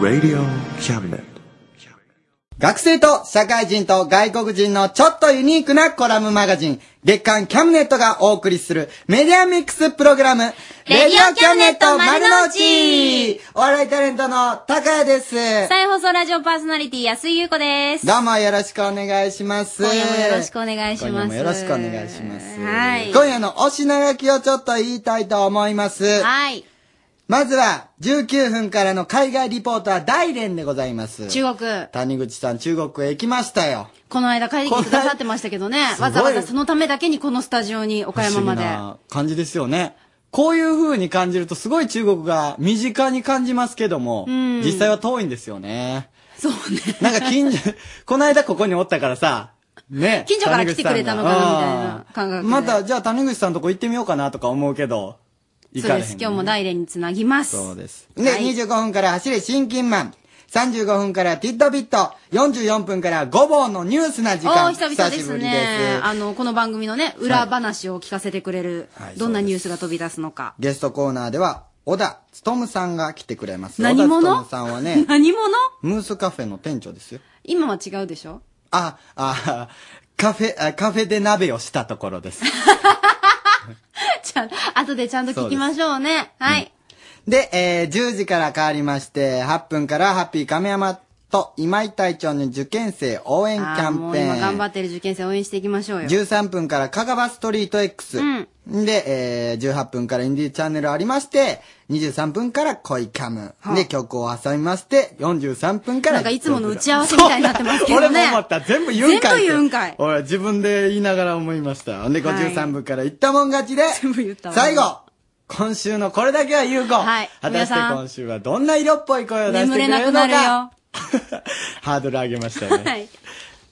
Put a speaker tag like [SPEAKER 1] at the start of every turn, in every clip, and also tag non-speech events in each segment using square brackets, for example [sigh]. [SPEAKER 1] Radio Cabinet.
[SPEAKER 2] 学生と社会人と外国人のちょっとユニークなコラムマガジン、月刊キャムネットがお送りするメディアミックスプログラム、レ
[SPEAKER 3] ディオキャムネット丸の内
[SPEAKER 2] お笑いタレントの高谷です。
[SPEAKER 3] [laughs] 再放送ラジオパーソナリティ安井優子です。
[SPEAKER 2] どうもよろしくお願いします。
[SPEAKER 3] 今夜もよろしくお願いしま
[SPEAKER 2] 今
[SPEAKER 3] す。
[SPEAKER 2] 夜もよろしくお願いします。
[SPEAKER 3] はい。
[SPEAKER 2] 今夜のお品書きをちょっと言いたいと思います。
[SPEAKER 3] はい。
[SPEAKER 2] まずは、19分からの海外リポーター大連でございます。
[SPEAKER 3] 中国、
[SPEAKER 2] 谷口さん、中国へ行きましたよ。
[SPEAKER 3] この間帰ってきてくださってましたけどね
[SPEAKER 2] こ。の間
[SPEAKER 3] わざわ
[SPEAKER 2] [laughs] す
[SPEAKER 3] ざ
[SPEAKER 2] ごい
[SPEAKER 3] そのためだけにこのスタジオに岡山まで
[SPEAKER 2] 不思。議な感じですよね。こういう風に感じるとすごい中国が身近に感じますけども、
[SPEAKER 3] うん
[SPEAKER 2] 実際は遠いんですよね。
[SPEAKER 3] そうね。
[SPEAKER 2] なんか
[SPEAKER 3] [laughs]
[SPEAKER 2] 近所、この間ここにおったからさ、ね。
[SPEAKER 3] 近所から来てくれたのかな
[SPEAKER 2] 谷口さんが
[SPEAKER 3] みたいな感覚
[SPEAKER 2] う
[SPEAKER 3] で
[SPEAKER 2] んまた、じゃあ谷口さんとこ行ってみようかなとか思うけど、行
[SPEAKER 3] そう
[SPEAKER 2] かれへ
[SPEAKER 3] で
[SPEAKER 2] ん
[SPEAKER 3] す。
[SPEAKER 2] ね
[SPEAKER 3] 今日も大連につなぎます。
[SPEAKER 2] そうです。で、
[SPEAKER 3] はい
[SPEAKER 2] 25分から走れ新金マン。35分からティットビット。44分からごぼうのニュースな時
[SPEAKER 3] お
[SPEAKER 2] 間。
[SPEAKER 3] ー、久々で
[SPEAKER 2] 久し
[SPEAKER 3] す
[SPEAKER 2] ぶり
[SPEAKER 3] ね。
[SPEAKER 2] です
[SPEAKER 3] あの、この番組のね、裏話を聞かせてくれる、
[SPEAKER 2] はい
[SPEAKER 3] どんなニュースが飛び出すのか。
[SPEAKER 2] ゲストコーナーでは、小田勉さんが来てくれます。
[SPEAKER 3] 何者、
[SPEAKER 2] 小田勉さんはね
[SPEAKER 3] [laughs] 何者
[SPEAKER 2] ムースカフェの店長ですよ。
[SPEAKER 3] 今は違うでしょ [laughs]
[SPEAKER 2] あ、あ、カフェ、あカフェで鍋をしたところです。
[SPEAKER 3] [laughs] じゃあ、後でちゃんと聞きましょうね。はい。
[SPEAKER 2] で、えー、10時から変わりまして、8分からハッピー亀山と今井隊長の受験生応援キ
[SPEAKER 3] あ
[SPEAKER 2] ャ
[SPEAKER 3] ーも
[SPEAKER 2] ン
[SPEAKER 3] う
[SPEAKER 2] ペ
[SPEAKER 3] 今頑張
[SPEAKER 2] ーン。
[SPEAKER 3] ってる受験生応援していきましょうよ。
[SPEAKER 2] 13分から香川ストリート X。で、えー、18分からインディーチャンネルありまして、23分から恋カム。
[SPEAKER 3] はあ
[SPEAKER 2] で、曲を挟みまして、43分から。
[SPEAKER 3] なんかいつもの打ち合わせみたいになってますけどね
[SPEAKER 2] そう俺も思った。全部言うんかいって。
[SPEAKER 3] 全部言うんかい
[SPEAKER 2] 俺、自分で言いながら思いました。で、
[SPEAKER 3] はい
[SPEAKER 2] 53分から言ったもん勝ちで、
[SPEAKER 3] 全部言ったわ
[SPEAKER 2] 最後今週のこれだけは言う子。
[SPEAKER 3] はい
[SPEAKER 2] 果たして
[SPEAKER 3] 皆さん
[SPEAKER 2] 今週はどんな色っぽい声を出して
[SPEAKER 3] 眠
[SPEAKER 2] くれ
[SPEAKER 3] れ
[SPEAKER 2] るのか
[SPEAKER 3] なくなるよ。
[SPEAKER 2] [laughs] ハードル上げましたね。
[SPEAKER 3] はい。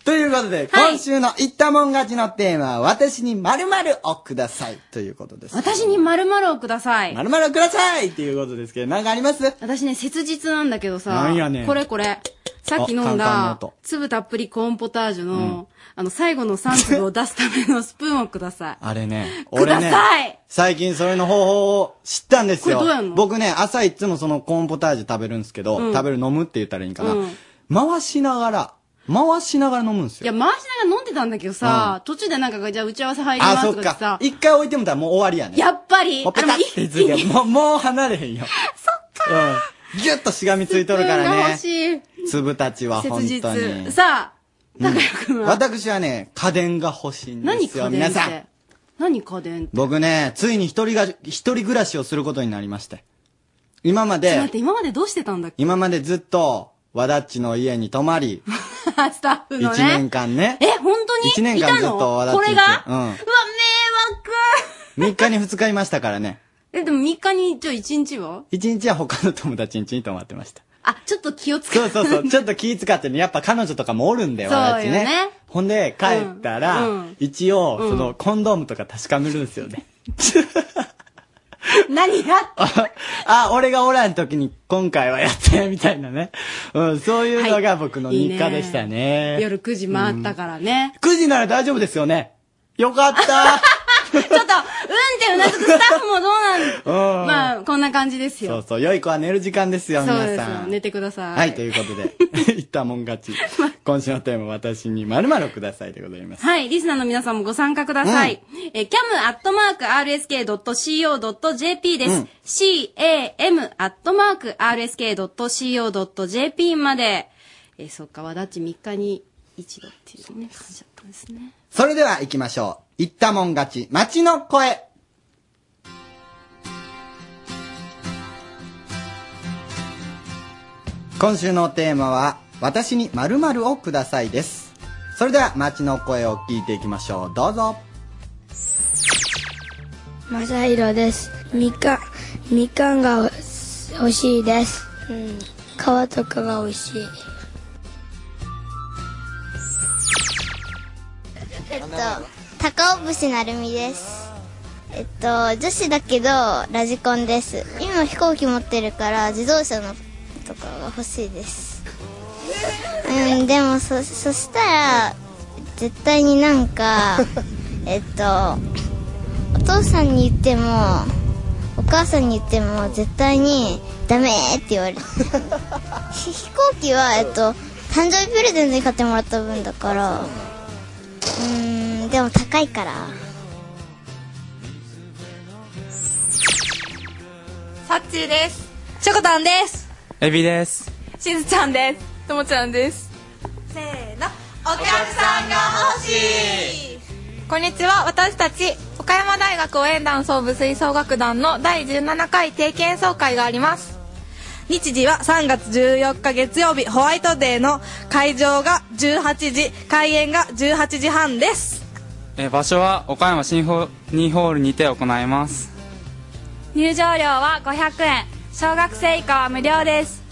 [SPEAKER 2] ということで、
[SPEAKER 3] はい
[SPEAKER 2] 今週の言ったもん勝ちのテーマは、私に〇〇をください。ということです。
[SPEAKER 3] 私に〇〇をください。
[SPEAKER 2] 〇〇をくださいっていうことですけど、なんかあります
[SPEAKER 3] 私ね、切実なんだけどさ、
[SPEAKER 2] なんやねん
[SPEAKER 3] これこれ。さっき飲
[SPEAKER 2] あカ
[SPEAKER 3] ん
[SPEAKER 2] ンカンの
[SPEAKER 3] だ
[SPEAKER 2] 音、
[SPEAKER 3] 粒たっぷりコーンポタージュの、あの、最後の3粒を出すためのスプーンをください。
[SPEAKER 2] あれね、
[SPEAKER 3] く
[SPEAKER 2] 俺
[SPEAKER 3] だ
[SPEAKER 2] ね
[SPEAKER 3] さい、
[SPEAKER 2] 最近それの方法を知ったんですよ。
[SPEAKER 3] これどうやんの
[SPEAKER 2] 僕ね、朝いつもそのコーンポタージュ食べるんですけど、
[SPEAKER 3] うん
[SPEAKER 2] 食べる飲むって言ったらいいんかな。
[SPEAKER 3] うん
[SPEAKER 2] 回しながら、回しながら飲むんです
[SPEAKER 3] いや、
[SPEAKER 2] よ。
[SPEAKER 3] 回しながら飲んでたんだけどさ、途中でなんか、じゃあ打ち合わせ入りま
[SPEAKER 2] あ、
[SPEAKER 3] す
[SPEAKER 2] そ
[SPEAKER 3] と
[SPEAKER 2] っ
[SPEAKER 3] かって
[SPEAKER 2] か
[SPEAKER 3] さ。、
[SPEAKER 2] 一回置いてもたらもう終わりやね。
[SPEAKER 3] やっぱり、
[SPEAKER 2] もうペタ
[SPEAKER 3] の
[SPEAKER 2] ッてついて、
[SPEAKER 3] ス
[SPEAKER 2] もう、もう離れへ
[SPEAKER 3] [laughs]
[SPEAKER 2] んよ。そっかうん。ぎゅっとしがみつい
[SPEAKER 3] プ
[SPEAKER 2] とるか
[SPEAKER 3] ーン
[SPEAKER 2] ら
[SPEAKER 3] が
[SPEAKER 2] ね
[SPEAKER 3] 欲。しい。
[SPEAKER 2] 粒たちは本
[SPEAKER 3] 切
[SPEAKER 2] 当に
[SPEAKER 3] 実。。さあ、高谷くんは、
[SPEAKER 2] 私はね、家電が欲しいんで
[SPEAKER 3] 何
[SPEAKER 2] すよ、
[SPEAKER 3] 家電
[SPEAKER 2] 皆
[SPEAKER 3] っ
[SPEAKER 2] さん
[SPEAKER 3] て。。何家電って。
[SPEAKER 2] 僕ね、ついに一人が、一人暮らしをすることになりまして。今ま
[SPEAKER 3] ちょっと待っ
[SPEAKER 2] で
[SPEAKER 3] て、、今までどうしてたんだっけ
[SPEAKER 2] 今までずっと、わだっちの家に泊まり、
[SPEAKER 3] スタッ
[SPEAKER 2] 一
[SPEAKER 3] フのね。
[SPEAKER 2] 年間ね、
[SPEAKER 3] え、本当に
[SPEAKER 2] 一年間
[SPEAKER 3] いたの
[SPEAKER 2] ずっとわだち
[SPEAKER 3] こ
[SPEAKER 2] にいて
[SPEAKER 3] れが、
[SPEAKER 2] うん
[SPEAKER 3] うわ、迷惑
[SPEAKER 2] 3日に2日いましたからね、
[SPEAKER 3] え、でも3日に、ちょ、1日は
[SPEAKER 2] 1日は他の友達ん家に泊まってました。
[SPEAKER 3] あ、ちょっと気をつけ
[SPEAKER 2] そうそう
[SPEAKER 3] [laughs]
[SPEAKER 2] そう、ちょっと気使ってね、やっぱ彼女とかもおるんだよ、
[SPEAKER 3] そうよね
[SPEAKER 2] わだっちね。ほんで、帰ったら、
[SPEAKER 3] うんうん
[SPEAKER 2] 一応、
[SPEAKER 3] うん
[SPEAKER 2] その、コンドームとか確かめるんですよね。
[SPEAKER 3] [laughs] 何やって
[SPEAKER 2] [laughs] あ、俺がおらん時に今回はやって、みたいなね。うん、そういうのが僕の
[SPEAKER 3] いい
[SPEAKER 2] 日課でしたね。
[SPEAKER 3] 夜9時回ったからね。
[SPEAKER 2] 9時なら大丈夫ですよね。よかった。
[SPEAKER 3] ちょっと、うんってうなずくスタッフもどうなん
[SPEAKER 2] うん
[SPEAKER 3] [laughs] まあ、こんな感じです
[SPEAKER 2] そう
[SPEAKER 3] よ。
[SPEAKER 2] そう、良い子は寝る時間ですよ、
[SPEAKER 3] そう
[SPEAKER 2] 皆
[SPEAKER 3] です
[SPEAKER 2] さ
[SPEAKER 3] よ。
[SPEAKER 2] ん。
[SPEAKER 3] 寝てください。
[SPEAKER 2] はい、ということで、
[SPEAKER 3] [laughs]
[SPEAKER 2] 言ったもん勝ち。今週のテーマ、私に〇〇をくださいでございます。
[SPEAKER 3] はい、リスナーの皆さんもご参加ください。え、cam.rsk.co.jp です。
[SPEAKER 2] うん
[SPEAKER 3] cam.rsk.co.jp まで。え、そっか、わだっち3日に一度っていうね、感じだったんですね。
[SPEAKER 2] それでは行きましょう。言ったもん勝ち、街の声。今週のテーマは、私に〇〇をくださいです。それでは街の声を聞いていきましょう。どうぞ。
[SPEAKER 4] まさひろです。みかん、みかんが欲しいです。うん。皮とかが美味しい。
[SPEAKER 5] えっと、高尾節なるみです。えっと、女子だけど、ラジコンです。今飛行機持ってるから、自動車のとかが欲しいです。うん、でもそ、そしたら、絶対になんか、えっと、お父さんに言っても、怒母さんに言っても絶対にダメって言われる飛行機はえっと誕生日プレゼントに買ってもらった分だからうーんでも高いから
[SPEAKER 6] サッチーです。チョコタンです。
[SPEAKER 7] エビです。
[SPEAKER 6] しずちゃんです。ともちゃんです。せーの。お客さんが欲しいこんにちは、私たち、岡山大学応援団総部吹奏楽団の第17回定期演奏会があります。
[SPEAKER 8] 日時は3月14日月曜日ホワイトデーの会場が18時開演が18時半です
[SPEAKER 7] えー場所は岡山新ホニーホールにて行います。
[SPEAKER 9] 入場料は500円小学生以下は無料です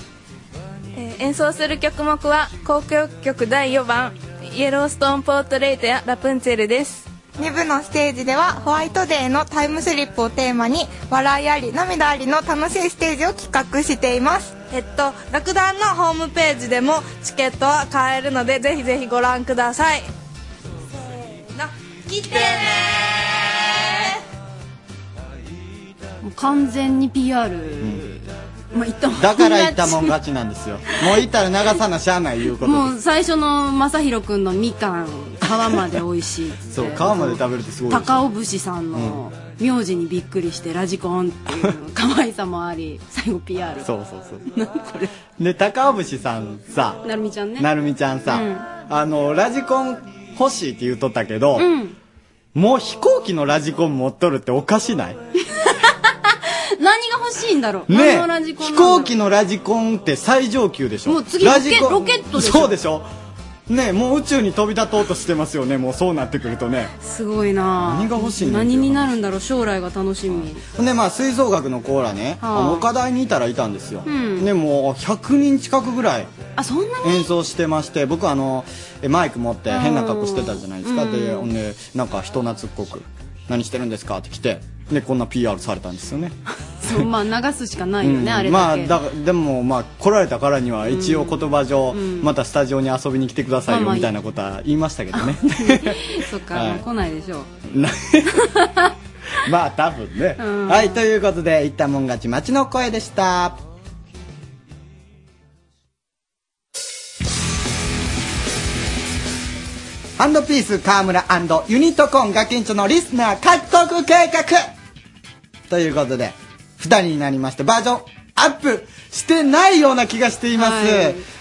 [SPEAKER 6] えー演奏する曲目は、交響曲第4番、イエローストーンポートレイトやラプンツェルです。2部のステージではホワイトデーのタイムスリップをテーマに笑いあり涙ありの楽しいステージを企画しています
[SPEAKER 8] えっと楽団のホームページでもチケットは買えるのでぜひぜひご覧ください
[SPEAKER 6] 来てね
[SPEAKER 3] もう完全に PR、まあ言ったもん
[SPEAKER 2] だから言ったもん勝ちなん
[SPEAKER 3] [laughs]
[SPEAKER 2] ですよ。もう言ったら流さなしゃあないいうこと
[SPEAKER 3] も
[SPEAKER 2] で
[SPEAKER 3] う最初の正弘君のみかん皮まで美味しいっ
[SPEAKER 2] す。
[SPEAKER 3] て
[SPEAKER 2] そう、皮まで食べるってすごいです。
[SPEAKER 3] 高尾節さんの名字にびっくりしてラジコンっていう可愛さも
[SPEAKER 2] [laughs]
[SPEAKER 3] あり最後 PR
[SPEAKER 2] そうそうそ
[SPEAKER 3] [laughs]
[SPEAKER 2] う。で、高尾節さんさ、
[SPEAKER 3] なるみちゃんね
[SPEAKER 2] なるみちゃんさ、
[SPEAKER 3] うん
[SPEAKER 2] あの、ラジコン欲しいって言うとったけど、
[SPEAKER 3] うん
[SPEAKER 2] もう飛行機のラジコン持っとるっておかしない
[SPEAKER 3] 何が欲しいんだろう
[SPEAKER 2] ね
[SPEAKER 3] 何のラジ
[SPEAKER 2] え
[SPEAKER 3] コン
[SPEAKER 2] 飛
[SPEAKER 3] なんだろう
[SPEAKER 2] 行機のラジコンって最上級でしょ
[SPEAKER 3] もう次ロケ
[SPEAKER 2] ラジコン
[SPEAKER 3] ロケットでしょ
[SPEAKER 2] そうでしょねえもう宇宙に飛び立とうとしてますよねもうそうなってくるとね
[SPEAKER 3] すごいな
[SPEAKER 2] 何が欲しいねんっていう話
[SPEAKER 3] 何になるんだろう将来が楽しみ
[SPEAKER 2] でまあ吹奏楽のコーラね、
[SPEAKER 3] はあ
[SPEAKER 2] あの岡大にいたらいたんですよ、
[SPEAKER 3] うん
[SPEAKER 2] でもう100人近くぐらい
[SPEAKER 3] あそんな
[SPEAKER 2] 演奏してまして僕あのえマイク持って変な格好してたじゃないですか、
[SPEAKER 3] うん
[SPEAKER 2] でほんでなんか人懐っこく「何してるんですか?」って来てでこんな PR されたんですよね
[SPEAKER 3] そうまあ流すしかないよね、
[SPEAKER 2] うん
[SPEAKER 3] あれ
[SPEAKER 2] ま
[SPEAKER 3] だ
[SPEAKER 2] あ
[SPEAKER 3] け、
[SPEAKER 2] だでもまあ来られたからには一応言葉上、
[SPEAKER 3] ん
[SPEAKER 2] またスタジオに遊びに来てください
[SPEAKER 3] ま
[SPEAKER 2] よ
[SPEAKER 3] あまあ
[SPEAKER 2] みたいなことは言いましたけどね
[SPEAKER 3] そっか、
[SPEAKER 2] はい
[SPEAKER 3] もう来ないでしょう
[SPEAKER 2] [laughs] まあ多分ね、
[SPEAKER 3] うん
[SPEAKER 2] はいということでいったもん勝ち町の声でしたハンドピース河村ユニットコーンガキンチョのリスナー獲得計画ということで2人になりましてバージョンアップしてないような気がしています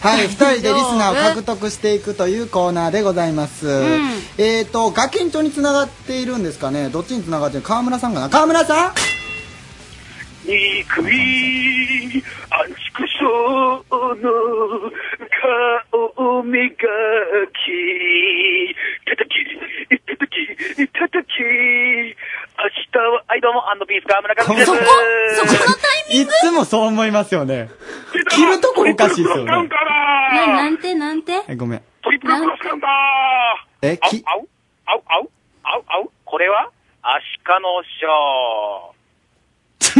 [SPEAKER 2] はい、2人
[SPEAKER 3] [laughs]
[SPEAKER 2] でリスナーを獲得していくというコーナーでございます、えっ、ー、とガキンチョにつながっているんですかねどっちにつながってる川村さんかな川村さん
[SPEAKER 10] 憎い安畜生の顔を磨き叩き叩き叩き明日ははいどうもアンドピース川村和樹です
[SPEAKER 2] そこ
[SPEAKER 10] こ
[SPEAKER 2] いつもそう思いますよね切るとこおかしいですよ
[SPEAKER 10] カ
[SPEAKER 3] [laughs]
[SPEAKER 10] ウン
[SPEAKER 2] ね
[SPEAKER 10] ターだ
[SPEAKER 3] ななんてなんて
[SPEAKER 2] えごめん
[SPEAKER 10] トリプルクロスカウンター
[SPEAKER 2] えき
[SPEAKER 10] あうあうあうあうあうこれはアシカのショー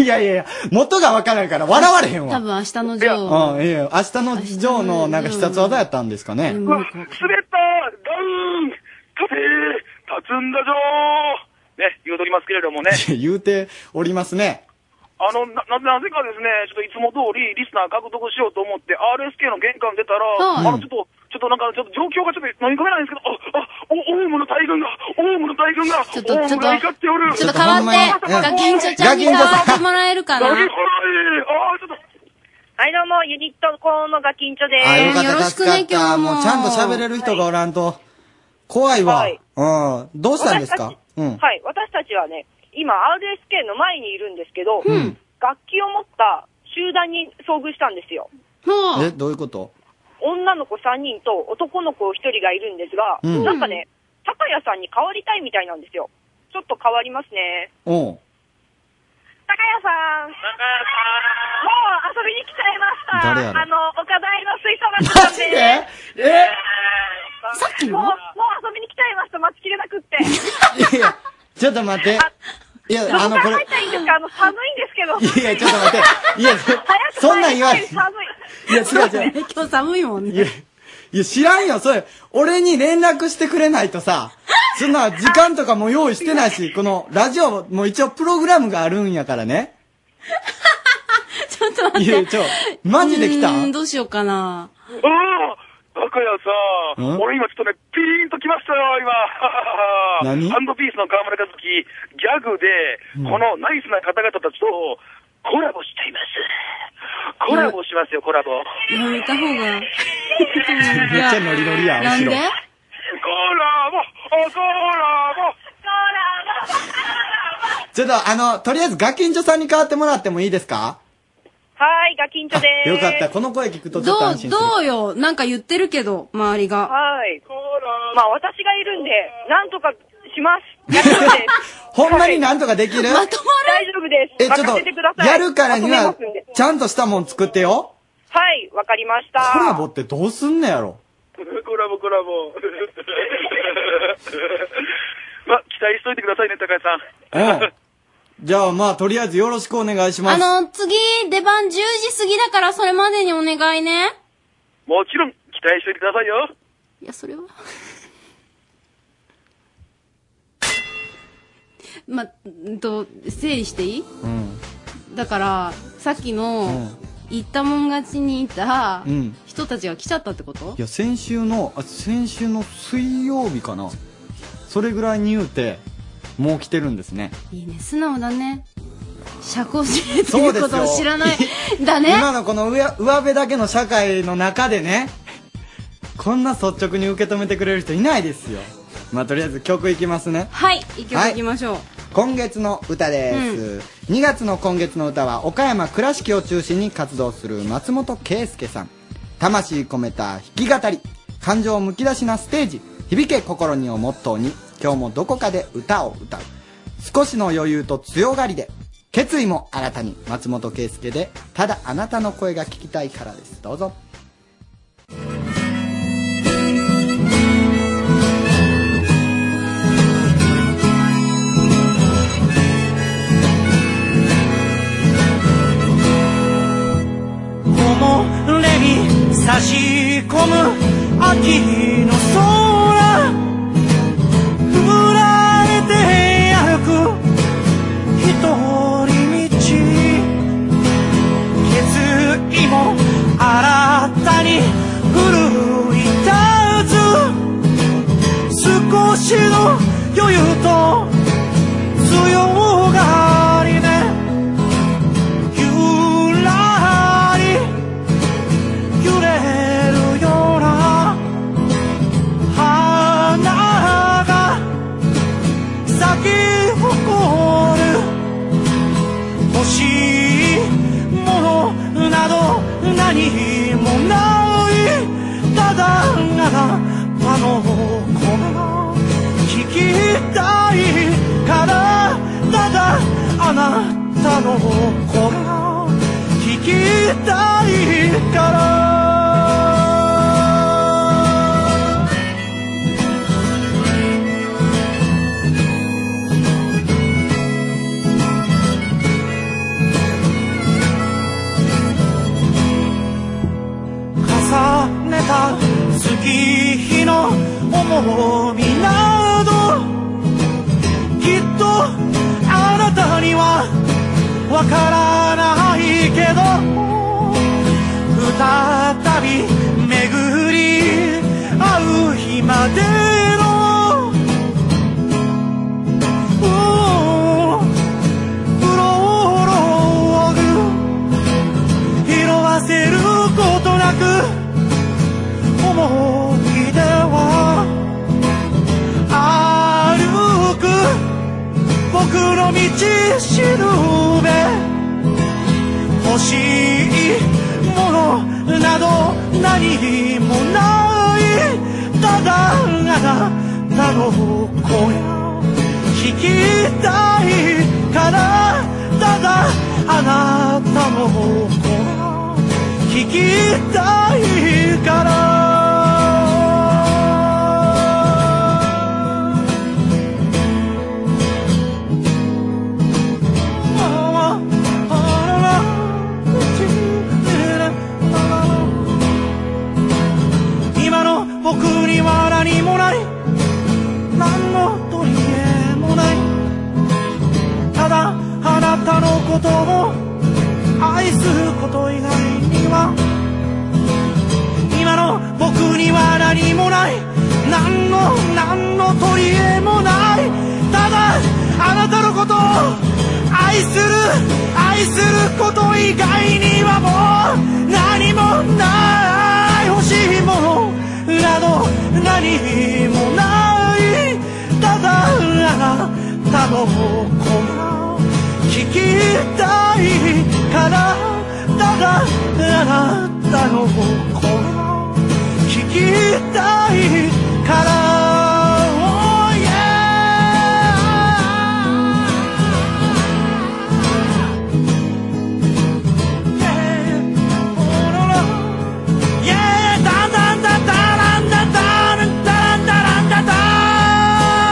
[SPEAKER 2] いやいやいや元がわからんから笑われへん
[SPEAKER 3] 多
[SPEAKER 2] わ
[SPEAKER 3] 分明日のジョー
[SPEAKER 2] うんいやいや明日のジョーのなんか必殺技やったんですかね、
[SPEAKER 3] うん
[SPEAKER 10] うわ、滑ったダウン立て立つんだぞね、言うとりますけれどもね。
[SPEAKER 2] 言うておりますね
[SPEAKER 10] あの、な、ななぜかですね、ちょっといつも通りリスナー獲得しようと思って RSK の玄関出たら、
[SPEAKER 3] はい
[SPEAKER 10] あの、ちょっと、ちょっとなんか、ちょっと状況がちょっと飲み込めないんですけど、あ、あ、お、オウムの大群が、オウムの大群が、
[SPEAKER 3] ちょっとちょっと
[SPEAKER 10] オウムが怒っておる。
[SPEAKER 3] ちょっと代わっ
[SPEAKER 2] ちょっと
[SPEAKER 3] て
[SPEAKER 2] ほんま
[SPEAKER 3] ガ
[SPEAKER 2] に
[SPEAKER 3] キンチョちゃんに代わってもらえるかな
[SPEAKER 10] 何これ
[SPEAKER 3] よ
[SPEAKER 10] あー、ちょっと、
[SPEAKER 11] はい、どうも、ユニットコーンのガキンチョで
[SPEAKER 2] あ、よ
[SPEAKER 11] す。
[SPEAKER 2] かった、
[SPEAKER 3] よろしくね
[SPEAKER 2] 助かった
[SPEAKER 3] 今日も
[SPEAKER 2] もうちゃんと喋れる人がおらんと。怖いわ。
[SPEAKER 11] はい
[SPEAKER 2] うん。どうしたんですかうん。
[SPEAKER 11] はい、私たちはね、今、RSK の前にいるんですけど、楽器を持った集団に遭遇したんですよ。
[SPEAKER 2] え、どういうこと
[SPEAKER 11] 女の子3人と男の子1人がいるんですが、
[SPEAKER 2] うん
[SPEAKER 11] なんかね、高谷さんに変わりたいみたいなんですよ。ちょっと変わりますね。
[SPEAKER 2] おう
[SPEAKER 11] 高谷さん、もう遊びに来ちゃいました。
[SPEAKER 2] 誰やろ
[SPEAKER 11] あの、岡大の水槽
[SPEAKER 2] マ
[SPEAKER 11] が
[SPEAKER 2] ジでえ
[SPEAKER 11] さっきもう、もう遊びに来ちゃいました。待ちきれなくって。
[SPEAKER 2] いや、ちょっと待って。いや、あ
[SPEAKER 11] あ
[SPEAKER 2] の、
[SPEAKER 11] の、
[SPEAKER 2] こ
[SPEAKER 11] こ
[SPEAKER 2] れ
[SPEAKER 11] 入っ、たらいいんですかあの、寒いんですけ
[SPEAKER 2] い
[SPEAKER 11] ど。
[SPEAKER 2] や、ちょっと待って。いや、そそんなん言われ。い
[SPEAKER 11] 早く帰りたい寒
[SPEAKER 2] や、
[SPEAKER 11] い。
[SPEAKER 2] 違う [laughs] 違う。
[SPEAKER 3] 今日寒いもん
[SPEAKER 2] いや
[SPEAKER 3] ね、
[SPEAKER 2] いや知らんよ、それ。俺に連絡してくれないとさ、そんな時間とかも用意してないし、このラジオも一応プログラムがあるんやからね。
[SPEAKER 12] ちょっと待って。
[SPEAKER 2] [laughs] いやちょマジで来た
[SPEAKER 12] うーんどうしようかな。
[SPEAKER 13] ああだからさ
[SPEAKER 2] ん、
[SPEAKER 13] 俺今ちょっとね、ピーンときましたよ、今。
[SPEAKER 2] [laughs] 何
[SPEAKER 13] ハンドピースの河村和樹、ギャグで、このナイスな方々たちとコラボしちゃいます。コラボしますよ、コラボ。
[SPEAKER 12] やめた方が。
[SPEAKER 2] [laughs] めっちゃノリノリや
[SPEAKER 12] なんで
[SPEAKER 2] 後ろ
[SPEAKER 13] コラボおコラボ
[SPEAKER 2] ちょっと、あの、とりあえず、ガキンチョさんに代わってもらってもいいですか
[SPEAKER 14] はい、ガキンチョでーす。
[SPEAKER 2] よかった。この声聞くとちょっと
[SPEAKER 12] どう、
[SPEAKER 2] 安心する。
[SPEAKER 12] どうよなんか言ってるけど、周りが。
[SPEAKER 14] はい。まあ私がいるんで、なんとかします。
[SPEAKER 2] ほんまになんとかできる
[SPEAKER 14] 大丈夫です。
[SPEAKER 2] え、ちょ
[SPEAKER 14] 任せてくだ
[SPEAKER 2] っ
[SPEAKER 14] さ
[SPEAKER 2] と、
[SPEAKER 14] い。
[SPEAKER 2] やるからに
[SPEAKER 14] ま
[SPEAKER 2] は
[SPEAKER 14] とめますんで、
[SPEAKER 2] ちゃんとしたもん作ってよ。
[SPEAKER 14] はい、わかりました。
[SPEAKER 2] コラボってどうすんのやろ
[SPEAKER 13] コラボコラボ。 [laughs] ま、期待しといてくださいね、高橋さん。
[SPEAKER 14] [laughs]
[SPEAKER 2] うん。じゃあ、まあ、とりあえずよろしくお願いしま
[SPEAKER 3] あ
[SPEAKER 2] す。
[SPEAKER 3] の、次、出番10時過ぎだからそれまでにお願いね。
[SPEAKER 13] もちろん、期待しといてくださいよ。
[SPEAKER 3] い
[SPEAKER 2] [laughs]
[SPEAKER 3] や、それは。
[SPEAKER 12] ま、うんと、整理していい
[SPEAKER 2] うん。
[SPEAKER 12] だから、さっきの、言ったもん勝ちにいた
[SPEAKER 2] うん。
[SPEAKER 12] 人たちが来ちゃったってこと
[SPEAKER 2] いや、先週の、あ、先週の水曜日かな。それぐらいに言うて、もう来てるんですね。
[SPEAKER 12] いいね、素直だね。社交辞令と
[SPEAKER 2] そ
[SPEAKER 12] いうう
[SPEAKER 2] です
[SPEAKER 12] こ
[SPEAKER 2] よ
[SPEAKER 12] とを知らない。だね。
[SPEAKER 2] 今のこの上上辺だけの社会の中でねこんな率直に受け止めてくれる人いないですよまあとりあえず曲いきますね
[SPEAKER 12] はい、一曲いきましょう。
[SPEAKER 2] 今月の歌です、2月の今月の歌は岡山倉敷を中心に活動する松本圭介さん魂込めた弾き語り感情むき出しなステージ響け心にをモットーに今日もどこかで歌を歌う少しの余裕と強がりで決意も新たに松本圭介でただあなたの声が聞きたいからですどうぞ
[SPEAKER 15] 木漏れ日差し込む秋の空ふぶられて歩く一人道決意も新たに奮い立つ少しの余裕と強がりねゆらり揺れるような花が咲き誇る欲しいものなど何もないただあなたの声が聞きたいからただあなたの声が聞きたいから重ねた月日の重みなどきっとあなたにはわからないけど再び巡り会う日までのうんプロローグ拾わせることなく思い出は歩く僕の道しるべ欲しいものなど何もないただあなたの声聞きたいからただあなたの声聞きたいから今の僕には何もない何の取り柄もないただあなたのことを何もない何の何の取り柄もないただあなたのことを愛する愛すること以外にはもう何もない欲しいものなど何もないただあなたの声聞きたいからただあなたの声聞きたいから、oh, yeah! Yeah! だんだんだんだらんだんだらんだらんだらんだだ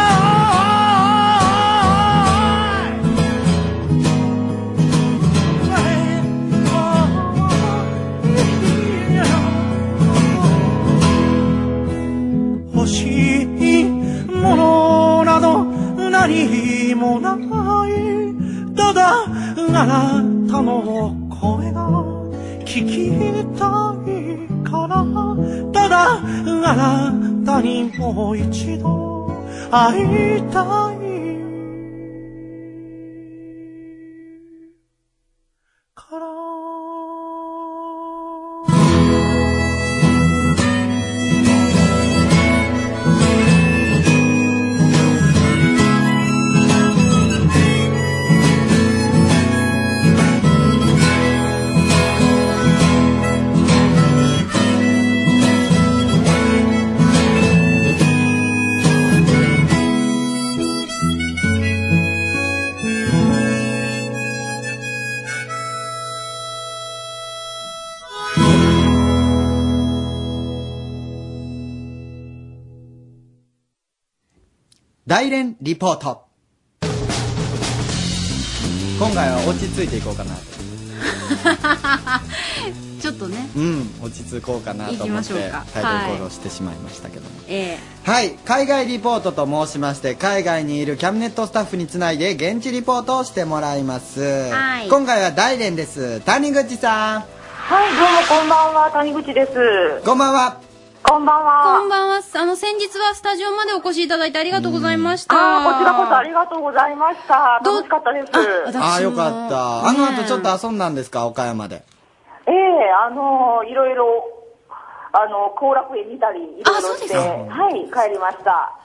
[SPEAKER 15] 欲しいものなど何もないただあなたの声が聞きたいからただあなたにもう一度会いたい
[SPEAKER 2] 大連リポート今回は落ち着いていこうかなと
[SPEAKER 12] ちょっとね
[SPEAKER 2] うん落ち着こうかなと
[SPEAKER 12] 行き
[SPEAKER 2] 思
[SPEAKER 12] ま
[SPEAKER 2] っ
[SPEAKER 12] してょうか
[SPEAKER 2] タイトルコールをしてしまいましたけども
[SPEAKER 12] ええ
[SPEAKER 2] はい、海外リポートと申しまして海外にいるキャビネットスタッフにつないで現地リポートをしてもらいます、
[SPEAKER 10] はい
[SPEAKER 2] 今回は大連です谷口さん
[SPEAKER 10] はい、どうもこんばんは、谷口です。
[SPEAKER 2] こんばんは。
[SPEAKER 10] こんばんは。
[SPEAKER 3] こんばんは。あの、先日はスタジオまでお越しいただいてありがとうございました。
[SPEAKER 10] あーこちらこそありがとうございました。楽しかったです。
[SPEAKER 2] ああよかったあの後ちょっと遊んだんですか岡山で
[SPEAKER 10] ええあのーいろいろ、あのー、後楽園見たり、いろいろして、はい、帰りました。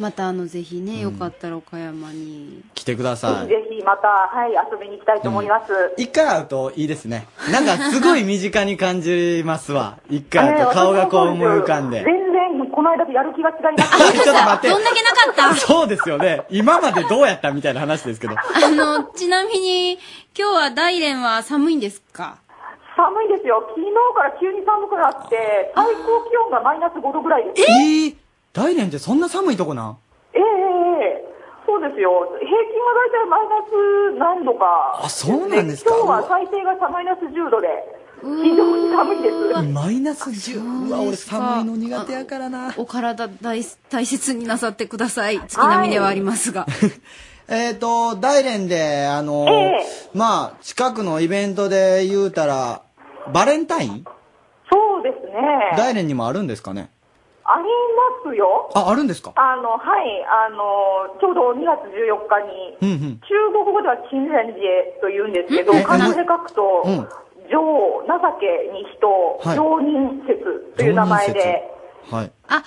[SPEAKER 12] またあのぜひねよかったら岡山に
[SPEAKER 2] 来てください
[SPEAKER 10] ぜひまた、はい、遊びに行きたいと思います。
[SPEAKER 2] 一回会うといいですねなんかすごい身近に感じますわ一回
[SPEAKER 10] [laughs]
[SPEAKER 2] 会うと顔がこう思い浮かんで
[SPEAKER 10] 全然、この間とやる気が違います。
[SPEAKER 2] ちょっと待って
[SPEAKER 3] どんだけなかった
[SPEAKER 2] [laughs]
[SPEAKER 10] [laughs]
[SPEAKER 2] そうですよね今までどうやったみたいな話ですけど
[SPEAKER 3] あの、ちなみに、今日は大連は寒いんですか
[SPEAKER 10] 寒いですよ。昨日から急に寒くなって、最高気温がマイナス5度ぐらいです。
[SPEAKER 2] えー大連ってそんな寒いとこなん
[SPEAKER 10] ええええそうですよ。平均は大体マイナス何度か。
[SPEAKER 2] あそうなんですか
[SPEAKER 10] 今日は最低がマイナス10度で、非常に寒いです。
[SPEAKER 2] マイナス10うわ俺寒いの苦手やからな
[SPEAKER 3] お体大大切になさってください月並みではありますが、
[SPEAKER 2] えっ、と、大連で、あのー
[SPEAKER 3] え
[SPEAKER 2] まあ、近くのイベントで言うたら、バレンタイン
[SPEAKER 10] そうですね。
[SPEAKER 2] 大連にもあるんですかね
[SPEAKER 10] ありますよ。
[SPEAKER 2] あ、あるんですか
[SPEAKER 10] あの、はい、あの、ちょうど2月14日に、
[SPEAKER 2] うんうん。
[SPEAKER 10] 中国語では金蓮寺と言うんですけど、漢字で書くと、
[SPEAKER 2] うん
[SPEAKER 10] 情、情けに人、
[SPEAKER 3] はい
[SPEAKER 10] 情人説という名前
[SPEAKER 3] 情人
[SPEAKER 10] で、
[SPEAKER 2] はい。
[SPEAKER 3] あ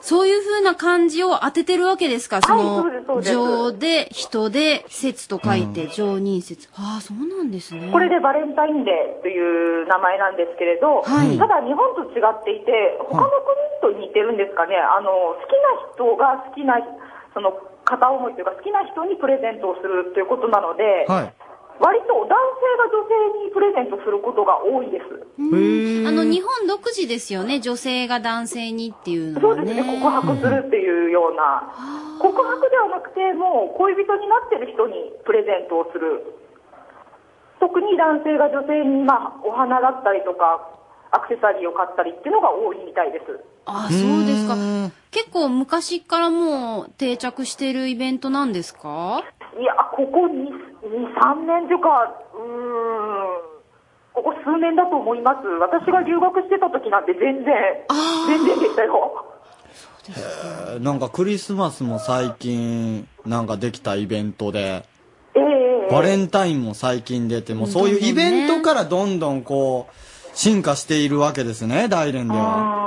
[SPEAKER 3] そういう風な漢字を当ててるわけですかその
[SPEAKER 10] そうですそうです
[SPEAKER 3] 情で人で説と書いて情人説、ああそうなんですね
[SPEAKER 10] これでバレンタインデーという名前なんですけれ
[SPEAKER 3] は
[SPEAKER 10] ど、
[SPEAKER 3] い
[SPEAKER 10] ただ日本と違っていて、他の国と似てるんですかね、あの好きな人が好きな、その片思いというか、好きな人にプレゼントをするということなので、
[SPEAKER 2] はい。
[SPEAKER 10] 割と男性が女性にプレゼントすることが多いです。
[SPEAKER 3] あの日本独自ですよね女性が男性にっていうの
[SPEAKER 10] そう
[SPEAKER 3] は
[SPEAKER 10] です
[SPEAKER 3] ね
[SPEAKER 10] ね、告白するっていうような、告白ではなくて、もう恋人になってる人にプレゼントをする、特に男性が女性に、まあ、お花だったりとか、アクセサリーを買ったりっていうのが多いみたいです。
[SPEAKER 3] あそうですか結構昔からもう定着してるイベントなんですか
[SPEAKER 10] いや、ここ2、2 3年というか、うーん、ここ数数年だと思います。私が留学してた時なんて全然、全然でしたよ。
[SPEAKER 2] えーなんかクリスマスも最近、なんかできたイベントで、
[SPEAKER 10] ええ
[SPEAKER 2] バレンタインも最近出て、もうそういうイベントからどんどんこう、進化しているわけですね、大連では。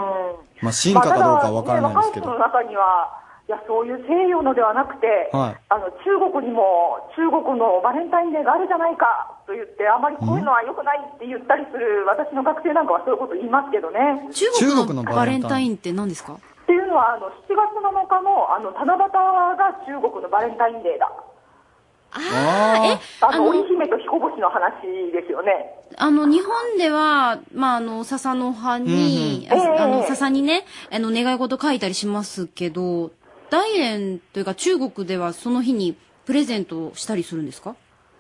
[SPEAKER 2] まあ進化かどうかはわからないですけど。
[SPEAKER 10] ま
[SPEAKER 2] は
[SPEAKER 10] あただね若い人の中には、いや、そういう西洋のではなくて、
[SPEAKER 2] い。
[SPEAKER 10] あの中国にも中国のバレンタインデーがあるじゃないかと言って、あまりこういうのは良くないって言ったりする私の学生なんかはそういうこと言いますけどね。
[SPEAKER 3] 中国のバレンタインって何ですか
[SPEAKER 10] っていうのは、あの7月7日のあの七夕が中国のバレンタインデーだ。
[SPEAKER 3] あ
[SPEAKER 10] あの織姫と彦星の話ですよね。
[SPEAKER 3] あの、日本では、まあ、あの、笹の葉に、
[SPEAKER 10] うんうんええ
[SPEAKER 3] ああの、笹にね、あの、願い事書いたりしますけど、大連というか中国ではその日にプレゼントをしたりするんですか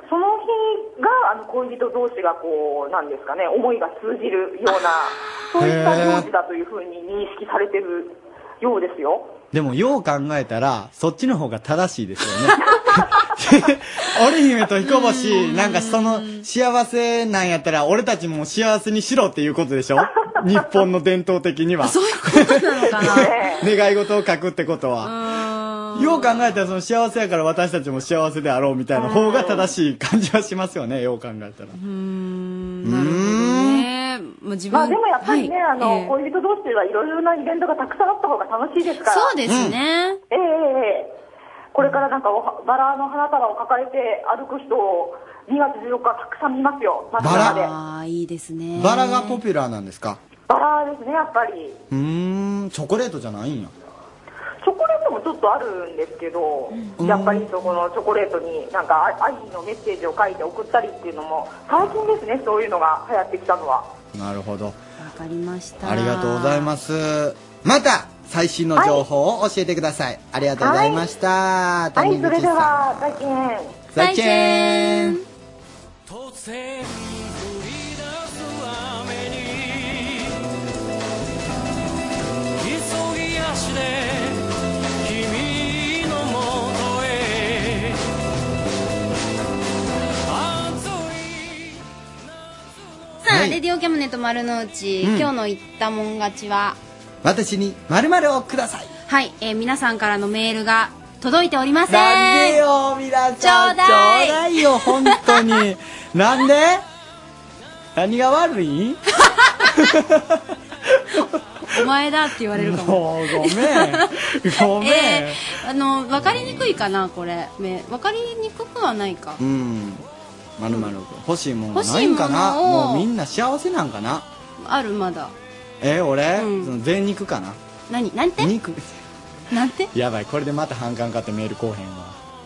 [SPEAKER 10] その日があの恋人同士がこうなんですかね思いが通じるようなそういった行事だというふうに認識されてるようですよ。
[SPEAKER 2] でも、よう考えたら、そっちの方が正しいですよね。 [laughs] 織姫と彦星、なんかその幸せなんやったら、俺たちも幸せにしろっていうことでしょ日本の伝統的には。そういうことなのかな [laughs] 願い事を書くってことは。よう考えたら、その幸せやから私たちも幸せであろうみたいな方が正しい感じはしますよね、よう考えたら。
[SPEAKER 3] ねまあ、自分
[SPEAKER 10] まあでもやっぱりね、
[SPEAKER 3] はい
[SPEAKER 10] あの、
[SPEAKER 3] ええ
[SPEAKER 10] 恋人同士ではいろいろなイベントがたくさんあった方が楽しいですから。
[SPEAKER 3] そうですね。
[SPEAKER 10] ええええこれからなんかおはバラの花束を抱えて歩く人を2月14日たくさん見ますよ。街中で
[SPEAKER 3] ああ、いいですね。
[SPEAKER 2] バラがポピュラーなんですか
[SPEAKER 10] バラですね、やっぱり。
[SPEAKER 2] うーん、チョコレートじゃないんや。
[SPEAKER 10] チョコレートもちょっとあるんですけど、やっぱりそこのチョコレートになんかあ愛のメッセージを書いて送ったりっていうのも最近ですね、そういうのが流行ってきたのは。
[SPEAKER 2] なるほど。
[SPEAKER 3] わかりました。
[SPEAKER 2] ありがとうございます。また最新の情報を教えてください。ありがとうございました。
[SPEAKER 10] は
[SPEAKER 2] 谷
[SPEAKER 10] い、
[SPEAKER 2] 口
[SPEAKER 10] それで
[SPEAKER 2] さん
[SPEAKER 10] は、再見。
[SPEAKER 2] 再見
[SPEAKER 15] 急ぎ足で君のもとへ
[SPEAKER 3] さあ、レディオキャムネと丸の内、
[SPEAKER 2] うん
[SPEAKER 3] 今日の言ったもん勝ちは、
[SPEAKER 2] 私に〇〇をください。
[SPEAKER 3] はい、えー皆さんからのメールが届いておりません。
[SPEAKER 2] なんでよ、皆
[SPEAKER 3] さん。ちょうだい。
[SPEAKER 2] ちょうだいよ、本当
[SPEAKER 3] [laughs]
[SPEAKER 2] に。なんで何が悪い
[SPEAKER 3] お前だって言われるかも。
[SPEAKER 2] もうごめん。ごめん。
[SPEAKER 3] えーあの、わかりにくいかな、これ。めわかりにくくはないか。
[SPEAKER 2] うん。〇〇くん欲しいものないんかな
[SPEAKER 3] 欲しいものを
[SPEAKER 2] もうみんな幸せなんかな
[SPEAKER 3] ある、まだ。
[SPEAKER 2] え俺、その全肉かな
[SPEAKER 3] 何なんて
[SPEAKER 2] 肉。
[SPEAKER 3] なんて
[SPEAKER 2] やばいこれでまた反感買ってメール来おへんわ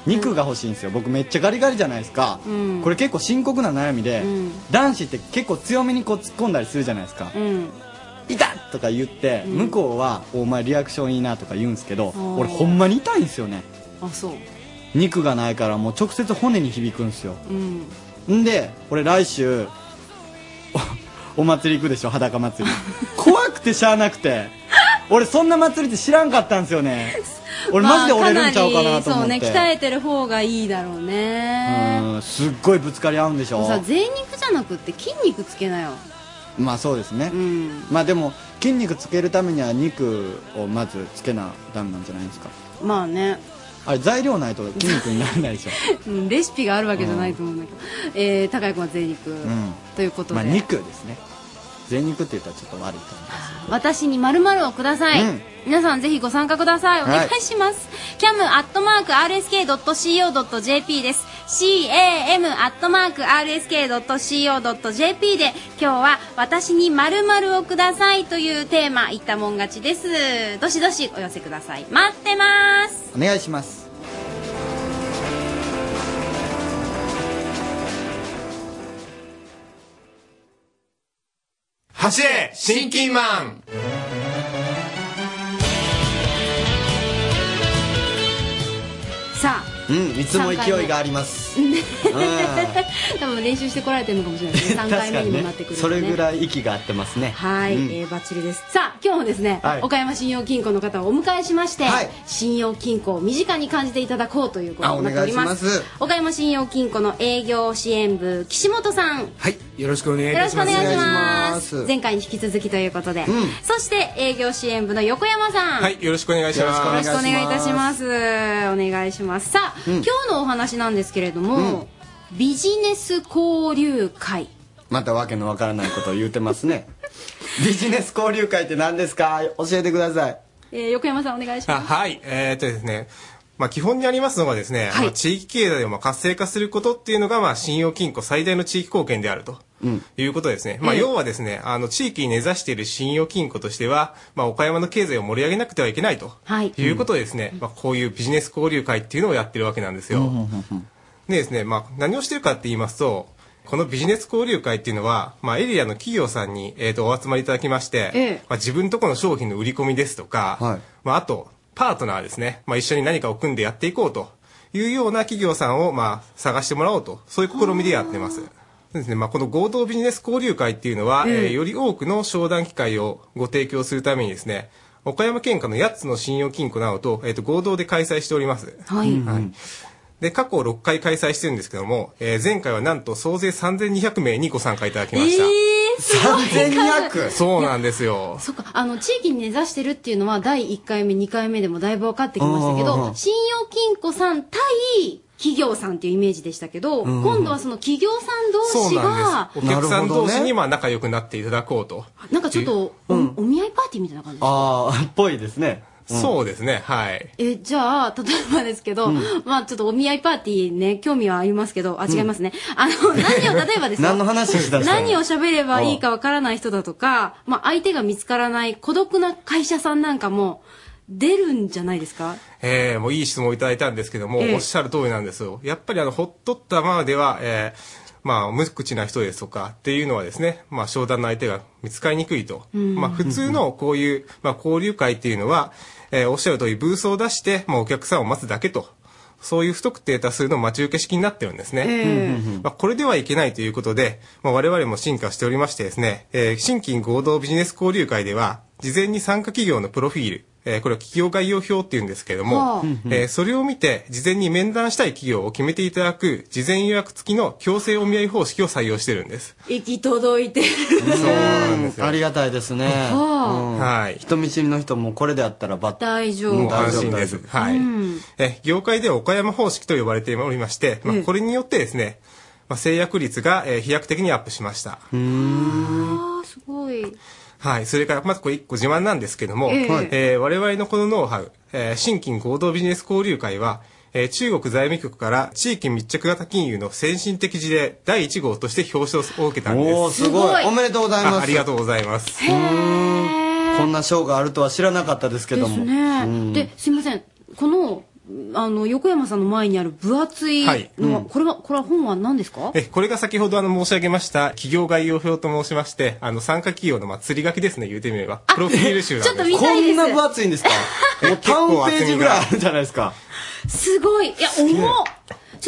[SPEAKER 2] 肉が欲しいんですよ僕めっちゃガリガリじゃないですか、
[SPEAKER 3] うん
[SPEAKER 2] これ結構深刻な悩みで、
[SPEAKER 3] うん
[SPEAKER 2] 男子って結構強めにこう突っ込んだりするじゃないですか、
[SPEAKER 3] うん。
[SPEAKER 2] 痛っとか言って、
[SPEAKER 3] うん
[SPEAKER 2] 向こうは「お前リアクションいいな」とか言うんですけど
[SPEAKER 3] ー
[SPEAKER 2] 俺ほんまに痛いんですよね
[SPEAKER 3] あ、そう。
[SPEAKER 2] 肉がないからもう直接骨に響くんですよ
[SPEAKER 3] うん。
[SPEAKER 2] んで俺来週おお [laughs] 祭り行くでしょ裸祭り [laughs] 怖くてしゃあなくて俺そんな祭りって知らんかったんですよ
[SPEAKER 3] [laughs]
[SPEAKER 2] ね俺マジで折れるんちゃうかなと思っ
[SPEAKER 3] まあ
[SPEAKER 2] て、
[SPEAKER 3] かなりそうね、鍛えてる方がいいだろうね。
[SPEAKER 2] うんすっごいぶつかり合うんでし
[SPEAKER 3] でも
[SPEAKER 2] ょ
[SPEAKER 3] さ、贅肉じゃなくって筋肉つけなよ。
[SPEAKER 2] まあそうですね、まあでも筋肉つけるためには肉をまずつけなダメなんじゃないですか
[SPEAKER 3] まあね。
[SPEAKER 2] あれ材料ないと筋肉にならないでしょ、
[SPEAKER 3] うんレシピがあるわけじゃないと思うんだけど、えー、高井君は贅肉、
[SPEAKER 2] うん、
[SPEAKER 3] と [laughs] いうことで、
[SPEAKER 2] まあ肉ですね全肉って言ったらちょっと悪いと思います
[SPEAKER 3] 私に〇〇をください、
[SPEAKER 2] うん
[SPEAKER 3] 皆さんぜひご参加くださいお願
[SPEAKER 2] はい
[SPEAKER 3] いします、キャムアットマーク RSK.CO.JP です CAM アットマーク RSK.CO.JP で今日は私に〇〇をくださいというテーマいったもん勝ちですどしどしお寄せください待ってます
[SPEAKER 2] お願いします
[SPEAKER 16] 走れ新キーマン
[SPEAKER 3] さあ
[SPEAKER 2] うんいつも勢いがありますです。うん
[SPEAKER 3] [laughs] 多分練習してこられてるのかもしれ
[SPEAKER 2] [laughs]
[SPEAKER 3] ないですね3回目にもなってくる
[SPEAKER 2] そ
[SPEAKER 3] とね
[SPEAKER 2] れぐらい息が合ってますね。
[SPEAKER 3] はい、
[SPEAKER 2] うん
[SPEAKER 3] えーバッチリですさあ今日もですね、
[SPEAKER 2] はい
[SPEAKER 3] 岡山信用金庫の方をお迎えしまして、信用金庫を身近に感じていただこうということになっております
[SPEAKER 16] あお願いします
[SPEAKER 3] 岡山信用金庫の営業支援部岸本さん
[SPEAKER 16] よろしくお願いい
[SPEAKER 3] よろ
[SPEAKER 16] た
[SPEAKER 3] し
[SPEAKER 16] し
[SPEAKER 3] くお
[SPEAKER 16] ます。
[SPEAKER 3] 願いします前回に引き続きということで、
[SPEAKER 16] うん
[SPEAKER 3] そして営業支援部の横山さん
[SPEAKER 16] はい、よろしくお願いします。
[SPEAKER 3] よろしくお願いいたしますお願いしますさあ、
[SPEAKER 16] うん
[SPEAKER 3] 今日のお話なんですけれども、ビジネス交流会
[SPEAKER 2] またわけのわからないことを言うてます
[SPEAKER 3] [laughs]
[SPEAKER 2] ね。ビジネス交流会って何ですか教えてください。
[SPEAKER 3] えー横山さんお願いし
[SPEAKER 16] あ
[SPEAKER 3] ます
[SPEAKER 16] はい、えーっとですね、まあ、基本にありますのがですね、まあ地域経済をまあ活性化することっていうのが、まあ、信用金庫最大の地域貢献であると。いうことですね。まあ、
[SPEAKER 12] ええ
[SPEAKER 16] 要はですね、あの、地域に根ざしている信用金庫としては、まあ、岡山の経済を盛り上げなくてはいけないと。
[SPEAKER 3] はい
[SPEAKER 16] いうことでですね、まあ、こういうビジネス交流会っていうのをやってるわけなんですよ。でですね、まあ、何をしてるかって言いますと、このビジネス交流会っていうのは、まあ、エリアの企業さんに、えー、とお集まりいただきまして、
[SPEAKER 12] ええ
[SPEAKER 16] まあ、自分とこの商品の売り込みですとか、まあ、あとパートナーですね、まあ、一緒に何かを組んでやっていこうというような企業さんを、まあ、探してもらおうとそういう試みでやってます。そうですねまあ、この合同ビジネス交流会っていうのは、
[SPEAKER 12] え
[SPEAKER 16] え
[SPEAKER 12] え
[SPEAKER 16] ーより多くの商談機会をご提供するためにですね岡山県下の8つの信用金庫などと,、えー、と合同で開催しております。
[SPEAKER 3] はい
[SPEAKER 16] はいで、過去6回開催してるんですけども、えー前回はなんと総勢3200名にご参加いただきました。
[SPEAKER 3] えー、
[SPEAKER 16] 3200? そうなんですよ。
[SPEAKER 3] そっかあの地域に根ざしてるっていうのは第1回目2回目でもだいぶ分かってきましたけ
[SPEAKER 16] うんうんう
[SPEAKER 3] ど
[SPEAKER 16] ん
[SPEAKER 3] 信用金庫さん対企業さんっていうイメージでしたけど、
[SPEAKER 16] うんうん
[SPEAKER 3] 今度はその企業さん同
[SPEAKER 16] そう
[SPEAKER 3] 士が
[SPEAKER 16] な
[SPEAKER 3] なん
[SPEAKER 16] です。お客さん同
[SPEAKER 2] なる
[SPEAKER 16] 士
[SPEAKER 2] ほどね
[SPEAKER 16] にまあ仲良くなっていただこうと。
[SPEAKER 3] んかちょっとお,、お見合いパーティーみたいな感じ
[SPEAKER 2] ああ、っぽいですね。
[SPEAKER 16] そうですね、はい。
[SPEAKER 3] えじゃあ例えばですけど、
[SPEAKER 16] うん
[SPEAKER 3] まあちょっとお見合いパーティーね興味はありますけどあ違いますね、
[SPEAKER 2] [laughs]
[SPEAKER 3] あの何を例えばですよ
[SPEAKER 2] 何の話しだしたの
[SPEAKER 3] 何を喋ればいいかわからない人だとか、まあ、相手が見つからない孤独な会社さんなんかも出るんじゃないですか
[SPEAKER 16] えーもういい質問をいただいたんですけども、
[SPEAKER 3] ええ
[SPEAKER 16] おっしゃる通りなんですよ。やっぱりあの、ほっとったままでは、えーまあ、無口な人ですとかっていうのはですね、まあ、商談の相手が見つかりにくいと。
[SPEAKER 12] うん
[SPEAKER 16] まあ、普通のこういう、まあ、交流会っていうのは、えーおっしゃる通り、ブースを出して、まあ、お客さんを待つだけと。そういう不特定多数の待ち受け式になってるんですね。
[SPEAKER 12] ええ
[SPEAKER 16] まあ、これではいけないということで、まあ、我々も進化しておりましてですね、えー新規合同ビジネス交流会では、事前に参加企業のプロフィール、えーこれは企業概要表っていうんですけれど
[SPEAKER 12] は
[SPEAKER 16] も
[SPEAKER 12] あうん、うん
[SPEAKER 16] えーそれを見て、事前に面談したい企業を決めていただく、事前予約付きの強制お見合い方式を採用してるんです。
[SPEAKER 3] 行き届いてる
[SPEAKER 2] ありがたいですね。
[SPEAKER 3] は
[SPEAKER 16] はい。
[SPEAKER 2] 人見知りの人もこれであったらば
[SPEAKER 3] 大丈夫
[SPEAKER 16] もう安心です
[SPEAKER 2] 大丈。夫
[SPEAKER 16] はい。
[SPEAKER 3] うん
[SPEAKER 16] え業界では岡山方式と呼ばれておりまして、まあ、これによってですね、まあ、制約率が、えー飛躍的にアップしました。
[SPEAKER 3] あすごい
[SPEAKER 16] はい。それから、まずこれ一個自慢なんですけども、
[SPEAKER 12] え
[SPEAKER 16] え
[SPEAKER 12] えはい
[SPEAKER 16] ー我々のこのノウハウ、えー新金合同ビジネス交流会は、えー中国財務局から地域密着型金融の先進的事例第1号として表彰を受けたんです。
[SPEAKER 2] おーすごいすごいおめでとうございます
[SPEAKER 16] あありがとうございます。
[SPEAKER 2] こんな賞があるとは知らなかったですけ
[SPEAKER 3] で
[SPEAKER 2] ど
[SPEAKER 3] す
[SPEAKER 2] も。
[SPEAKER 3] ね、
[SPEAKER 2] うん
[SPEAKER 3] ですいませんこのあの横山さんの前にある分厚いのは、
[SPEAKER 16] はいうん
[SPEAKER 3] これはこれは本は何ですか
[SPEAKER 16] え、これが先ほどあの申し上げました、企業概要表と申しまして、あの、参加企業のまあ、釣り書きですね、言うてみれば。プロフィール集なんです。
[SPEAKER 3] ちょっと見たいです
[SPEAKER 16] こんな分
[SPEAKER 2] 厚いんですか
[SPEAKER 16] もう
[SPEAKER 2] 3ページぐらいあるんじゃないですか。
[SPEAKER 3] すごいいや重っちょっと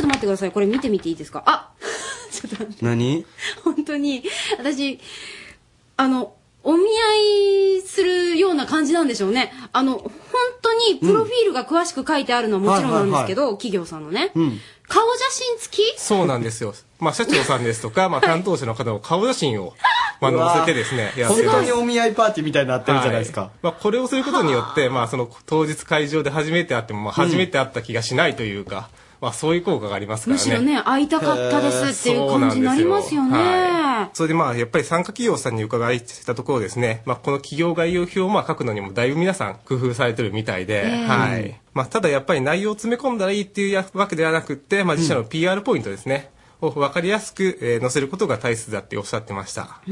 [SPEAKER 3] 待ってくださいこれ見てみていいですかあ [laughs]
[SPEAKER 2] 何
[SPEAKER 3] 本当に私あのお見合いするような感じなんでしょうねあの本当にプロフィールが詳しく書いてあるのはもちろんなんですけど、企業さんのね、
[SPEAKER 16] うん。
[SPEAKER 3] 顔写真付き
[SPEAKER 16] そうなんですよ。まあ、社長さんですとか、まあ、担当者の方の顔写真を、 [laughs] ま
[SPEAKER 2] うわ
[SPEAKER 16] あ、載せてですね、やって
[SPEAKER 2] 本
[SPEAKER 16] ま
[SPEAKER 2] 当
[SPEAKER 16] す
[SPEAKER 2] に。お見合いパーティーみたいになってるじゃないですか。
[SPEAKER 16] まあ、これをすることによって、まあ、その当日会場で初めて会っても、まあ、初めて会った気がしないというか、まあ、そういう効果がありますから
[SPEAKER 3] む
[SPEAKER 16] ね。
[SPEAKER 3] しろね会いたかったですっていう感じになりますよね
[SPEAKER 16] そうなんですよはいそれでまあやっぱり参加企業さんに伺いしたところですね、まあ、この企業概要表をまあ書くのにもだいぶ皆さん工夫されてるみたいで、
[SPEAKER 12] ええ
[SPEAKER 16] はいまあ、ただやっぱり内容を詰め込んだらいいっていうわけではなくって、まあ、自社の PR ポイントですね、を分かりやすく、えー載せることが大切だっておっしゃってました。はい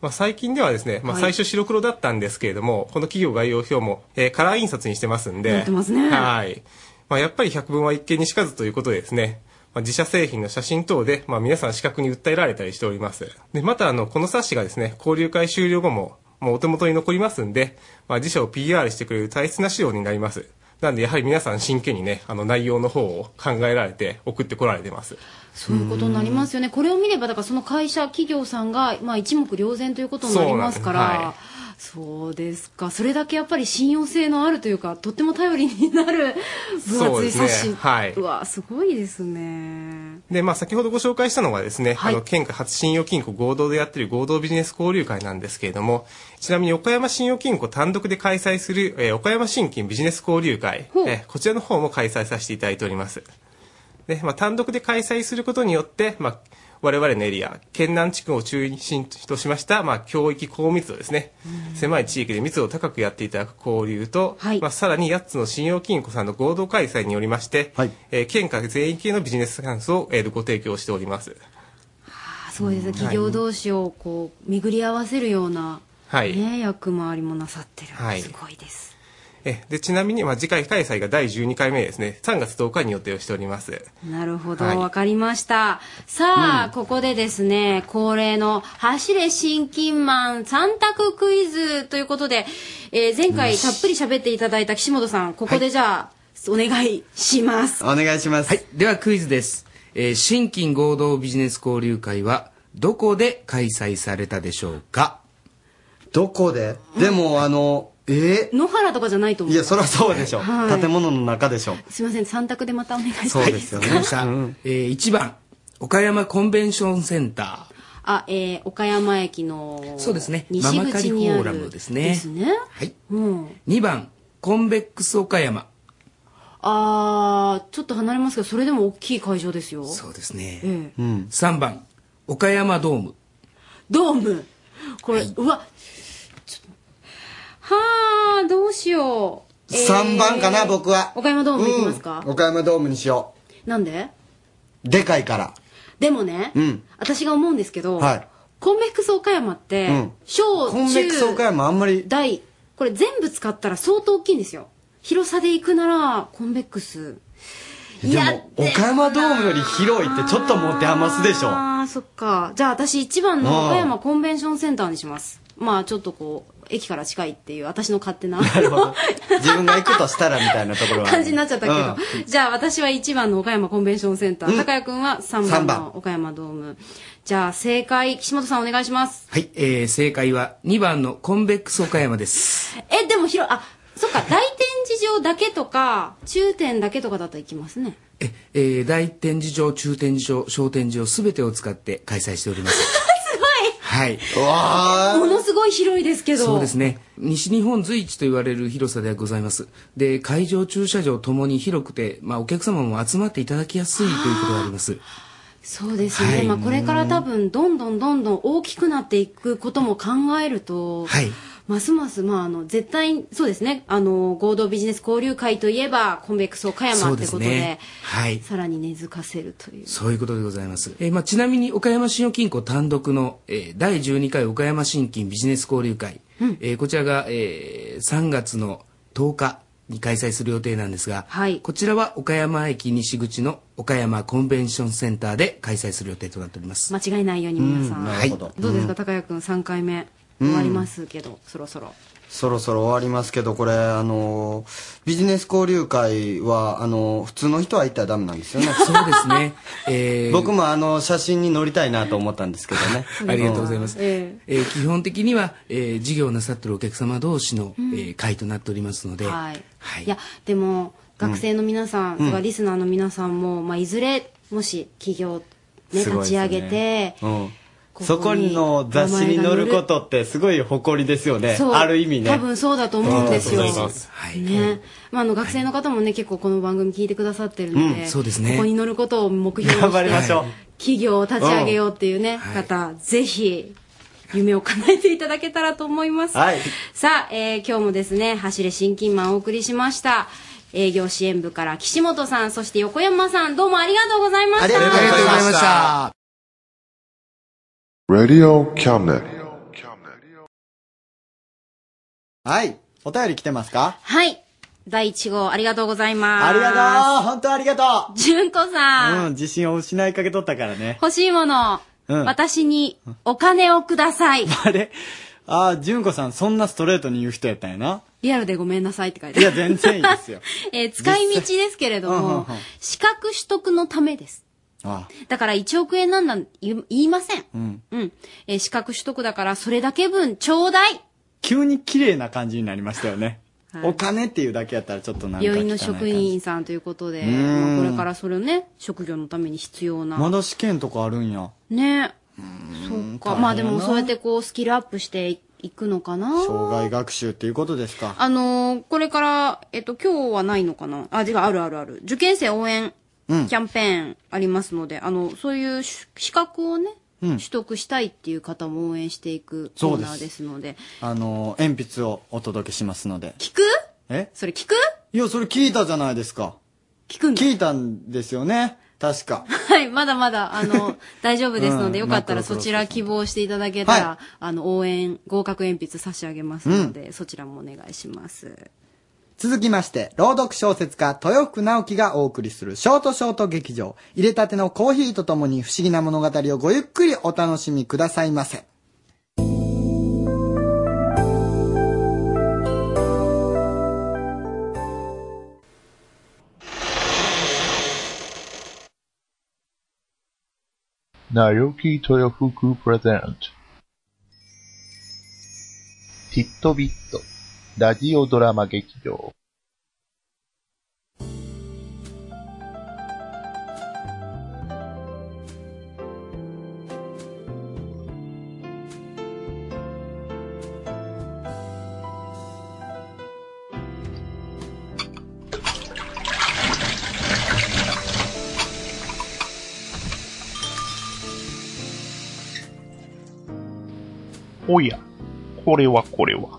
[SPEAKER 16] まあ、最近ではですね、まあ、
[SPEAKER 12] はい
[SPEAKER 16] 最初白黒だったんですけれども、この企業概要表も、えーカラー印刷にしてますんで。
[SPEAKER 12] なってますね
[SPEAKER 16] はい。まあ、やっぱり百分は一見にしかずということでですね、まあ、自社製品の写真等で、まあ、皆さん視覚に訴えられたりしております。で、また、あの、この冊子がですね、交流会終了後も、もうお手元に残りますんで、まあ、自社を PR してくれる大切な資料になります。なんで、やはり皆さん真剣にね、あの内容の方を考えられて送ってこられてます。
[SPEAKER 3] そういうことになりますよね。これを見れば、だからその会社、企業さんが、まあ一目瞭然ということになりますから、
[SPEAKER 16] そうなんです
[SPEAKER 3] そうですか。それだけやっぱり信用性のあるというか、とっても頼りになる分
[SPEAKER 16] そう
[SPEAKER 3] 厚
[SPEAKER 16] で
[SPEAKER 3] い
[SPEAKER 16] すね
[SPEAKER 3] 冊子。
[SPEAKER 16] はい。
[SPEAKER 3] うわ、すごいですね。
[SPEAKER 16] で、まあ、先ほどご紹介したのがですね、あの、県下初信用金庫合同でやってる合同ビジネス交流会なんですけれども、ちなみに岡山信用金庫単独で開催する、えー岡山信金ビジネス交流会、えーこちらの方も開催させていただいております。で、まあ、単独で開催することによって、まあ、我々のエリア、県南地区を中心としました、まあ、教育高密度ですね。狭い地域で密度を高くやっていただく交流と、まあ、さらに8つの信用金庫さんの合同開催によりまして、えー県下全域へのビジネスチャンスを、えーご提供しております。
[SPEAKER 3] あすごいですね。企業同士をこう、巡り合わせるような、
[SPEAKER 16] はい。
[SPEAKER 3] ね、役回りもなさってる。
[SPEAKER 16] はい。
[SPEAKER 3] すごいです。
[SPEAKER 16] え、で、ちなみに、まあ、次回開催が第12回目ですね。3月10日に予定をしております。
[SPEAKER 3] なるほど、
[SPEAKER 16] はい
[SPEAKER 3] わ、かりました。さあ、ここでですね、恒例の走れ新金マン3択クイズということで、えー前回たっぷり喋っていただいた岸本さん、ここでじゃあ、お願いします。
[SPEAKER 17] お願いします。はい。ではクイズです。えー、新金合同ビジネス交流会は、どこで開催されたでしょうか
[SPEAKER 2] どこででも、あの、え
[SPEAKER 3] 野原とかじゃないと
[SPEAKER 2] ー
[SPEAKER 3] 思う。
[SPEAKER 2] いや、そりゃそうでしょ
[SPEAKER 3] は。い
[SPEAKER 2] 建物の中でしょ。
[SPEAKER 3] すいません、3択でまたお願いします。
[SPEAKER 17] わかりました。えー、1番、岡山コンベンションセンタ
[SPEAKER 3] あ、えー、岡山駅の、
[SPEAKER 17] そうですね
[SPEAKER 3] 西
[SPEAKER 17] ママカリ
[SPEAKER 3] 口
[SPEAKER 17] フ
[SPEAKER 3] にある。
[SPEAKER 17] ォーラムですね
[SPEAKER 3] ですね。
[SPEAKER 17] はい。
[SPEAKER 3] うん。
[SPEAKER 17] ー。2番、コンベックス岡山。
[SPEAKER 3] あー、ちょっと離れますけど、それでも大きい会場ですよ。
[SPEAKER 17] そうですね。
[SPEAKER 3] ええ
[SPEAKER 17] うん。3番、岡山ドーム。
[SPEAKER 3] ドームこれ、うわちょはあどうしよう、
[SPEAKER 2] 3番かな、
[SPEAKER 3] えー
[SPEAKER 2] 僕は。
[SPEAKER 3] 岡山ドームいきますか、
[SPEAKER 2] うん岡山ドームにしよ
[SPEAKER 3] なんで
[SPEAKER 2] う。でかいから。
[SPEAKER 3] でもね、
[SPEAKER 2] うん。
[SPEAKER 3] 私が思うんですけど、
[SPEAKER 2] はい。
[SPEAKER 3] コンベックス岡山って、
[SPEAKER 2] うん
[SPEAKER 3] 小
[SPEAKER 2] コンベックス岡
[SPEAKER 3] 中
[SPEAKER 2] 山あんまり。
[SPEAKER 3] 大これ全部使ったら相当大きいんですよ広さでいくならコンベックスい
[SPEAKER 2] で
[SPEAKER 3] や
[SPEAKER 2] も、岡山ドームより広いってちょっと持て余すでしょ。
[SPEAKER 3] あーそっかじゃあ私1番
[SPEAKER 2] あー
[SPEAKER 3] の岡山コンベンションセンターにしますまあちょっとこう駅から近いっていう私の勝手な
[SPEAKER 2] 自分が行くとしたらみたいなところはある。
[SPEAKER 3] [laughs] 感じになっちゃったけど、
[SPEAKER 2] うん
[SPEAKER 3] じゃあ私は1番の岡山コンベンションセンター、高谷くんは3番
[SPEAKER 17] 三番
[SPEAKER 3] の岡山ドームじゃあ正解岸本さんお願いします
[SPEAKER 17] はい。えー、正解は2番のコンベックス岡山です。
[SPEAKER 3] えでも広いあそっか大展示場だけとか中点だけとかだと行きますね
[SPEAKER 17] えー、大展示場、中展示場、小展示場、すべてを使って開催しており [laughs] ます。はい。
[SPEAKER 3] ものすごい広いですけど
[SPEAKER 17] そうですね。西日本随一と言われる広さでございます。で、会場駐車場ともに広くて、まあお客様も集まっていただきやすいということがあります。
[SPEAKER 3] そうですね、
[SPEAKER 17] はい
[SPEAKER 3] まあ、これから多分どんどんどんどん大きくなっていくことも考えると、ますます、まあ、あの絶対そうですねあの合同ビジネス交流会といえばコンベックス岡山
[SPEAKER 17] そ
[SPEAKER 3] っ
[SPEAKER 17] う
[SPEAKER 3] てこ
[SPEAKER 17] です
[SPEAKER 3] とで
[SPEAKER 17] ね。はい。
[SPEAKER 3] さらに根付かせるという
[SPEAKER 17] そういうことでございます。えーまあ、ちなみに岡山信用金庫単独の、えー第12回岡山信金ビジネス交流会、えーこちらが、えー3月の10日に開催する予定なんですが、こちらは岡山駅西口の岡山コンベンションセンターで開催する予定となっております。
[SPEAKER 3] 間違いないように皆さん、
[SPEAKER 17] うんなるほど
[SPEAKER 3] どうですか、高谷君3回目
[SPEAKER 2] うん
[SPEAKER 3] 終わりますけど、そろそろ
[SPEAKER 2] そろそろ終わりますけど、これ、あのー、ビジネス交流会は、あのー、普通の人は行ったらダメなんですよね。
[SPEAKER 17] そうで
[SPEAKER 2] [laughs]
[SPEAKER 17] すね。。
[SPEAKER 2] 僕もあの、写真に乗りたいなと思ったんですけどね
[SPEAKER 17] [laughs] ありがとうございます。
[SPEAKER 2] ん
[SPEAKER 17] えー基本的には、えー事業をなさっているお客様同士の、
[SPEAKER 3] うん
[SPEAKER 17] えー会となっておりますので、
[SPEAKER 3] はい、い、やでも学生の皆さん、
[SPEAKER 17] うん
[SPEAKER 3] それからリスナーの皆さんも、まあ、いずれもし企業、ね、
[SPEAKER 2] すごいで
[SPEAKER 3] 立
[SPEAKER 2] す
[SPEAKER 3] ち
[SPEAKER 2] ね
[SPEAKER 3] 上げて
[SPEAKER 2] うん
[SPEAKER 3] ここに
[SPEAKER 2] そこの雑誌に載ることってすごい誇りですよね。
[SPEAKER 3] そう
[SPEAKER 2] ある意味ね。
[SPEAKER 3] 多分そうだと思うんですよ
[SPEAKER 2] ありがとうございます
[SPEAKER 3] ねまあ、あの学生の方もね結構この番組聞いてくださってるので,、
[SPEAKER 2] うんそうですね
[SPEAKER 3] ここに乗ることを目標に
[SPEAKER 2] 頑張りま
[SPEAKER 3] し
[SPEAKER 2] してょう。
[SPEAKER 3] 企業を立ち上げようっていうね、方ぜひ夢を叶えていただけたらと思います、
[SPEAKER 2] はい
[SPEAKER 3] さあ、えー今日もですね「走れ新金マン」をお送りしました営業支援部から岸本さんそして横山さんどうもありがとうございました
[SPEAKER 17] ありがとうございました。
[SPEAKER 18] Radio Cabinet.
[SPEAKER 2] はい。お便り来てますか
[SPEAKER 3] はい第1号ありがとうございます
[SPEAKER 2] ありがとう本当ありがとう
[SPEAKER 3] 純子さん、
[SPEAKER 2] うん、自信を失いかけとったからね。
[SPEAKER 3] 欲しいもの、
[SPEAKER 2] うん
[SPEAKER 3] 私にお金をください。
[SPEAKER 2] あれああ、純子さん、そんなストレートに言う人やったんやな。
[SPEAKER 3] リアルでごめんなさいって書いて
[SPEAKER 2] いや、全然いいですよ。
[SPEAKER 3] [laughs] えー使い道ですけれど
[SPEAKER 2] うんうんうん
[SPEAKER 3] も、資格取得のためです。
[SPEAKER 2] あ
[SPEAKER 3] だから1億円なんだ言言いません。
[SPEAKER 2] うん。
[SPEAKER 3] うん。えー資格取得だからそれだけ分ちょうだい
[SPEAKER 2] 急に綺麗な感じになりましたよね。
[SPEAKER 3] はい
[SPEAKER 2] お金っていうだけやったらちょっとなんか汚い
[SPEAKER 3] 病院の職員さんということで、
[SPEAKER 2] うーん
[SPEAKER 3] まあこれからそれをね、職業のために必要な。
[SPEAKER 2] まだ試験とかあるんや。
[SPEAKER 3] ね。そう
[SPEAKER 2] 大変や
[SPEAKER 3] か。
[SPEAKER 2] な
[SPEAKER 3] まあでもそうやってこうスキルアップしていいくのかな。
[SPEAKER 2] 障害学習っていうことですか。
[SPEAKER 3] あのーこれから、えっと、今日はないのかなあ、違う、あるあるある。受験生応援キ
[SPEAKER 2] うん
[SPEAKER 3] ャンペーンありますので、あの、そういうし資格をね、
[SPEAKER 2] うん
[SPEAKER 3] 取得したいっていう方も応援していくコ
[SPEAKER 2] そう
[SPEAKER 3] ー
[SPEAKER 2] です
[SPEAKER 3] ナーですので。
[SPEAKER 2] あの、鉛筆をお届けしますので。
[SPEAKER 3] 聞く
[SPEAKER 2] え
[SPEAKER 3] それ聞く
[SPEAKER 2] いや、それ聞いたじゃないですか。
[SPEAKER 3] 聞くん
[SPEAKER 2] 聞いたんですよね。確か。
[SPEAKER 3] はい、まだまだ、
[SPEAKER 2] [laughs]
[SPEAKER 3] あの、大丈夫ですので、
[SPEAKER 2] うん
[SPEAKER 3] よかったら
[SPEAKER 2] マクロクロ
[SPEAKER 3] そ
[SPEAKER 2] ス
[SPEAKER 3] ちら希望していただけたら、あの、応援、合格鉛筆差し上げますので、そちらもお願いします。
[SPEAKER 2] 続きまして、朗読小説家、豊福直樹がお送りするショートショート劇場、入れたてのコーヒーとともに不思議な物語をごゆっくりお楽しみくださいませ。
[SPEAKER 19] Naoki Toyofuku present ティットビットラジオドラマ劇場おや、これはこれは。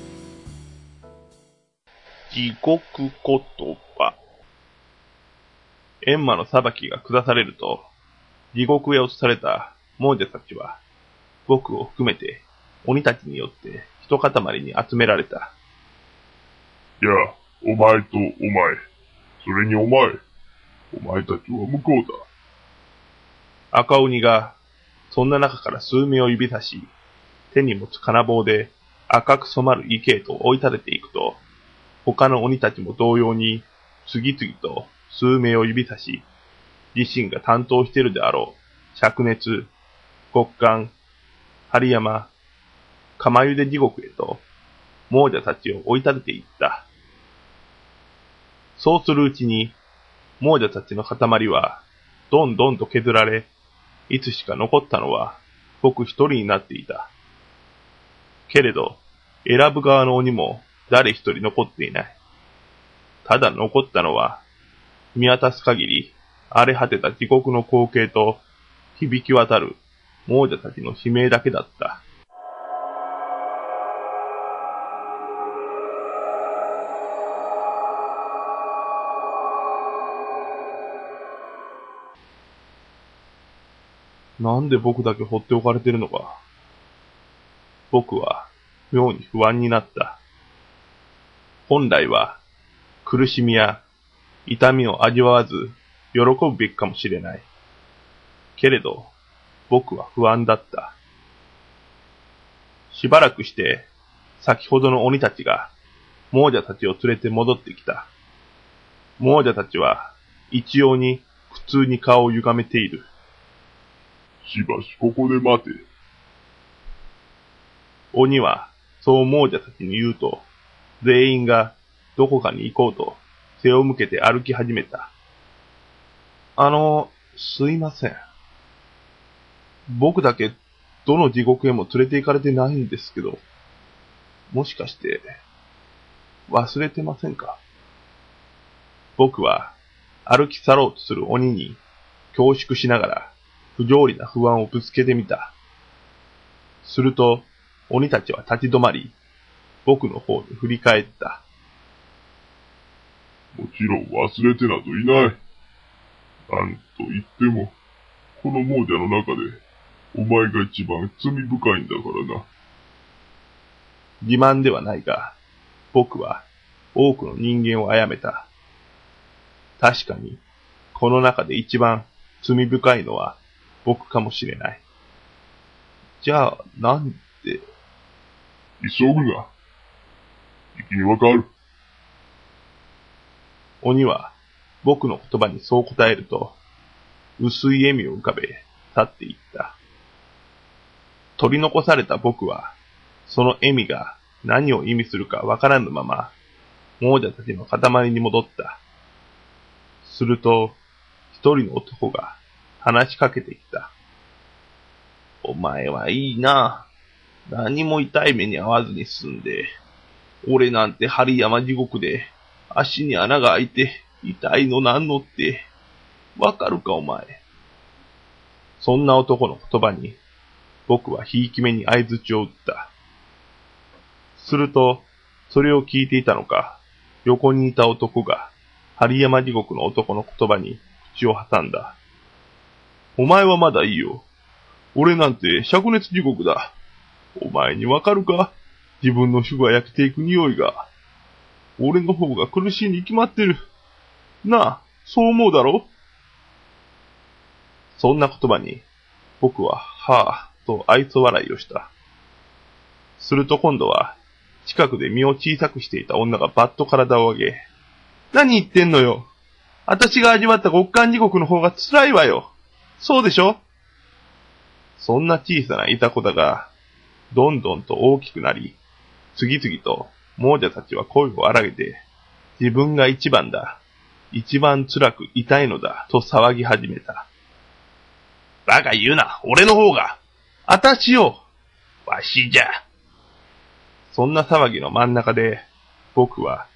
[SPEAKER 19] 地獄言葉。
[SPEAKER 20] 閻魔の裁きが下されると、地獄へ落とされた亡者たちは、僕を含めて鬼たちによって一塊に集められた。
[SPEAKER 21] いや、お前とお前。それにお前。お前たちは向こうだ。
[SPEAKER 20] 赤鬼が、そんな中から数名を指差し、手に持つ金棒で赤く染まる池へと追い立てていくと、他の鬼たちも同様に、次々と数名を指差し、自身が担当しているであろう、灼熱、極寒、針山、釜茹で地獄へと、亡者たちを追い立てていった。そうするうちに、亡者たちの塊は、どんどんと削られ、いつしか残ったのは、僕一人になっていた。けれど、選ぶ側の鬼も誰一人残っていない。ただ残ったのは、見渡す限り荒れ果てた地獄の光景と響き渡る亡者たちの悲鳴だけだった。なんで僕だけ放っておかれてるのか。僕は妙に不安になった。本来は苦しみや痛みを味わわず喜ぶべきかもしれない。けれど僕は不安だった。しばらくして先ほどの鬼たちが亡者たちを連れて戻ってきた。亡者たちは一様に苦痛に顔を歪めている。
[SPEAKER 21] しばしここで待て。
[SPEAKER 20] 鬼は、そう亡者たちに言うと、全員がどこかに行こうと、背を向けて歩き始めた。あの、すいません。僕だけ、どの地獄へも連れて行かれてないんですけど、もしかして、忘れてませんか僕は、歩き去ろうとする鬼に、恐縮しながら、不条理な不安をぶつけてみた。すると、鬼たちは立ち止まり、僕の方に振り返った。
[SPEAKER 22] もちろん忘れてなどいない。なんと言っても、この亡者の中で、お前が一番罪深いんだからな。
[SPEAKER 20] 自慢ではないが、僕は多くの人間を殺めた。確かに、この中で一番罪深いのは僕かもしれない。じゃあ、なんで、
[SPEAKER 22] 急ぐな。責任は変わる。
[SPEAKER 20] 鬼は僕の言葉にそう答えると、薄い笑みを浮かべ、立っていった。取り残された僕は、その笑みが何を意味するかわからぬまま、亡者たちの塊に戻った。すると、一人の男が話しかけてきた。お前はいいな。何も痛い目に遭わずに済んで、俺なんて針山地獄で足に穴が開いて痛いのなんのって、わかるかお前。そんな男の言葉に、僕はひいき目に相槌を打った。すると、それを聞いていたのか、横にいた男が、針山地獄の男の言葉に口を挟んだ。
[SPEAKER 10] お前はまだいいよ。俺なんて灼熱地獄だ。お前にわかるか自分の主が焼けていく匂いが。俺の方が苦しいに決まってる。なあ、そう思うだろ
[SPEAKER 20] そんな言葉に、僕は、はあ、と愛想笑いをした。すると今度は、近くで身を小さくしていた女がバッと体を上げ、
[SPEAKER 10] 何言ってんのよ。私が味わった極寒地獄の方が辛いわよ。そうでしょ
[SPEAKER 20] そんな小さないたこだが、どんどんと大きくなり、次々と亡者たちは声を荒げて、自分が一番だ、一番辛く痛いのだ、と騒ぎ始めた。
[SPEAKER 10] バカ言うな、俺の方が。あたしよ。わしじゃ。
[SPEAKER 20] そんな騒ぎの真ん中で、僕は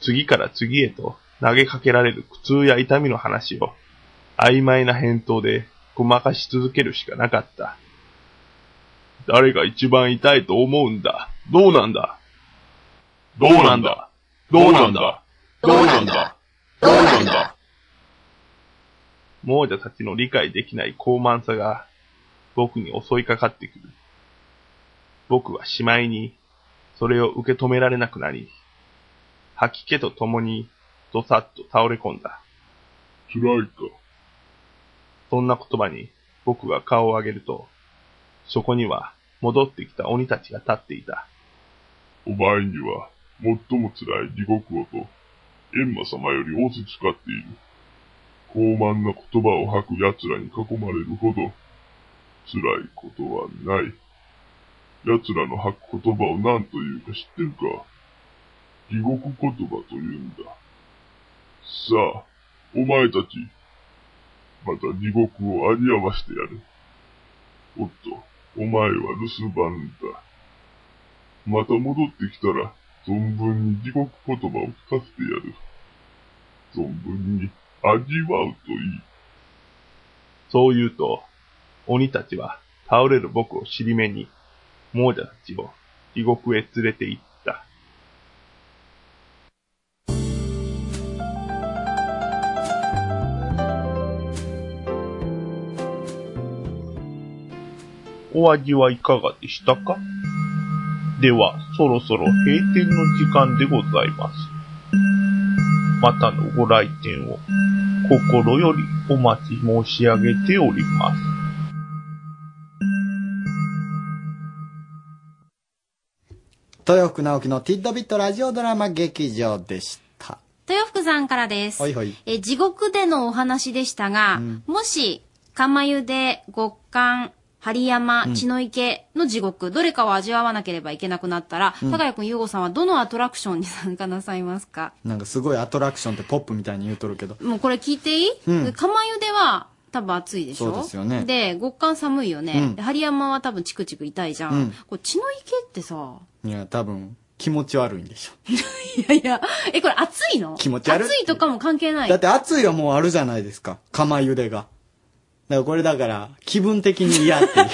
[SPEAKER 20] 次から次へと投げかけられる苦痛や痛みの話を、曖昧な返答でごまかし続けるしかなかった。
[SPEAKER 10] 誰が一番痛いと思うんだ。どうなんだ
[SPEAKER 22] どうなんだ
[SPEAKER 10] どうなんだどうなんだどうなんだ
[SPEAKER 20] 亡者たちの理解できない高慢さが僕に襲いかかってくる。僕はしまいにそれを受け止められなくなり、吐き気とともにどさっと倒れ込んだ。
[SPEAKER 22] 辛いか。
[SPEAKER 20] そんな言葉に僕が顔を上げると、そこには戻ってきた鬼たちが立っていた。
[SPEAKER 22] お前には、最も辛い地獄をと、閻魔様より仰せつかっている。傲慢な言葉を吐く奴らに囲まれるほど、辛いことはない。奴らの吐く言葉を何というか知ってるか地獄言葉というんだ。さあ、お前たち、また地獄を有り合わしてやる。おっと、お前は留守番だ。また戻ってきたら、存分に地獄言葉を聞かせてやる。存分に味わうといい。
[SPEAKER 20] そう言うと、鬼たちは倒れる僕を尻目に、亡者たちを地獄へ連れて行った。
[SPEAKER 10] お味はいかがでしたかでは、そろそろ閉店の時間でございます。またのご来店を心よりお待ち申し上げております。
[SPEAKER 2] 豊福直樹のティッドビットラジオドラマ劇場でした。
[SPEAKER 3] 豊福さんからです。
[SPEAKER 2] はいはい
[SPEAKER 3] えー地獄でのお話でしたが、もし、釜湯で極寒、針山
[SPEAKER 12] う、ん
[SPEAKER 3] 血の池の地獄、どれかを味わわなければいけなくなったら、
[SPEAKER 2] うん
[SPEAKER 3] 高谷くん、ゆうごさんはどのアトラクションに参加なさいますか
[SPEAKER 2] なんかすごいアトラクションってポップみたいに言うとるけど。
[SPEAKER 3] もうこれ聞いていい、
[SPEAKER 2] うん
[SPEAKER 3] 釜湯では多分暑いでしょ
[SPEAKER 2] そうですよね
[SPEAKER 3] で、極寒寒いよね。
[SPEAKER 2] うん
[SPEAKER 3] で、針山は多分チクチク痛いじゃん。
[SPEAKER 2] うん
[SPEAKER 3] これ血の池ってさ、
[SPEAKER 2] いや、多分、気持ち悪いんでしょ。
[SPEAKER 3] いやいや、え、これ暑いの
[SPEAKER 2] 気持ち悪い
[SPEAKER 3] 暑いとかも関係ない。
[SPEAKER 2] だって熱いはもうあるじゃないで
[SPEAKER 12] [laughs]
[SPEAKER 2] すか。釜茹でが。だからこれだから、気分的に嫌っていう。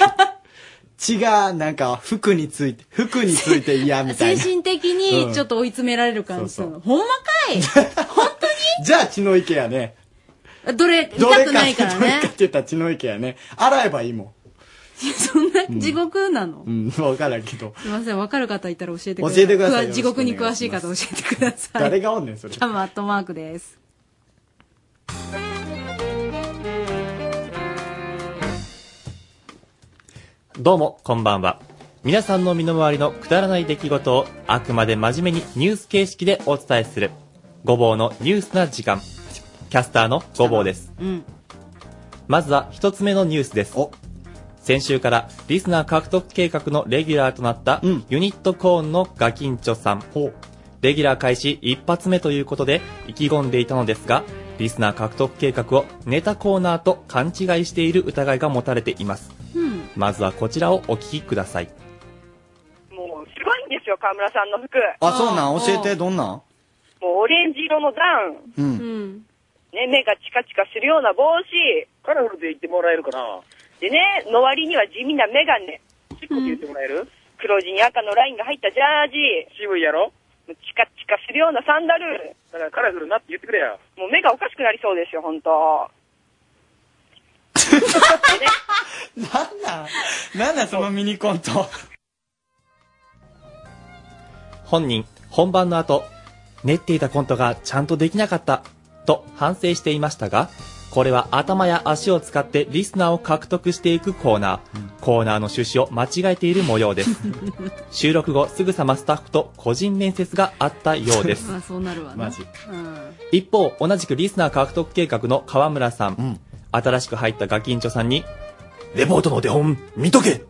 [SPEAKER 2] 血が、なんか、服について、服について嫌みたい
[SPEAKER 12] 精神
[SPEAKER 2] な。
[SPEAKER 12] 的にちょっと追い詰められる感じするの。ほんまか
[SPEAKER 2] じゃあ血の池やね。
[SPEAKER 12] いどれ、
[SPEAKER 2] どれ
[SPEAKER 12] 痛
[SPEAKER 2] か
[SPEAKER 12] くないから
[SPEAKER 2] どれかっ
[SPEAKER 12] ね
[SPEAKER 2] て。言ったら血の池やね。洗えばいいも
[SPEAKER 12] そんな
[SPEAKER 2] うん
[SPEAKER 12] 地獄なの、
[SPEAKER 2] ん。うん、わからんけ
[SPEAKER 12] [laughs]
[SPEAKER 2] ど。
[SPEAKER 12] すいません、わかる方いたら教えてください。
[SPEAKER 2] 教えてください
[SPEAKER 12] 詳地獄に詳しい方教えてください。
[SPEAKER 2] 誰がおんねん、それ
[SPEAKER 12] キ。ャムアットマークです。
[SPEAKER 11] どうも、こんばんは。皆さんの身の回りのくだらない出来事をあくまで真面目にニュース形式でお伝えする、ごぼうのニュースな時間。キャスターのごぼうです。
[SPEAKER 12] うん。
[SPEAKER 11] まずは一つ目のニュースです。先週からリスナー獲得計画のレギュラーとなったユニットコーンのガキンチョさん。レギュラー開始一発目ということで意気込んでいたのですが、リスナー獲得計画をネタコーナーと勘違いしている疑いが持たれています。
[SPEAKER 14] うん
[SPEAKER 11] まずはこちらをお聞きください。
[SPEAKER 14] もうすごいんですよ、河村さんの服。
[SPEAKER 2] あ、そうなん教えて、どんなん
[SPEAKER 14] もうオレンジ色のダウン、
[SPEAKER 2] う。
[SPEAKER 14] うんんね、目がチカチカするような帽子、カラフルで言ってもらえるかな。でね、の割には地味なメガネ、チコって言ってもらえる、黒地に赤のラインが入ったジャージ、渋いやろチカチカするようなサンダル、
[SPEAKER 13] だからカラフルなって言ってくれや。
[SPEAKER 14] もう目がおかしくなりそうですよ、本当。
[SPEAKER 2] なんだそのミニコント。
[SPEAKER 11] 本人、本番の後、練っていたコントがちゃんとできなかった、と反省していましたが、これは頭や足を使ってリスナーを獲得していくコーナー。コーナーの趣旨を間違えている模様です。収録後、すぐさまスタッフと個人面接があったようです。
[SPEAKER 12] [laughs]
[SPEAKER 2] [laughs]
[SPEAKER 12] まあそうなるわな。
[SPEAKER 11] マジ
[SPEAKER 12] うん。
[SPEAKER 11] 一方、同じくリスナー獲得計画の河村さん。新しく入ったガキンチョさんに、レポートの手本、見とけ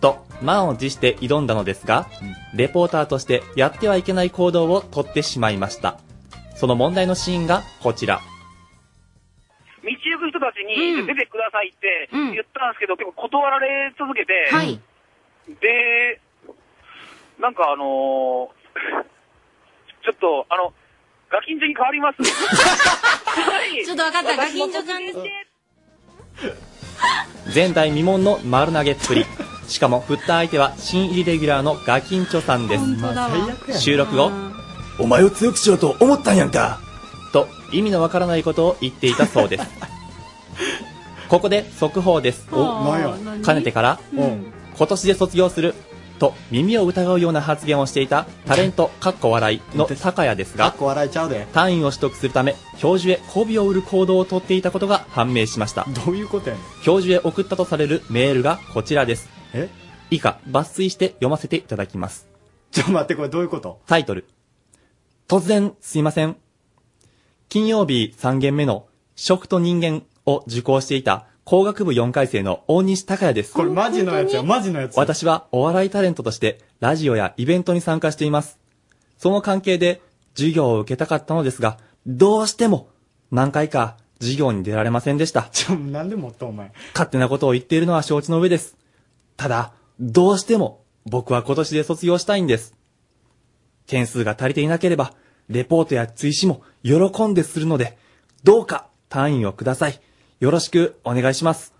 [SPEAKER 11] と、満を持して挑んだのですが、レポーターとしてやってはいけない行動をとってしまいました。その問題のシーンがこちら。
[SPEAKER 13] 道行く人たちに出てくださいって言ったんですけど、結構断られ続けて、で、なんかあのー [laughs] ちょっと、あの、ガキンチョに変わります。はい
[SPEAKER 12] ちょっと分かった、ガキンチョさんです。
[SPEAKER 11] 前代未聞の丸投げっぷ [laughs] り。しかも振った相手は新入りレギュラーのガキンチョさんです。収録後、お前を強くしようと思ったんやんかと意味のわからないことを言っていたそう [laughs] ですここで速報です
[SPEAKER 2] おなんや何
[SPEAKER 11] かねてから、
[SPEAKER 2] うん
[SPEAKER 11] 今年で卒業すると耳を疑うような発言をしていたタレントかっこ笑い [laughs] の高谷ですが単位を取得するため教授へ媚びを売る行動をとっていたことが判明しました
[SPEAKER 2] どういうことやねん。
[SPEAKER 11] 教授へ送ったとされるメールがこちらです
[SPEAKER 2] え
[SPEAKER 11] 以下抜粋して読ませていただきます
[SPEAKER 2] ちょっと待って、これどういうこと
[SPEAKER 11] タイトル。突然、すいません。金曜日3件目の、食と人間を受講していた工学部4回生の大西隆也です。これ
[SPEAKER 2] マジのやつや、マジのやつ。
[SPEAKER 11] 私はお笑いタレントとして、ラジオやイベントに参加しています。その関係で、授業を受けたかったのですが、どうしても、何回か、授業に出られませんでした。
[SPEAKER 2] なんでもっとお前。
[SPEAKER 11] 勝手なことを言っているのは承知の上です。ただ、どうしても、僕は今年で卒業したいんです。点数が足りていなければ、レポートや追試も喜んでするので、どうか単位をください。よろしくお願いします。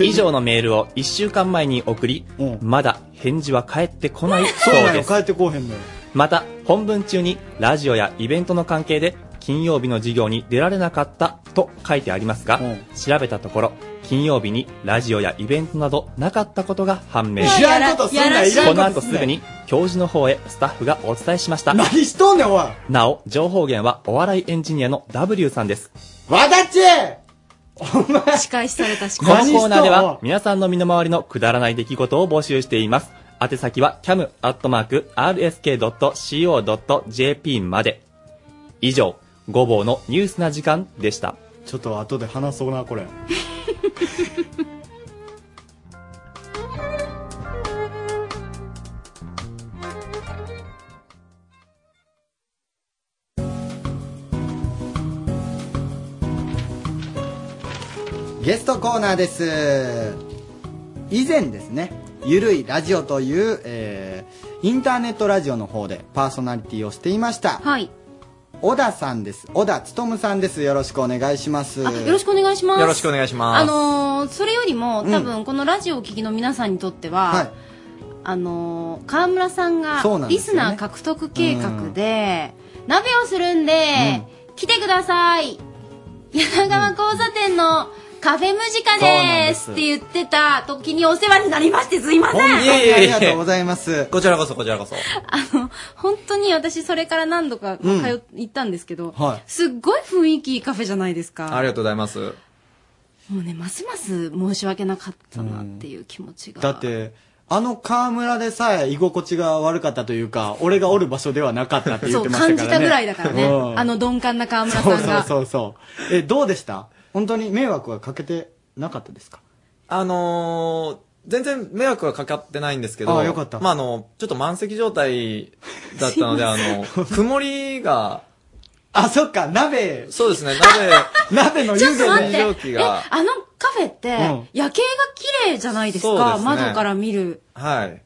[SPEAKER 11] 以上のメールを1週間前に送り、まだ返事は返ってこない
[SPEAKER 2] そう
[SPEAKER 11] そう
[SPEAKER 2] なの、
[SPEAKER 11] です
[SPEAKER 2] 帰。ってこうへんのよ。
[SPEAKER 11] また本文中にラジオやイベントの関係で金曜日の授業に出られなかったと書いてありますが、調べたところ金曜日にラジオやイベントなどなかったことが判明
[SPEAKER 2] いらんことすんなやらしいいらんこと
[SPEAKER 11] この後
[SPEAKER 2] すん
[SPEAKER 11] す
[SPEAKER 2] な
[SPEAKER 11] ぐに教授の方へスタッフがお伝えしました
[SPEAKER 2] 何しとんねん、おい
[SPEAKER 11] なお情報源はお笑いエンジニアの W さんです
[SPEAKER 2] わだち
[SPEAKER 12] 仕返しされたし
[SPEAKER 11] このコーナーでは皆さんの身の回りのくだらない出来事を募集しています。宛先は cam.rsk.co.jp まで。以上、ごぼうのニュースな時間でした。
[SPEAKER 2] ちょっと後で話そうな、これ。ゲストコーナーです。以前ですね、ゆるいラジオという、えーインターネットラジオの方でパーソナリティをしていました。
[SPEAKER 12] はい。
[SPEAKER 2] 小田さんです。小田勉さんです。よろしくお願いします。よ
[SPEAKER 3] よろしくお願いします。
[SPEAKER 23] よろしくお願いします
[SPEAKER 3] あのーそれよりも
[SPEAKER 2] うん
[SPEAKER 3] 多分このラジオを聴きの皆さんにとっては、
[SPEAKER 2] はい
[SPEAKER 3] あのー川村さんが
[SPEAKER 2] そうなんで
[SPEAKER 3] リ
[SPEAKER 2] す
[SPEAKER 3] ス
[SPEAKER 2] よね
[SPEAKER 3] ナー獲得計画で、鍋をするんで、来てください柳川交差点のカフェムジカです
[SPEAKER 23] そうなんです
[SPEAKER 3] って言ってた時にお世話になりましてすいません
[SPEAKER 2] 本当にありがとうございます。
[SPEAKER 23] こちらこそ、こちらこそ。
[SPEAKER 3] 本当に私それから何度か通、
[SPEAKER 23] うん
[SPEAKER 3] 行ったんですけど、
[SPEAKER 23] はい
[SPEAKER 3] すっごい雰囲気いいカフェじゃないですか
[SPEAKER 23] ありがとうございます。
[SPEAKER 3] もうねますます申し訳なかったなっていう気持ちが、
[SPEAKER 2] だって、あの河村でさえ居心地が悪かったというか、俺がおる場所ではなかったって言っ
[SPEAKER 3] そう
[SPEAKER 2] てましたからね。
[SPEAKER 3] 感じたぐらいだからね、
[SPEAKER 2] うん
[SPEAKER 3] あの鈍感な川村さ
[SPEAKER 2] そうんそう
[SPEAKER 3] が
[SPEAKER 2] そうそう。え、どうでした本当に迷惑はかけてなかったですか
[SPEAKER 23] あのー、全然迷惑はかかってないんですけど、
[SPEAKER 2] あよかった
[SPEAKER 23] まあ、あの、ちょっと満席状態だったの
[SPEAKER 2] [laughs]
[SPEAKER 23] で、あ
[SPEAKER 2] すいま
[SPEAKER 23] の、曇りが、
[SPEAKER 2] あ、そっか、鍋。
[SPEAKER 23] そうですね、
[SPEAKER 2] [laughs] 鍋、鍋の
[SPEAKER 3] ちょっと待って
[SPEAKER 23] 蒸気
[SPEAKER 3] え
[SPEAKER 23] が、
[SPEAKER 3] あのカフェって
[SPEAKER 23] うん
[SPEAKER 3] 夜景が綺麗じゃないです
[SPEAKER 23] そうで
[SPEAKER 3] か
[SPEAKER 23] すね
[SPEAKER 3] 窓から見る
[SPEAKER 23] はい。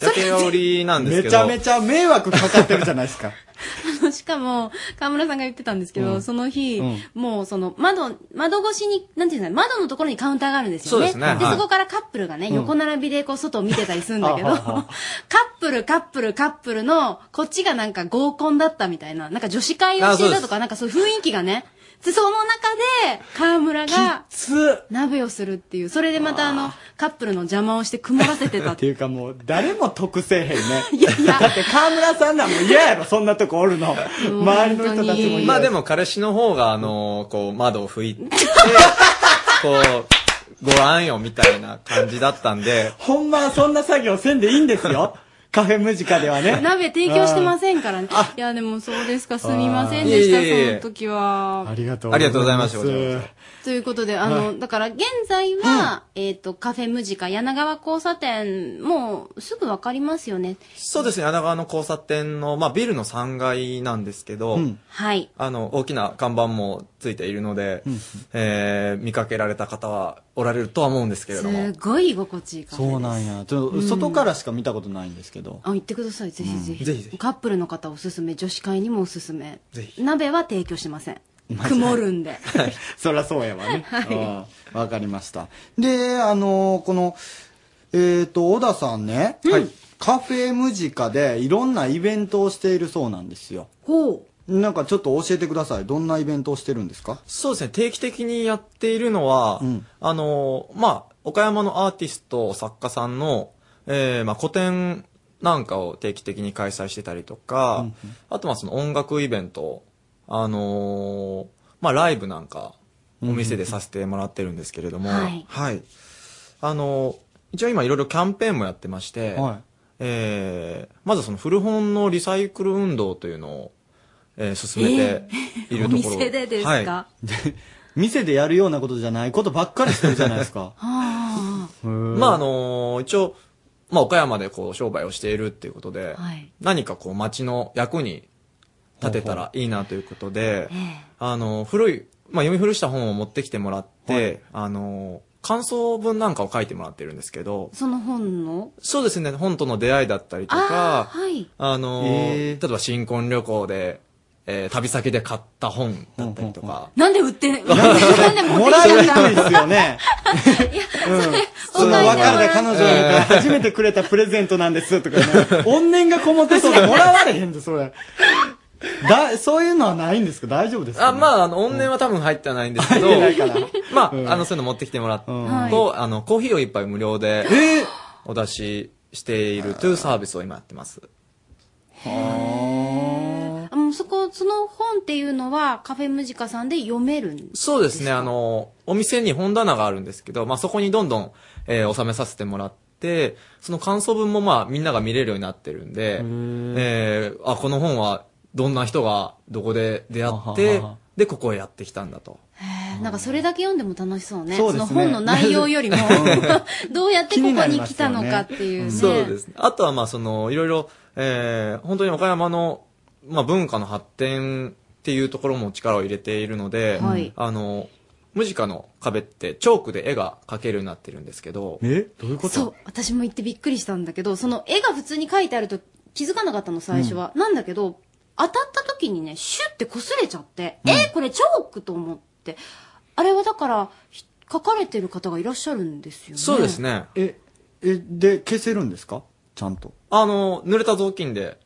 [SPEAKER 23] 夜景が売りなんですけど、
[SPEAKER 2] めちゃめちゃ迷惑かかってるじゃないですか。
[SPEAKER 3] あのしかも川村さんが言ってたんですけど、
[SPEAKER 23] うん
[SPEAKER 3] その日、
[SPEAKER 23] うん
[SPEAKER 3] もうその窓窓越しになんていうんですか窓のところにカウンターがあるんですよ
[SPEAKER 23] そ
[SPEAKER 3] ね
[SPEAKER 23] うですねはい
[SPEAKER 3] そこからカップルがね、
[SPEAKER 23] うん
[SPEAKER 3] 横並びでこう外を見てたりするんだけど
[SPEAKER 23] あは
[SPEAKER 3] カップルカップルカップルのこっちがなんか合コンだったみたいななんか女子会をしていたとかなんかそういう雰囲気がねでその中で川村が鍋をするっていうそれでまたあのカップルの邪魔をして曇らせてた
[SPEAKER 2] っていうかもう、誰も得せえへん [laughs] ね。だって河村さんらも嫌やろ、そんなとこおるの。周りの人たちも嫌
[SPEAKER 23] まあでも彼氏の方が、あのー、こう、窓を拭
[SPEAKER 2] [laughs]
[SPEAKER 23] いて、こう、ご覧よみたいな感じだったんで、
[SPEAKER 2] ほんまはそんな作業せんでいいんですよ。カフェムジカではね。。
[SPEAKER 3] 鍋提供してますせんからね。いや、でもそうですか、すみませんでし
[SPEAKER 23] あーいえいえいえ
[SPEAKER 3] た、その時は。
[SPEAKER 2] ありがと
[SPEAKER 23] ありがとうございましたこちらこそ
[SPEAKER 3] ということで、あ
[SPEAKER 23] は
[SPEAKER 3] の、だから現在は、えっと、カフェムジカ柳川交差点、もうすぐわかりますよね。
[SPEAKER 23] そうですね、穴川の交差点の、まあ、ビルの3階なんですけど、
[SPEAKER 3] はい。
[SPEAKER 23] あの、大きな看板もついているので、えー見かけられた方はおられるとは思うんですけれ
[SPEAKER 3] す
[SPEAKER 23] ども。
[SPEAKER 3] ごい居心地いいカフェ。
[SPEAKER 2] そうなんや。ちょっ
[SPEAKER 3] う
[SPEAKER 2] と
[SPEAKER 3] ん
[SPEAKER 2] 外からしか見たことないんですけど。
[SPEAKER 3] あ、行ってください、ぜひぜ
[SPEAKER 2] うんぜひぜ
[SPEAKER 3] ひ。カップルの方おすすめ、女子会にもおすすめ
[SPEAKER 2] ぜ。
[SPEAKER 3] 鍋は提供しません。曇るんで。
[SPEAKER 2] そりゃそうやわ [laughs] ね。
[SPEAKER 3] はい
[SPEAKER 2] うんわかりました。で、あのーこの、えっ、と、小田さんね、カフェムジカでいろんなイベントをしているそうなんですよ。
[SPEAKER 3] ほ
[SPEAKER 2] う。なんかちょっと教えてください。どんなイベントをしてるんですか
[SPEAKER 23] そうですね、定期的にやっているのは、あの、まあ、岡山のアーティスト、作家さんの、えーまあ、個展なんかを定期的に開催してたりとか、あと、まあ、その音楽イベント、あのーまあ、ライブなんか、お店でさせてもらってるんですけれども、
[SPEAKER 3] はい
[SPEAKER 23] はいあの、一応今いろいろキャンペーンもやってまして、
[SPEAKER 2] はい
[SPEAKER 23] えーまずその古本のリサイクル運動というのを、えー進めているところ。
[SPEAKER 3] [laughs] お店でですか
[SPEAKER 23] はい
[SPEAKER 2] 店でやるようなことじゃないことばっかりしてるじゃない
[SPEAKER 23] [laughs]
[SPEAKER 2] ですか。
[SPEAKER 3] ああ。
[SPEAKER 23] まああの一応、まあ岡山でこう商売をしているっていうことで、
[SPEAKER 3] はい
[SPEAKER 23] 何かこう町の役に立てたらいいなということで、あの古い、まあ読み古した本を持ってきてもらって、あの感想文なんかを書いてもらってるんですけど、
[SPEAKER 3] その本の
[SPEAKER 23] そうですね、本との出会いだったりと
[SPEAKER 3] あ
[SPEAKER 23] か、
[SPEAKER 3] あー、はい。
[SPEAKER 23] あの
[SPEAKER 3] え
[SPEAKER 23] 例えば新婚旅行で、えー旅先で買った本だったりとか、
[SPEAKER 3] なんで売って、
[SPEAKER 19] [laughs]
[SPEAKER 3] なんで持
[SPEAKER 2] も
[SPEAKER 3] って
[SPEAKER 2] ら
[SPEAKER 3] き
[SPEAKER 2] い
[SPEAKER 3] た
[SPEAKER 2] に
[SPEAKER 3] ん
[SPEAKER 2] くい
[SPEAKER 3] だ
[SPEAKER 2] ですよね。 [laughs] その別れた彼女が初めてくれたプレゼントなんですとかね。 [laughs] 怨念がこもってそうでもらわれへんで、それ。だ、そういうのはないんですか大丈夫ですか
[SPEAKER 23] あ、まあ、あの、怨念は多分入ってはないんですけど、
[SPEAKER 2] 入ってないから
[SPEAKER 23] まあ、あの、そういうの持ってきてもらう
[SPEAKER 2] はい
[SPEAKER 23] と、あの、コーヒーを一杯無料で、お出ししているというサービスを今やってます。
[SPEAKER 3] あもうそこ、その本っていうのはカフェムジカさんで読めるんです
[SPEAKER 23] そうですね、あの、お店に本棚があるんですけど、まあ、そこにどんどん、えー収めさせてもらって、その感想文もまあ、みんなが見れるようになってるんで、えーあ、この本は、どんな人が、どこで出会って
[SPEAKER 3] あはは、
[SPEAKER 23] で、ここへやってきたんだと。
[SPEAKER 3] なんかそれだけ読んでも楽しそうね。
[SPEAKER 23] そう
[SPEAKER 3] そ
[SPEAKER 23] ですね
[SPEAKER 3] の本の内容
[SPEAKER 23] [laughs]
[SPEAKER 3] よりも、 [laughs] どうやってここに来たのかっていうね。
[SPEAKER 23] そうですね。あとはまあその、いろいろ、えー、本当に岡山の、まあ文化の発展っていうところも力を入れているので、
[SPEAKER 3] はい
[SPEAKER 23] あの、ムジカの壁ってチョークで絵が描けるようになってるんですけど。
[SPEAKER 2] えどういう
[SPEAKER 3] そう、私も行ってびっくりしたんだけど、その絵が普通に描いてあると気づかなかったの最初は。なんだけど、当たった時にね、シュッて擦れちゃって、え、これチョークと思って。あれはだから、ひ書かれてる方がいらっしゃるんですよね。
[SPEAKER 23] そうですね。
[SPEAKER 2] え、え、で、消せるんですかちゃんと。
[SPEAKER 23] あの、濡れた雑巾で、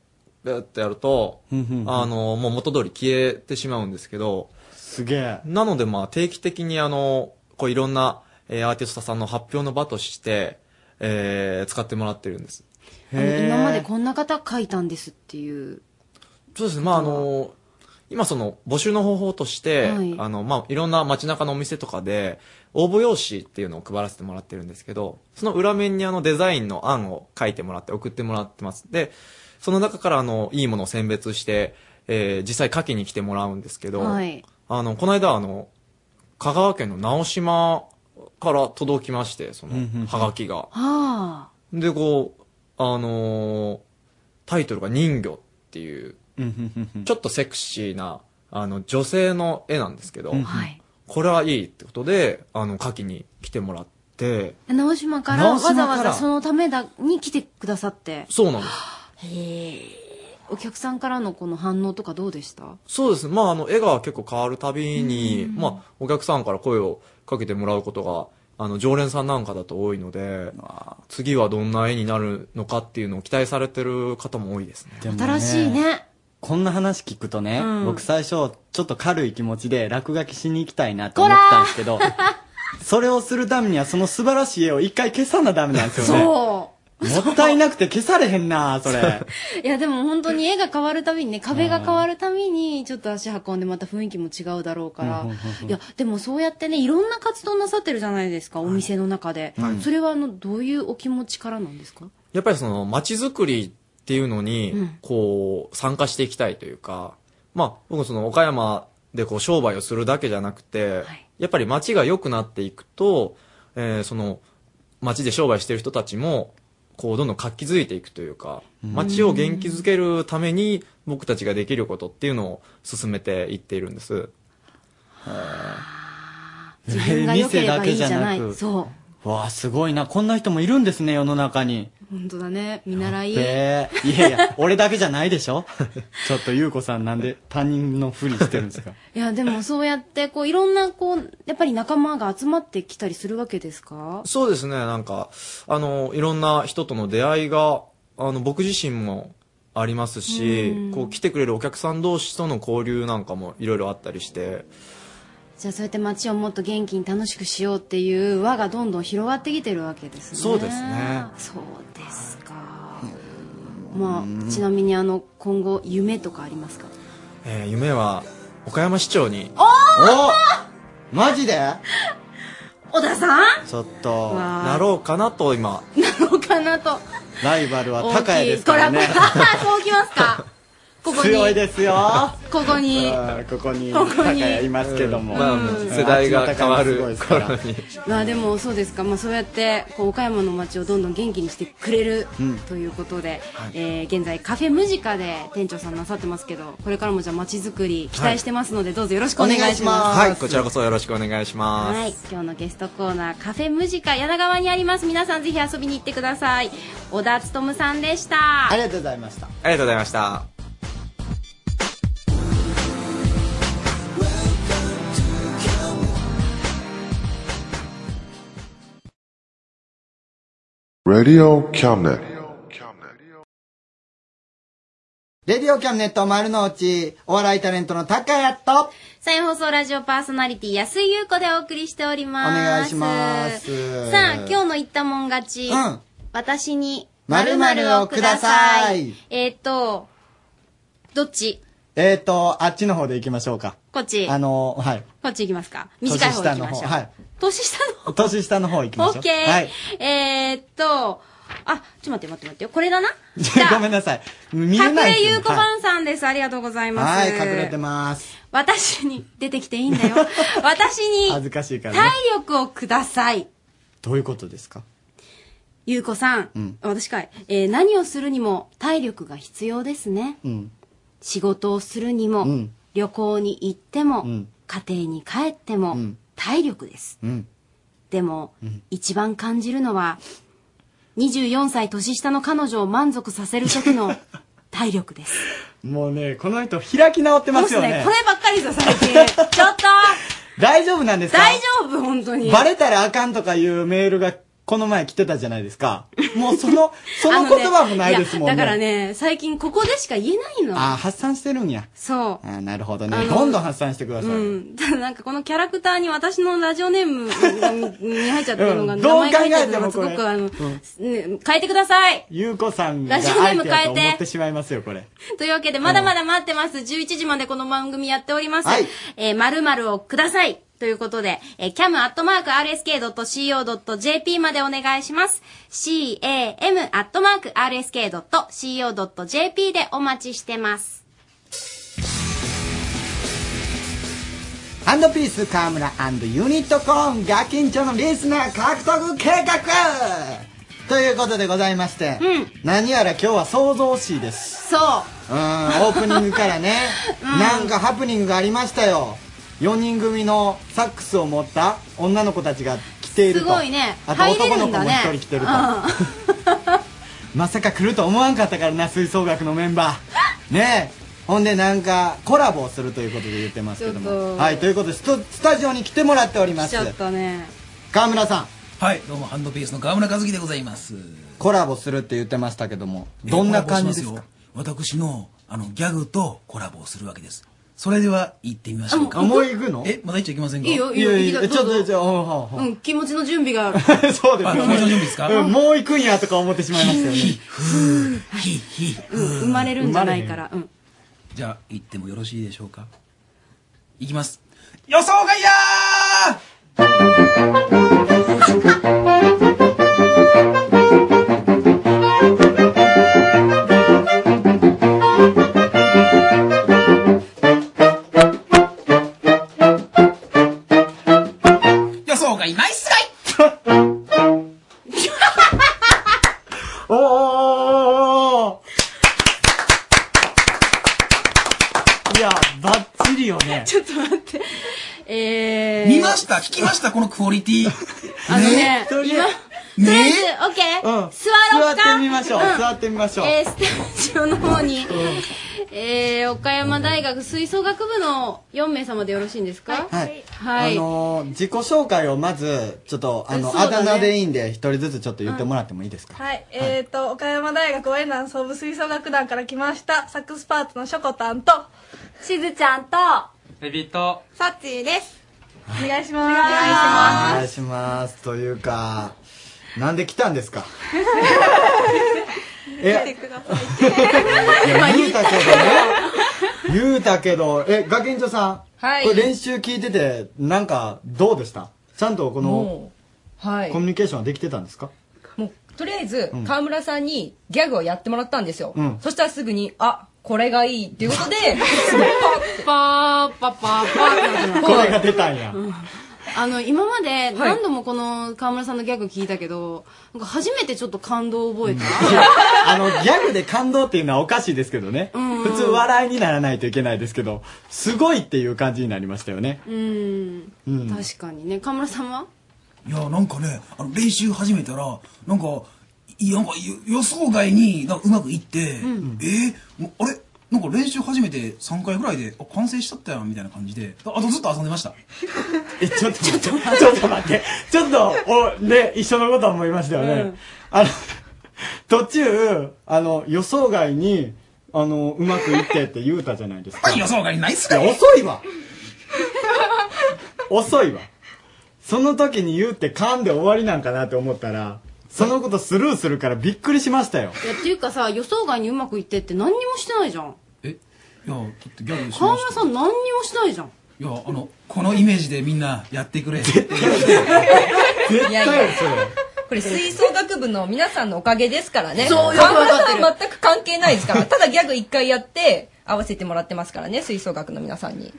[SPEAKER 23] ベーってやると、あの、もう元通り消えてしまうんですけど、
[SPEAKER 2] すげえ。
[SPEAKER 23] なのでまあ定期的にあの、こういろんな、えーアーティストさんの発表の場として、えー使ってもらってるんです。
[SPEAKER 3] あの今までこんな方書いたんですっていう。
[SPEAKER 23] そうですね、まああの、今その募集の方法として、
[SPEAKER 3] はい
[SPEAKER 23] あの、まあいろんな街中のお店とかで、応募用紙っていうのを配らせてもらってるんですけど、その裏面にあのデザインの案を書いてもらって送ってもらってます。で、その中からあの、いいものを選別して、えー実際書きに来てもらうんですけど、 [laughs]
[SPEAKER 3] はい。
[SPEAKER 23] あの、この間あの、香川県の直島から届きまして、その、はがきが。
[SPEAKER 3] はあ。
[SPEAKER 23] で、こう、あのータイトルが人魚っていう、ちょっとセクシーな、あの、女性の絵なんですけど、
[SPEAKER 3] うんはい
[SPEAKER 23] これはいいってことで、あの、書きに来てもらって、
[SPEAKER 3] 直島から
[SPEAKER 23] 直
[SPEAKER 3] わ
[SPEAKER 23] 島か
[SPEAKER 3] ざ
[SPEAKER 23] ら
[SPEAKER 3] わざそのためだに来てくださって。
[SPEAKER 23] そうなんです。
[SPEAKER 3] へえ。お客さんからのこの反応とかどうでした
[SPEAKER 23] そうですね。まあ、あの、絵が結構変わるたびに、まあ、お客さんから声をかけてもらうことが、あの、常連さんなんかだと多いので、次はどんな絵になるのかっていうのを期待されてる方も多いですね。
[SPEAKER 3] 新しいね。
[SPEAKER 2] こんな話聞くとね、
[SPEAKER 3] うん
[SPEAKER 2] 僕最初、ちょっと軽い気持ちで落書きしに行きたいなと思ったんですけど、 [laughs] それをするためにはその素晴らしい絵を一回消さなダメなんですよね。
[SPEAKER 3] そ
[SPEAKER 2] もったいなくて消されへんな [laughs] それ。
[SPEAKER 3] う。いや、でも本当に絵が変わるたびにね、壁が変わるたびに、ちょっと足運んでまた雰囲気も違うだろうから。いや、でもそうやってね、いろんな活動なさってるじゃないですか、お店の中で。
[SPEAKER 23] はい
[SPEAKER 3] それは、あの、どういうお気持ちからなんですか
[SPEAKER 23] やっぱりその街づくりっていうのに、
[SPEAKER 3] うん
[SPEAKER 23] こう、参加していきたいというか、まあ、僕その岡山でこう商売をするだけじゃなくて、やっぱり街が良くなっていくと、えーその、街で商売してる人たちも、こう、どんどん活気づいていくというか、
[SPEAKER 2] うん
[SPEAKER 23] 街を元気づけるために僕たちができることっていうのを進めていっているんです。
[SPEAKER 3] 自分が良ければいいんじゃな
[SPEAKER 2] 店だけ
[SPEAKER 3] い。
[SPEAKER 2] じゃなく
[SPEAKER 3] そう。
[SPEAKER 2] わあ、すごいな。こんな人もいるんですね、世の中に。
[SPEAKER 3] 本当だね。見習い。
[SPEAKER 2] ええいやいや、俺だけじゃないでしょ [laughs] ちょっと優子さんなんで他人のふりしてるんですか
[SPEAKER 3] いや、でもそうやって、こう、いろんな、こう、やっぱり仲間が集まってきたりするわけですか
[SPEAKER 23] そうですね、なんか、あの、いろんな人との出会いが、あの、僕自身もありますし、
[SPEAKER 3] うん
[SPEAKER 23] こう、来てくれるお客さん同士との交流なんかもいろいろあったりして、
[SPEAKER 3] じゃあそうやって街をもっと元気に楽しくしようっていう輪がどんどん広がってきてるわけですね。
[SPEAKER 23] そうですね。
[SPEAKER 3] そうですか。まあ、ちなみにあの、今後、夢とかありますか
[SPEAKER 23] えー夢は、岡山市長に、
[SPEAKER 3] お
[SPEAKER 2] おマジで
[SPEAKER 3] 小田さん
[SPEAKER 2] ちょっと、
[SPEAKER 3] わあ
[SPEAKER 23] なろうかなと今、
[SPEAKER 3] なのかなと。
[SPEAKER 2] ライバルは
[SPEAKER 3] 大きい
[SPEAKER 2] 高谷ですからね
[SPEAKER 3] こ。れはそうきますかここに。
[SPEAKER 2] 強いですよ。
[SPEAKER 3] ここに。
[SPEAKER 2] あーここに
[SPEAKER 3] ここに
[SPEAKER 2] 高谷いますけども。
[SPEAKER 23] まあもう世代が変わる頃
[SPEAKER 2] あっちの高谷もすごいですから
[SPEAKER 23] に。
[SPEAKER 3] まあでもそうですか、まあ、そうやってこう岡山の街をどんどん元気にしてくれる
[SPEAKER 2] うん
[SPEAKER 3] ということで、えー現在カフェムジカで店長さんなさってますけどこれからもじゃあ街づくり期待してますので、どうぞよろしくお願いします
[SPEAKER 23] はい、こちらこそよろしくお願いします。
[SPEAKER 3] はい今日のゲストコーナーカフェムジカ柳川にあります皆さんぜひ遊びに行ってください小田勉さんでし
[SPEAKER 2] あ
[SPEAKER 3] た
[SPEAKER 2] りがとうございました
[SPEAKER 23] ありがとうございました。
[SPEAKER 24] Radio Cabinet.
[SPEAKER 2] レディオキャンネット丸の内、お笑いタレントの高谷と、
[SPEAKER 3] 再放送ラジオパーソナリティ安井優子でお送りしており
[SPEAKER 2] お
[SPEAKER 3] ます
[SPEAKER 2] 願いします。
[SPEAKER 3] さあ今日の言ったもん勝ち、
[SPEAKER 2] うん
[SPEAKER 3] 私に
[SPEAKER 2] 〇〇をください
[SPEAKER 3] えっ、とどっち
[SPEAKER 2] えっ、ー、と、あっちの方で行きましょうか。
[SPEAKER 3] こっち
[SPEAKER 2] あの、はい。
[SPEAKER 3] こっち行きますか
[SPEAKER 2] 年
[SPEAKER 3] 短い方
[SPEAKER 2] 下
[SPEAKER 3] 行き
[SPEAKER 2] の
[SPEAKER 3] まし
[SPEAKER 2] 方。
[SPEAKER 3] ょう
[SPEAKER 2] はい。
[SPEAKER 3] 年下の
[SPEAKER 2] 年下の方行きま
[SPEAKER 3] オ
[SPEAKER 2] しょう。
[SPEAKER 3] ッケー、
[SPEAKER 2] はい。
[SPEAKER 3] えー、っとあちょっと待って待って待ってよこれだな
[SPEAKER 2] [laughs] ごめんなさい。見え
[SPEAKER 3] 隠
[SPEAKER 2] ないです
[SPEAKER 3] れ
[SPEAKER 2] よ、
[SPEAKER 3] ゆうこばんさんです、ありがとうございます
[SPEAKER 2] はい。はい、隠れてます。
[SPEAKER 3] 私に出てきていいん
[SPEAKER 2] [laughs]
[SPEAKER 3] だよ私
[SPEAKER 2] 恥ず
[SPEAKER 3] に
[SPEAKER 2] かしいからね。
[SPEAKER 3] 体力をください
[SPEAKER 2] どういうことですか
[SPEAKER 3] ゆうこさん、
[SPEAKER 2] うん
[SPEAKER 3] 私かい、えー何をするにも体力が必要ですね
[SPEAKER 2] うん。
[SPEAKER 3] 仕事をするにも、
[SPEAKER 2] うん
[SPEAKER 3] 旅行に行っても、
[SPEAKER 2] うん
[SPEAKER 3] 家庭に帰っても、
[SPEAKER 2] うん
[SPEAKER 3] 体力です
[SPEAKER 2] うん。
[SPEAKER 3] でも、
[SPEAKER 2] うん
[SPEAKER 3] 一番感じるのは24歳年下の彼女を満足させる時の
[SPEAKER 2] [laughs]
[SPEAKER 3] 体力です
[SPEAKER 2] もうね、この人開き直ってますよね
[SPEAKER 3] こ。ればっかりですよ、最近。ちょっと
[SPEAKER 2] 大丈夫なん [laughs] ですか
[SPEAKER 3] 大丈夫本当に。
[SPEAKER 2] バレたらあかんとかいうメールがこの前来てたじゃないですか。もうそ
[SPEAKER 3] [laughs]
[SPEAKER 2] の、その言葉もないですもんね。
[SPEAKER 3] あのねいやだからね、最近ここでしか言えないの。
[SPEAKER 2] あー発散してるんや。
[SPEAKER 3] そ
[SPEAKER 2] あーなるほど
[SPEAKER 3] あ
[SPEAKER 2] ね。
[SPEAKER 3] の
[SPEAKER 2] どんどん発散してくだ
[SPEAKER 3] う。
[SPEAKER 2] さ
[SPEAKER 3] う
[SPEAKER 2] い。
[SPEAKER 3] ん。ただなんかこのキャラクターに私のラジオネームがに入っちゃったのが、
[SPEAKER 2] うん
[SPEAKER 3] 名前書いてあ
[SPEAKER 2] どう考え
[SPEAKER 3] るの
[SPEAKER 2] ても
[SPEAKER 3] がすご
[SPEAKER 2] これ
[SPEAKER 3] くあの、ね
[SPEAKER 2] うん
[SPEAKER 3] 変えてください
[SPEAKER 2] ゆうこさんが
[SPEAKER 3] ラジオネ
[SPEAKER 2] 相
[SPEAKER 3] ーム
[SPEAKER 2] 手だと
[SPEAKER 3] 変えて
[SPEAKER 2] 思ってしまいますよ、これ。
[SPEAKER 3] というわけで、まだまだ待ってます。11時までこの番組やっております。
[SPEAKER 2] はい
[SPEAKER 3] えー、〇〇をください。ということで、えー、cam.rsk.co.jp までお願いします。cam.rsk.co.jp でお待ちしてます。
[SPEAKER 2] ハンドピース河村ユニットコーンガキンチョのリスナー獲得計画ということでございまして、何やら今日は想像しいです。
[SPEAKER 3] そう。
[SPEAKER 2] うーん、オープニングから
[SPEAKER 3] [laughs]
[SPEAKER 2] ね、なんかハプニングがありましたよ。4人組のサックスを持った女の子たちが来ている
[SPEAKER 3] す
[SPEAKER 2] と。
[SPEAKER 3] ごいね。
[SPEAKER 2] あと
[SPEAKER 3] 入れ
[SPEAKER 2] 男
[SPEAKER 3] る
[SPEAKER 2] の
[SPEAKER 3] ん
[SPEAKER 2] 子
[SPEAKER 3] だ
[SPEAKER 2] も
[SPEAKER 3] ね。
[SPEAKER 2] 一人来てると。
[SPEAKER 3] う
[SPEAKER 2] まさか来ると思わんかったからな、吹奏楽のメンバー。ねえ。ほんでなんかコラボをするということで言ってますけど
[SPEAKER 3] ちょっ
[SPEAKER 2] も。
[SPEAKER 3] と
[SPEAKER 2] はい、ということでスタスタジオに来てもらっており
[SPEAKER 3] ん。
[SPEAKER 2] ま
[SPEAKER 3] 来
[SPEAKER 2] す
[SPEAKER 3] ち。ゃったね。
[SPEAKER 2] 川村さん、
[SPEAKER 25] はい、どうも、ハンドピースの川村和樹でございます。
[SPEAKER 2] コラボするって言ってましたけども、どんな感じですか
[SPEAKER 25] えーコラボしますよ私の、あの、ギャグとコラボをするわけです。それでは、行ってみましょうか。
[SPEAKER 2] あもう行くの
[SPEAKER 25] え、まだ行っちゃいけませんか
[SPEAKER 3] いいよいいよいいよ
[SPEAKER 25] え
[SPEAKER 3] どうぞ
[SPEAKER 2] ちょ、は
[SPEAKER 3] [laughs] うん、気持ちの準備がある。
[SPEAKER 2] そうです
[SPEAKER 25] あ、もちろん準備ですか
[SPEAKER 2] うんもう行くんやとか思ってしまいます
[SPEAKER 25] [laughs]
[SPEAKER 2] よね。
[SPEAKER 3] うん、生まれるんじゃないから。うん。
[SPEAKER 25] じゃあ、行ってもよろしいでしょうか。行きます。予想外だ
[SPEAKER 26] 予想外ナイスガイ
[SPEAKER 2] おーおーおーおーいや、バッチリよね。
[SPEAKER 3] ちょっと待って。えー。
[SPEAKER 25] 見ました聞きましたこのクオリティ。
[SPEAKER 3] あのね、
[SPEAKER 25] とりあえ
[SPEAKER 3] とりあえず
[SPEAKER 25] ね、
[SPEAKER 3] オッケー、
[SPEAKER 25] うん
[SPEAKER 3] 座ろうか
[SPEAKER 2] 座ってみましょう座ってみましょう
[SPEAKER 3] えースタジオの方に、えー、岡山大学吹奏楽部の4名様でよろしいんですか
[SPEAKER 2] はい。
[SPEAKER 3] はい。
[SPEAKER 2] あのー自己紹介をまず、ちょっと、あの、
[SPEAKER 27] そう
[SPEAKER 2] あ
[SPEAKER 27] だ
[SPEAKER 2] だ
[SPEAKER 27] ね
[SPEAKER 2] 名でいいんで、一人ずつちょっと言ってもらってもいいですか、
[SPEAKER 27] はい、えっ、ー、と、岡山大学応援団総部吹奏楽団から来ました、サックスパートのしょこたんと、しずちゃんと、
[SPEAKER 28] エビと、
[SPEAKER 27] さっちーです。お願いします。お
[SPEAKER 2] お
[SPEAKER 27] 願
[SPEAKER 2] 願いします。というか、なんで来たんですか
[SPEAKER 3] [laughs]
[SPEAKER 27] 来
[SPEAKER 2] え
[SPEAKER 27] てください。
[SPEAKER 2] いや言うたけどね。言うたけど、え、ガキンチョさん。
[SPEAKER 4] はい
[SPEAKER 2] これ練習聞いてて、なんか、どうでしたちゃんとこの
[SPEAKER 4] も、うはい
[SPEAKER 2] コミュニケーションはできてたんですか
[SPEAKER 4] もうとりあえず
[SPEAKER 2] うん
[SPEAKER 4] 川村さんにギャグをやってもらったんですよ、
[SPEAKER 2] うん
[SPEAKER 4] そしたらすぐに「あこれがいい」っていうことで
[SPEAKER 3] [laughs] パーパパパー
[SPEAKER 2] これが出たんや。
[SPEAKER 3] あの、今まで何度もこの河村さんのギャグ聞いたけど、なんか初めてちょっと感動を覚えた。
[SPEAKER 2] あの、ギャグで感動っていうのはおかしいですけどね。
[SPEAKER 3] うん
[SPEAKER 2] 普通笑いにならないといけないですけど、すごいっていう感じになりましたよね。
[SPEAKER 3] うん。
[SPEAKER 2] うん
[SPEAKER 3] 確かにね。河村さんはい
[SPEAKER 25] や、なんかね、あの、練習始めたら、なんか、いや、なんか予予想外になんかうまくいって、えーもうあれなんか練習始めて3回ぐらいで、あ、完成しちゃったやん、みたいな感じで、ああとずっと遊んでました。
[SPEAKER 2] え、ちょっと
[SPEAKER 25] [laughs]
[SPEAKER 2] 待って、ちょっと待って、ちょっと、お、ね、一緒のこと思いましたよね。
[SPEAKER 25] うん
[SPEAKER 2] あの、途中、あの、予想外に、あの、うまくいってって言うたじゃないですか。
[SPEAKER 25] 予想外ないっす
[SPEAKER 2] い
[SPEAKER 25] か
[SPEAKER 2] や、遅いわ遅いわ。その時に言うって噛んで終わりなんかなって思ったら、そのことスルーするからびっくりしましたよ。
[SPEAKER 3] いや、っていうかさ、予想外にうまくいってって何にもしてないじゃん。
[SPEAKER 25] いや、だってギャグし
[SPEAKER 3] 河
[SPEAKER 25] まし
[SPEAKER 3] 村さん何にもしてないじゃん。
[SPEAKER 25] いや、あの、このイメージでみんなやってくれ。絶
[SPEAKER 4] いやいや
[SPEAKER 25] それ。
[SPEAKER 4] これ吹奏楽部の皆さんのおかげですからね
[SPEAKER 3] そうよ
[SPEAKER 4] 川村さんは全く関係ないですからただギャグ一回やって合わせてもらってますからね吹奏楽の皆さんに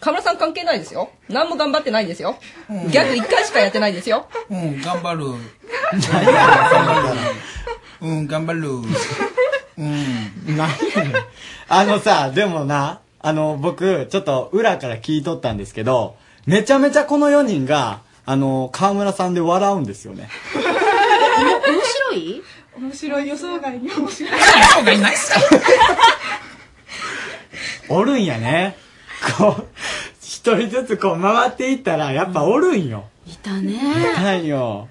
[SPEAKER 4] 川村さん関係ないですよ何も頑張ってないですよ
[SPEAKER 25] うん
[SPEAKER 4] ギャグ一回しかやってないですよ
[SPEAKER 25] うん、頑張る。うん、頑張る。うん。
[SPEAKER 2] なあのさ、でもな、あの、僕、ちょっと裏から聞いとったんですけど、めちゃめちゃこの4人が、あの、河村さんで笑うんですよね。
[SPEAKER 3] 面白い
[SPEAKER 4] 面白い予想外に面白い
[SPEAKER 25] 予想外ないっすか
[SPEAKER 2] おるんやね。こう、一人ずつこう回っていったら、やっぱおるんよ。
[SPEAKER 3] いたね
[SPEAKER 2] いたんよ。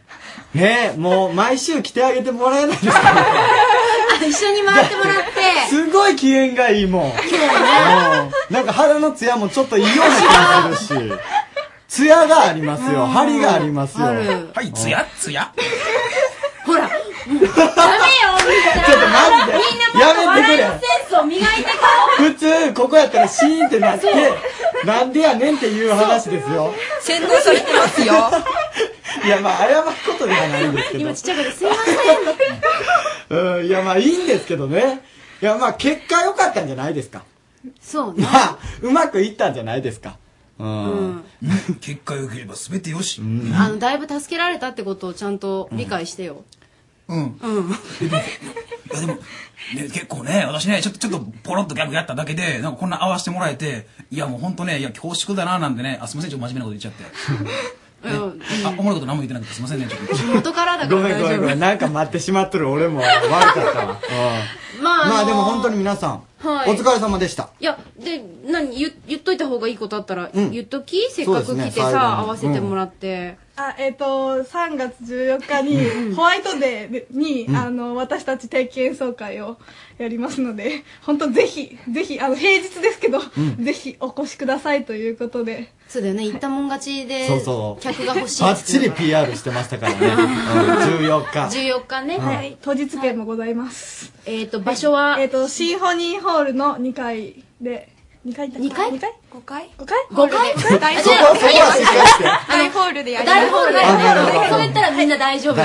[SPEAKER 2] ねえ、もう毎週来てあげてもらえないですか
[SPEAKER 3] あ一緒に回ってもらって
[SPEAKER 2] [laughs] すごい機嫌がいいもん。うんなんか肌のツヤもちょっといいような気がするし。ツヤがありますよ。張りがありますよ。 [laughs]
[SPEAKER 25] あるはいツヤツヤ。
[SPEAKER 3] ほら、もうダメよ、みんな。
[SPEAKER 2] ちょっとマジで
[SPEAKER 3] みんなもっ
[SPEAKER 2] やめ
[SPEAKER 3] と
[SPEAKER 2] てく
[SPEAKER 3] 笑い
[SPEAKER 2] れ
[SPEAKER 3] のセンスを磨いてこう。
[SPEAKER 2] 普通、ここやったらシーンってなって、なんでやねんっていう話ですよ。
[SPEAKER 12] 洗脳されてますよ。
[SPEAKER 2] [laughs] いや、まあ、謝ることではないんですけど
[SPEAKER 3] [laughs] 今。ちっちゃい声ですいません。
[SPEAKER 2] うん、いや、まあ、いいんですけどね。いや、まあ、結果良かったんじゃないですか。
[SPEAKER 3] そ
[SPEAKER 2] ま
[SPEAKER 3] うね。
[SPEAKER 2] あ、うまくいったんじゃないですか。う。
[SPEAKER 3] うんん。
[SPEAKER 25] 結果良ければ全てよし。
[SPEAKER 3] あの、だいぶ助けられたってことをちゃんと理解してよ。
[SPEAKER 25] うん。
[SPEAKER 3] うん。
[SPEAKER 25] で結構ね、私ね、ちょっと、ちょっと、ポロッとギャグやっただけで、なんかこんな合わせてもらえて、いやもうほんとね、いや、恐縮だな、なんてね、あ、すみません、ちょっと真面目なこと言っちゃって。
[SPEAKER 3] [laughs] うん
[SPEAKER 25] あ、おもろいこと何も言ってなくて、すみませんね、ちょっと。
[SPEAKER 3] 元からだか
[SPEAKER 2] ご
[SPEAKER 3] ら
[SPEAKER 2] めん
[SPEAKER 3] 大
[SPEAKER 2] ごめ
[SPEAKER 3] 丈
[SPEAKER 2] んごめん。
[SPEAKER 3] 夫。
[SPEAKER 2] なんか待ってしまっとる俺も悪かったわ。うん
[SPEAKER 3] まああの
[SPEAKER 2] まあでも本当に皆さん、
[SPEAKER 3] はい
[SPEAKER 2] お疲れ様でした。
[SPEAKER 3] いや、で、何、言言っといた方がいいことあったら、
[SPEAKER 2] うん
[SPEAKER 3] 言っときせっかく
[SPEAKER 2] そうですね
[SPEAKER 3] 来て
[SPEAKER 2] 最後に
[SPEAKER 3] さ、合わせてもらって。
[SPEAKER 6] あえっ、と3月14日にホワイトデーでに、
[SPEAKER 2] うん
[SPEAKER 6] あの私たち定期演奏会をやりますので本当ぜひぜひあの平日ですけど、
[SPEAKER 2] うん
[SPEAKER 6] ぜひお越しくださいということで
[SPEAKER 3] そうだよね行ったもん勝ちで
[SPEAKER 2] そうそう。
[SPEAKER 3] 客が欲しい
[SPEAKER 2] バッチリ PR してましたからね。うん14日。
[SPEAKER 3] 14日ね
[SPEAKER 6] はい、
[SPEAKER 3] はい
[SPEAKER 6] 当日券もございます、
[SPEAKER 3] えっ、と場所は
[SPEAKER 6] えっ、とシンフォニーホールの2階で2階2階 ?2 階 ?5 階 ?5 階
[SPEAKER 3] 5回
[SPEAKER 6] 5階
[SPEAKER 3] あじゃあ
[SPEAKER 6] 5階
[SPEAKER 3] あ
[SPEAKER 6] 大
[SPEAKER 3] の
[SPEAKER 6] ホールでやります
[SPEAKER 3] 大ホールで
[SPEAKER 6] あなるほど
[SPEAKER 3] そう言ったらみんな大丈夫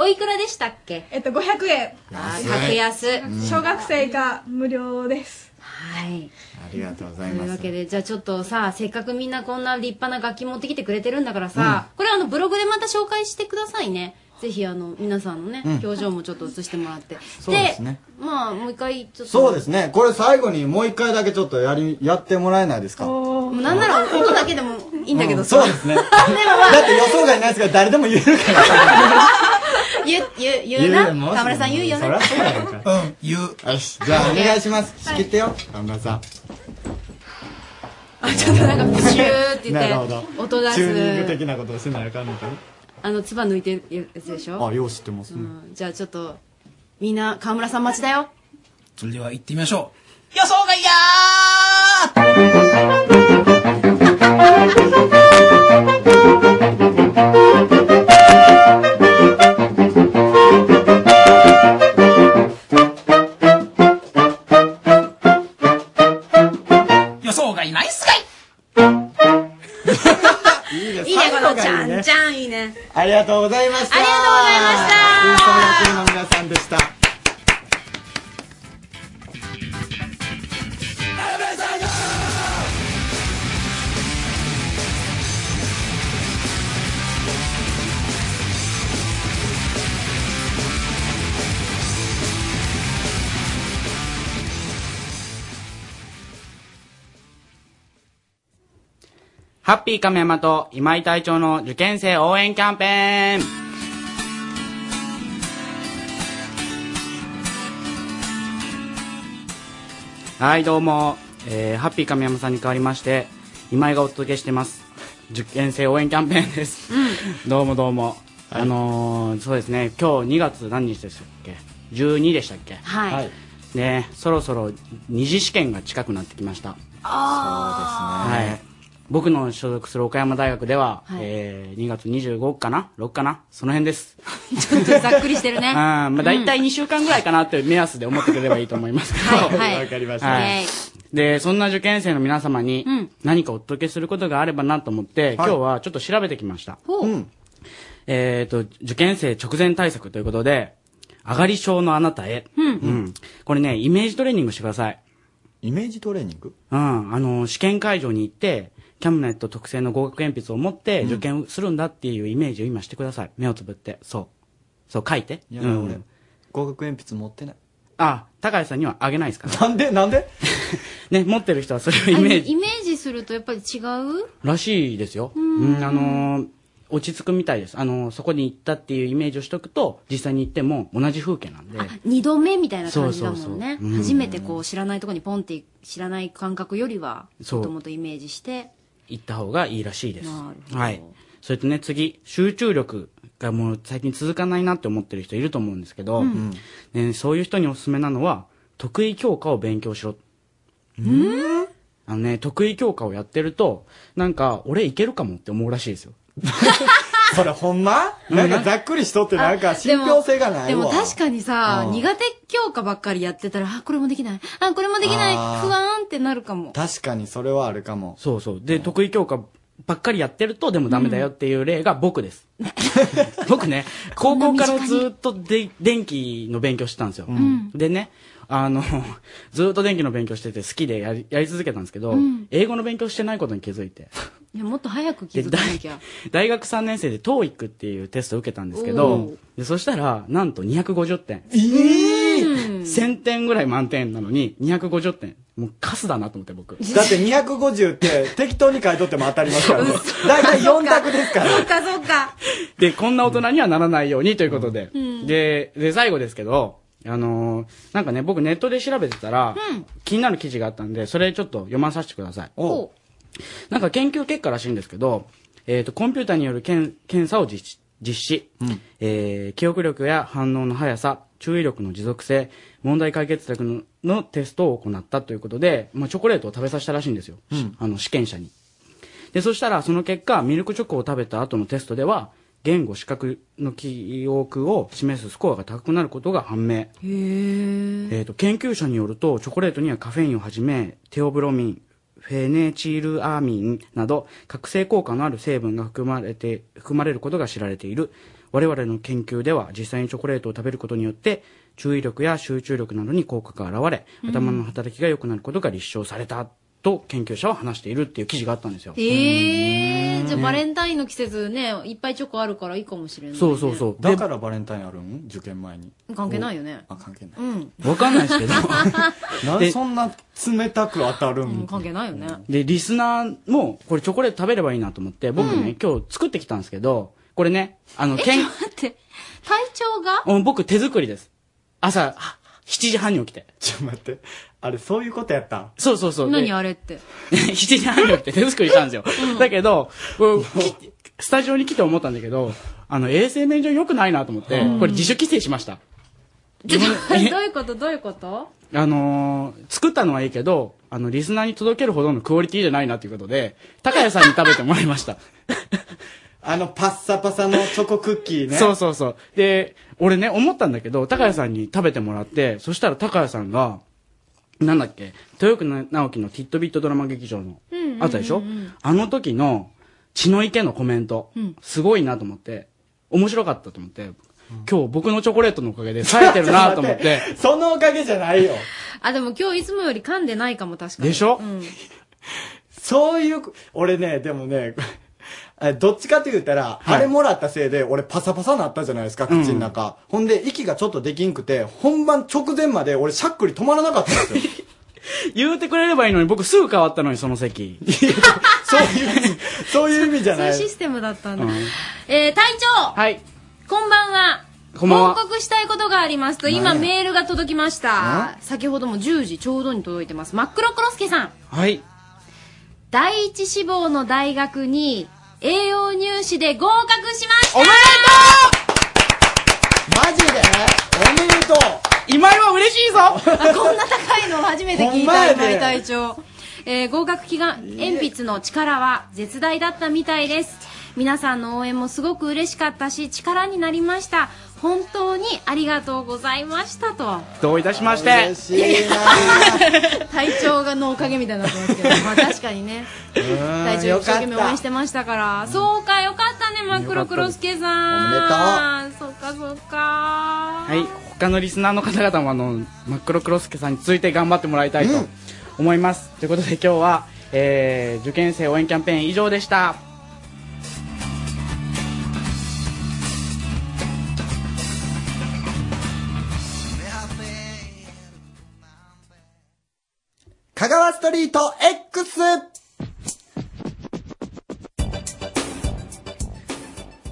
[SPEAKER 3] おいくらでしたっけ
[SPEAKER 6] えっと500円
[SPEAKER 3] あー格安
[SPEAKER 6] 小学生が無料です
[SPEAKER 3] はい
[SPEAKER 2] ありがとうござい
[SPEAKER 3] という
[SPEAKER 2] ま
[SPEAKER 3] わ
[SPEAKER 2] す。
[SPEAKER 3] けでじゃあちょっとさせっかくみんなこんな立派な楽器持ってきてくれてるんだからさ、これあのブログでまた紹介してくださいねぜひあの皆さんのね、
[SPEAKER 2] うん
[SPEAKER 3] 表情もちょっと映してもらって
[SPEAKER 2] そうですね。
[SPEAKER 3] まあもう一回ちょっと
[SPEAKER 2] そうですね。これ最後にもう一回だけちょっとやり、やってもらえないですか。
[SPEAKER 3] もうなんなら音だけでもいいんだけど
[SPEAKER 2] うん
[SPEAKER 3] さ、
[SPEAKER 2] そうですね。だって予想外ないですから誰でも言えるから。
[SPEAKER 3] [laughs] 言う言う言うな
[SPEAKER 2] よもう
[SPEAKER 3] 田村さん言うよね
[SPEAKER 2] そりゃそうやんか。うん、言う。よし、じゃあお願いします。仕切ってよ、田村さん。
[SPEAKER 3] あちょっとなんかプシューって言
[SPEAKER 2] なるほ
[SPEAKER 3] っ
[SPEAKER 2] ど
[SPEAKER 3] て音出
[SPEAKER 2] チューニング
[SPEAKER 3] す
[SPEAKER 2] 的なことをせなあかんのか
[SPEAKER 3] あの唾抜いてるやつでし
[SPEAKER 2] な。
[SPEAKER 3] ょ
[SPEAKER 2] あ、よう知ってますね。
[SPEAKER 3] じゃあちょっとみんな川村さん待ちだよ
[SPEAKER 25] それでは行ってみましょ
[SPEAKER 29] 予想外や
[SPEAKER 25] う。予想外ナイスかい
[SPEAKER 2] いいね
[SPEAKER 3] いいねこ
[SPEAKER 2] 最後
[SPEAKER 3] のじ
[SPEAKER 2] が
[SPEAKER 3] ゃ
[SPEAKER 2] いいね
[SPEAKER 3] んじゃんいいね
[SPEAKER 2] ありがとうございました。
[SPEAKER 3] ありが
[SPEAKER 2] とうございました。の皆さんでした。
[SPEAKER 7] ハッピー亀山と今井隊長の受験生応援キャンペーンはい、どうも、えー、ハッピー亀山さんに代わりまして、今井がお届けしてます。受験生応援キャンペーンです。どうもどうも。あのー、そうですね、今日2月何日でしたっけ ?12 でしたっけ
[SPEAKER 3] はいはい。
[SPEAKER 7] ね、そろそろ二次試験が近くなってきました。はい、僕の所属する岡山大学では、
[SPEAKER 3] はい
[SPEAKER 7] えー、2月25日かな6かなその辺です、
[SPEAKER 3] ちょっとざっくり [laughs] してる
[SPEAKER 7] [laughs]
[SPEAKER 3] ね
[SPEAKER 7] うんまあ、大体2週間ぐらいかなという目安で思ってくれればいいと思いますけど
[SPEAKER 3] [laughs] はいはいわかりましたイエ
[SPEAKER 7] でそんな受験生の皆様に
[SPEAKER 3] うん
[SPEAKER 7] 何かお届けすることがあればなと思って、今日はちょっと調べてきました、えっ、と受験生直前対策ということで上がり症のあなたへ、
[SPEAKER 3] うん
[SPEAKER 7] うん、これねイメージトレーニングしてくださいイメージトレーニングうんあの試験会場に行ってキャムネット特製の合格鉛筆を持って受験するんだっていうイメージを今してください目をつぶってそうそう書いて
[SPEAKER 2] いや、
[SPEAKER 7] うん
[SPEAKER 2] 俺、合格鉛筆持ってない。
[SPEAKER 7] あ高橋さんにはあげないですかなんでなんで [laughs] ね持ってる人はそれをイメージ
[SPEAKER 3] イメージするとやっぱり違う
[SPEAKER 7] らしいですよ。
[SPEAKER 3] うん
[SPEAKER 7] うんあのー落ち着くみたいです。あの、そこに行ったっていうイメージをしとくと、実際に行っても同じ風景なんで。
[SPEAKER 3] 二度目みたいな感じだもんね
[SPEAKER 7] そうそうそううん
[SPEAKER 3] 初めてこう知らないとこにポンって知らない感覚よりは
[SPEAKER 7] そう
[SPEAKER 3] もともとイメージして
[SPEAKER 7] 行った方がいいらしいです。
[SPEAKER 3] なるほど
[SPEAKER 7] はい。それとね、次、集中力がもう最近続かないなって思ってる人いると思うんですけど、
[SPEAKER 3] うん
[SPEAKER 7] ね、そういう人におすすめなのは、得意教科を勉強しろ。あのね、得意教科をやってると、なんか、俺いけるかもって思うらしいですよ。
[SPEAKER 2] [laughs] それほんまなんかざっくりしとってなんか
[SPEAKER 3] あ
[SPEAKER 2] 信憑性がない
[SPEAKER 3] で
[SPEAKER 2] わ。
[SPEAKER 3] もでも確かにさ
[SPEAKER 2] うん
[SPEAKER 3] 苦手教科ばっかりやってたらあこれもできないあこれもできない不
[SPEAKER 7] あー
[SPEAKER 3] 安ってなるかも
[SPEAKER 2] 確かにそれはあるかも。
[SPEAKER 7] そうそう。で、得意教科ばっかりやってると、でもダメだよっていう例が僕
[SPEAKER 2] [laughs]
[SPEAKER 7] です。僕ね、高校からずっとで電気の勉強してたんですよ。
[SPEAKER 30] ん
[SPEAKER 7] でね、あの、ずっと電気の勉強してて好きでやりやり続けたんですけど、
[SPEAKER 3] うん
[SPEAKER 7] 英語の勉強してないことに気づいて。
[SPEAKER 3] いやもっと早く気づかなきゃ
[SPEAKER 7] 大学3年生で TOEIC っていうテストを受けたんですけ
[SPEAKER 3] お
[SPEAKER 7] ど
[SPEAKER 3] ー、
[SPEAKER 7] でそしたら、なんと250点。1000点ぐらい満点なのに、250点。もうカスだなと思って僕。
[SPEAKER 2] だって250って適当に書いとっても当たりますからね。だいたい4択ですから。
[SPEAKER 3] そうかそ
[SPEAKER 7] [laughs]
[SPEAKER 3] うか
[SPEAKER 7] で、こんな大人にはならないようにということで。
[SPEAKER 3] うん
[SPEAKER 7] で、で、最後ですけど、あのーなんかね、僕ネットで調べてたら、気になる記事があったんで、それちょっと読まさせてください。なんか研究結果らしいんですけど、えっ、と、コンピューターによる検検査を実施実施、えー記憶力や反応の速さ、注意力の持続性、問題解決力ののテストを行ったということで、まあ、チョコレートを食べさせたらしいんですよ。あの、試験者に。で、そしたら、その結果、ミルクチョコを食べた後のテストでは、言語、視覚の記憶を示すスコアが高くなることが判明。えー、と研究者によるとチョコレートにはカフェインをはじめテオブロミンフェネチルアミンなど覚醒効果のある成分が含まれて含まれることが知られている我々の研究では実際にチョコレートを食べることによって注意力や集中力などに効果が現れ
[SPEAKER 3] うん
[SPEAKER 7] 頭の働きが良くなることが立証されたと研究者は話しているっていう記事があったんですよ。
[SPEAKER 3] ええじゃあ
[SPEAKER 7] ね
[SPEAKER 3] バレンタインの季節ねいっぱいチョコあるからいいかもしれないね
[SPEAKER 7] そうそうそう。
[SPEAKER 2] だからバレンタインあるん受験前に。
[SPEAKER 3] 関係ないよね
[SPEAKER 2] あ、関係な
[SPEAKER 3] うん
[SPEAKER 7] わかんないで
[SPEAKER 3] [laughs]
[SPEAKER 7] すけど
[SPEAKER 2] なんでそんな冷たく当たるん
[SPEAKER 3] 関係ないよね
[SPEAKER 7] で、リスナーも、これチョコレート食べればいいなと思って、僕ね、今日作ってきたんですけど、これね、あの、けん、
[SPEAKER 3] 体調が
[SPEAKER 7] うん僕手作りです。朝、は7時半に起きて。
[SPEAKER 2] ちょっと待って。あれ、そういうことやった
[SPEAKER 7] そうそうそう。
[SPEAKER 3] 何
[SPEAKER 7] で [laughs]
[SPEAKER 3] あれって
[SPEAKER 7] 7時半に起きて手作りしたんですよ。だけど、こうきスタジオに来て思ったんだけど、あの、衛生面上良くないなと思って
[SPEAKER 3] うん、
[SPEAKER 7] これ自主規制しました。
[SPEAKER 3] ちょっと待ってどういうことどういうこと
[SPEAKER 7] あのー作ったのはいいけど、あの、リスナーに届けるほどのクオリティじゃないなということで、高谷さんに食べてもらいました。
[SPEAKER 2] あの、パッサパサのチョコクッキーね。
[SPEAKER 7] そうそうそう。で、俺ね、思ったんだけど、高谷さんに食べてもらって、そしたら高谷さんが、なんだっけ、豊久直樹のティットビットドラマ劇場の
[SPEAKER 30] うんうんうんう、ん
[SPEAKER 7] あったでしょあの時の、血の池のコメント、すごいなと思って、面白かったと思って、今日僕のチョコレートのおかげで冴えてるなと思っ
[SPEAKER 2] [laughs] ちょ
[SPEAKER 7] て
[SPEAKER 2] と待。そのおかげじゃないよ。
[SPEAKER 3] あでも今日いつもより噛んでないかも確かに
[SPEAKER 2] でしょ
[SPEAKER 3] うん
[SPEAKER 2] そういう、俺ね、でもね、あどっちかと言ったら、あれもらったせいで、俺パサパサなったじゃないですか、口の中。ほんで、息がちょっとできんくて、本番直前まで俺しゃっくり止まらなかったんですよ。
[SPEAKER 7] 言うてくれればいいのに、僕すぐ変わったのに、その席。
[SPEAKER 2] そういう、そういう意味じゃ
[SPEAKER 3] そういうシステムだったんだ、えー、隊長
[SPEAKER 7] はい
[SPEAKER 3] こんばんは
[SPEAKER 7] こんばんは
[SPEAKER 3] 報告したいことがありますと今メールが届きました先ほども10時ちょうどに届いてます真っ黒クロスケさん
[SPEAKER 7] はい。
[SPEAKER 3] 第一志望の大学に栄養入試で合格しました
[SPEAKER 7] おめで
[SPEAKER 2] マジでおめでとう
[SPEAKER 7] 今井は嬉しいぞ
[SPEAKER 3] こんな高いの初めて聞
[SPEAKER 7] ほ
[SPEAKER 3] い
[SPEAKER 7] ん
[SPEAKER 3] た
[SPEAKER 7] まやね
[SPEAKER 3] 今井隊長、えー合格祈願鉛筆の力は絶大だったみたいです皆さんの応援もすごく嬉しかったし力になりました本当にありがとうございました [laughs] と
[SPEAKER 7] どういたしまして。
[SPEAKER 3] 隊長がのおかげみたいになってますけど、まあ、確かにね隊長一生懸命応援してましたからそうかよかったね真っ黒クロスケさんそうかそうか
[SPEAKER 7] はい、他のリスナーの方々もあの真っ黒クロスケさんに続いて頑張ってもらいたいと思います、ということで今日は、えー受験生応援キャンペーン以上でした
[SPEAKER 2] 香川ストリート X!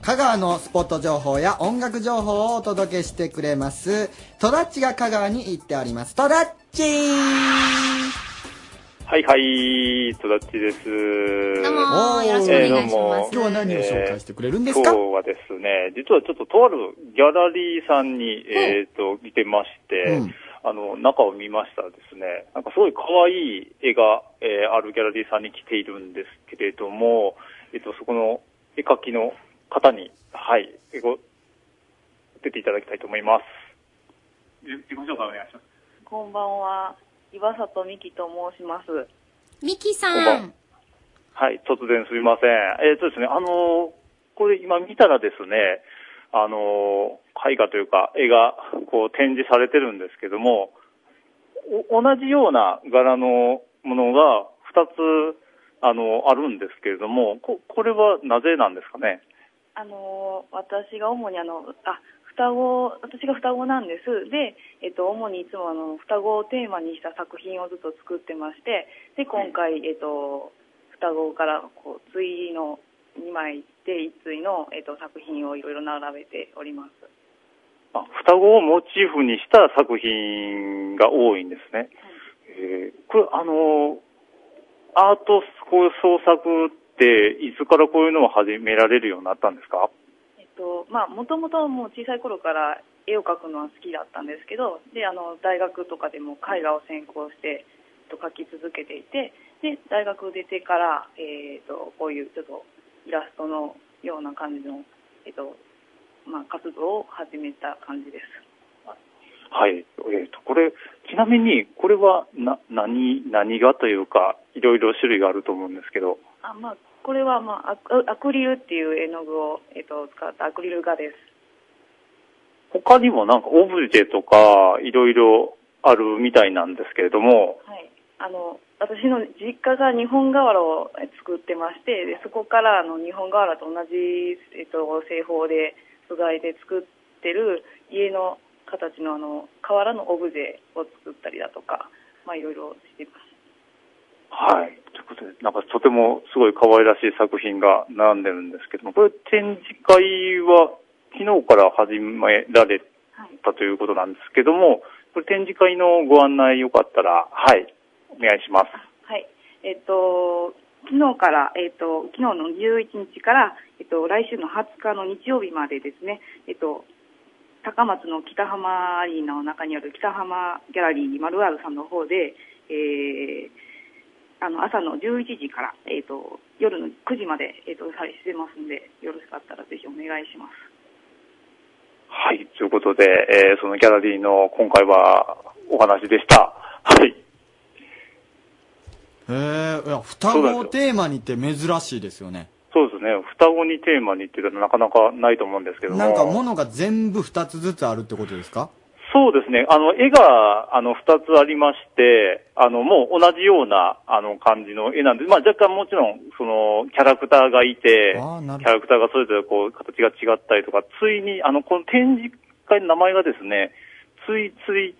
[SPEAKER 2] 香川のスポット情報や音楽情報をお届けしてくれますトラッチが香川に行っておりますトラッチ
[SPEAKER 30] はいはい、とだっちです。どう
[SPEAKER 2] もよろしくお願いします今日は何を紹介してくれるんですか
[SPEAKER 30] えー今日はですね、実はちょっととあるギャラリーさんに、えっ、と、見てまして、
[SPEAKER 12] うん
[SPEAKER 30] あの、中を見ましたらですね、なんかすごい可愛い絵が、えーあるギャラリーさんに来ているんですけれども、えっ、と、そこの絵描きの方に、はい、ご出ていただきたいと思います。自己紹介お願いします。
[SPEAKER 31] こんばんは。岩里美希と申します。
[SPEAKER 3] ミキさ
[SPEAKER 30] こんばん
[SPEAKER 3] ん。
[SPEAKER 30] はい、突然すみません。えっ、とですね、あのーこれ今見たらですね、あのー絵画というか絵がこう展示されてるんですけども、お同じような柄のものが2つ、あのーあるんですけれども、ここれはなぜなんですかね
[SPEAKER 31] あのー私が主にあの、あ、双子、私が双子なんです。で、えっと、主にいつもあの、双子をテーマにした作品をずっと作ってまして、で、今回、えっと、双子から、こう、対の2枚で、一対の、えっと、作品をいろいろ並べております。
[SPEAKER 30] あ双子をモチーフにした作品が多いんですね。えーこれ、あのーアートこういう創作って、いつからこういうのを始められるようになったんですか
[SPEAKER 31] えっと、まあ、もともともう小さい頃から絵を描くのは好きだったんですけど、で、あの、大学とかでも絵画を専攻して、えっと描き続けていて、で、大学出てから、えっと、こういうちょっとイラストのような感じの、えっと、まあ、活動を始めた感じです。
[SPEAKER 30] はい。えっ、と、これ、ちなみに、これは、な、何、何がというか、いろいろ種類があると思うんですけど、
[SPEAKER 31] あ、まあ、これは、まあ、アクアクリルっていう絵の具を、えっと、使ったアクリル画です。
[SPEAKER 30] 他にもなんかオブジェとか、いろいろあるみたいなんですけれども、
[SPEAKER 31] はい、あの私の実家が日本瓦を作ってましてでそこからあの日本瓦と同じ、えっと、製法で素材で作ってる家の形のあの瓦のオブジェを作ったりだとか、まあ、いろいろしてます。
[SPEAKER 30] はい。ということで、なんかとてもすごい可愛らしい作品が並んでるんですけども、これ展示会は昨日から始められたということなんですけども、これ展示会のご案内よかったら、はい、お願いします。
[SPEAKER 31] はい。えっと、昨日から、えっと、昨日の11日から、えっと、来週の20日の日曜日までですね、えっと、高松の北浜アリーナの中にある北浜ギャラリーマルアールさんの方で、えーあの、朝の11時から、えっと、夜の9時まで、えっと、はいしてますんで、よろしかったらぜひお願いします。
[SPEAKER 30] はい、ということで、えーそのギャラリーの今回はお話でした。はい。
[SPEAKER 2] へえいや双子をテーマにって珍しいですよね
[SPEAKER 30] そうですね、双子にテーマにっていうのはなかなかないと思うんですけども。
[SPEAKER 2] なんか物が全部2つずつあるってことですか
[SPEAKER 30] そうですね、あの、絵が、あの、二つありまして、あの、もう同じような、あの、感じの絵なんで、まあ、若干もちろん、その、キャラクターがいて、キ
[SPEAKER 2] ャ
[SPEAKER 30] ラクターがそれぞれこう、形が違ったりとか、ついに、あの、この展示会の名前がですね、ついつい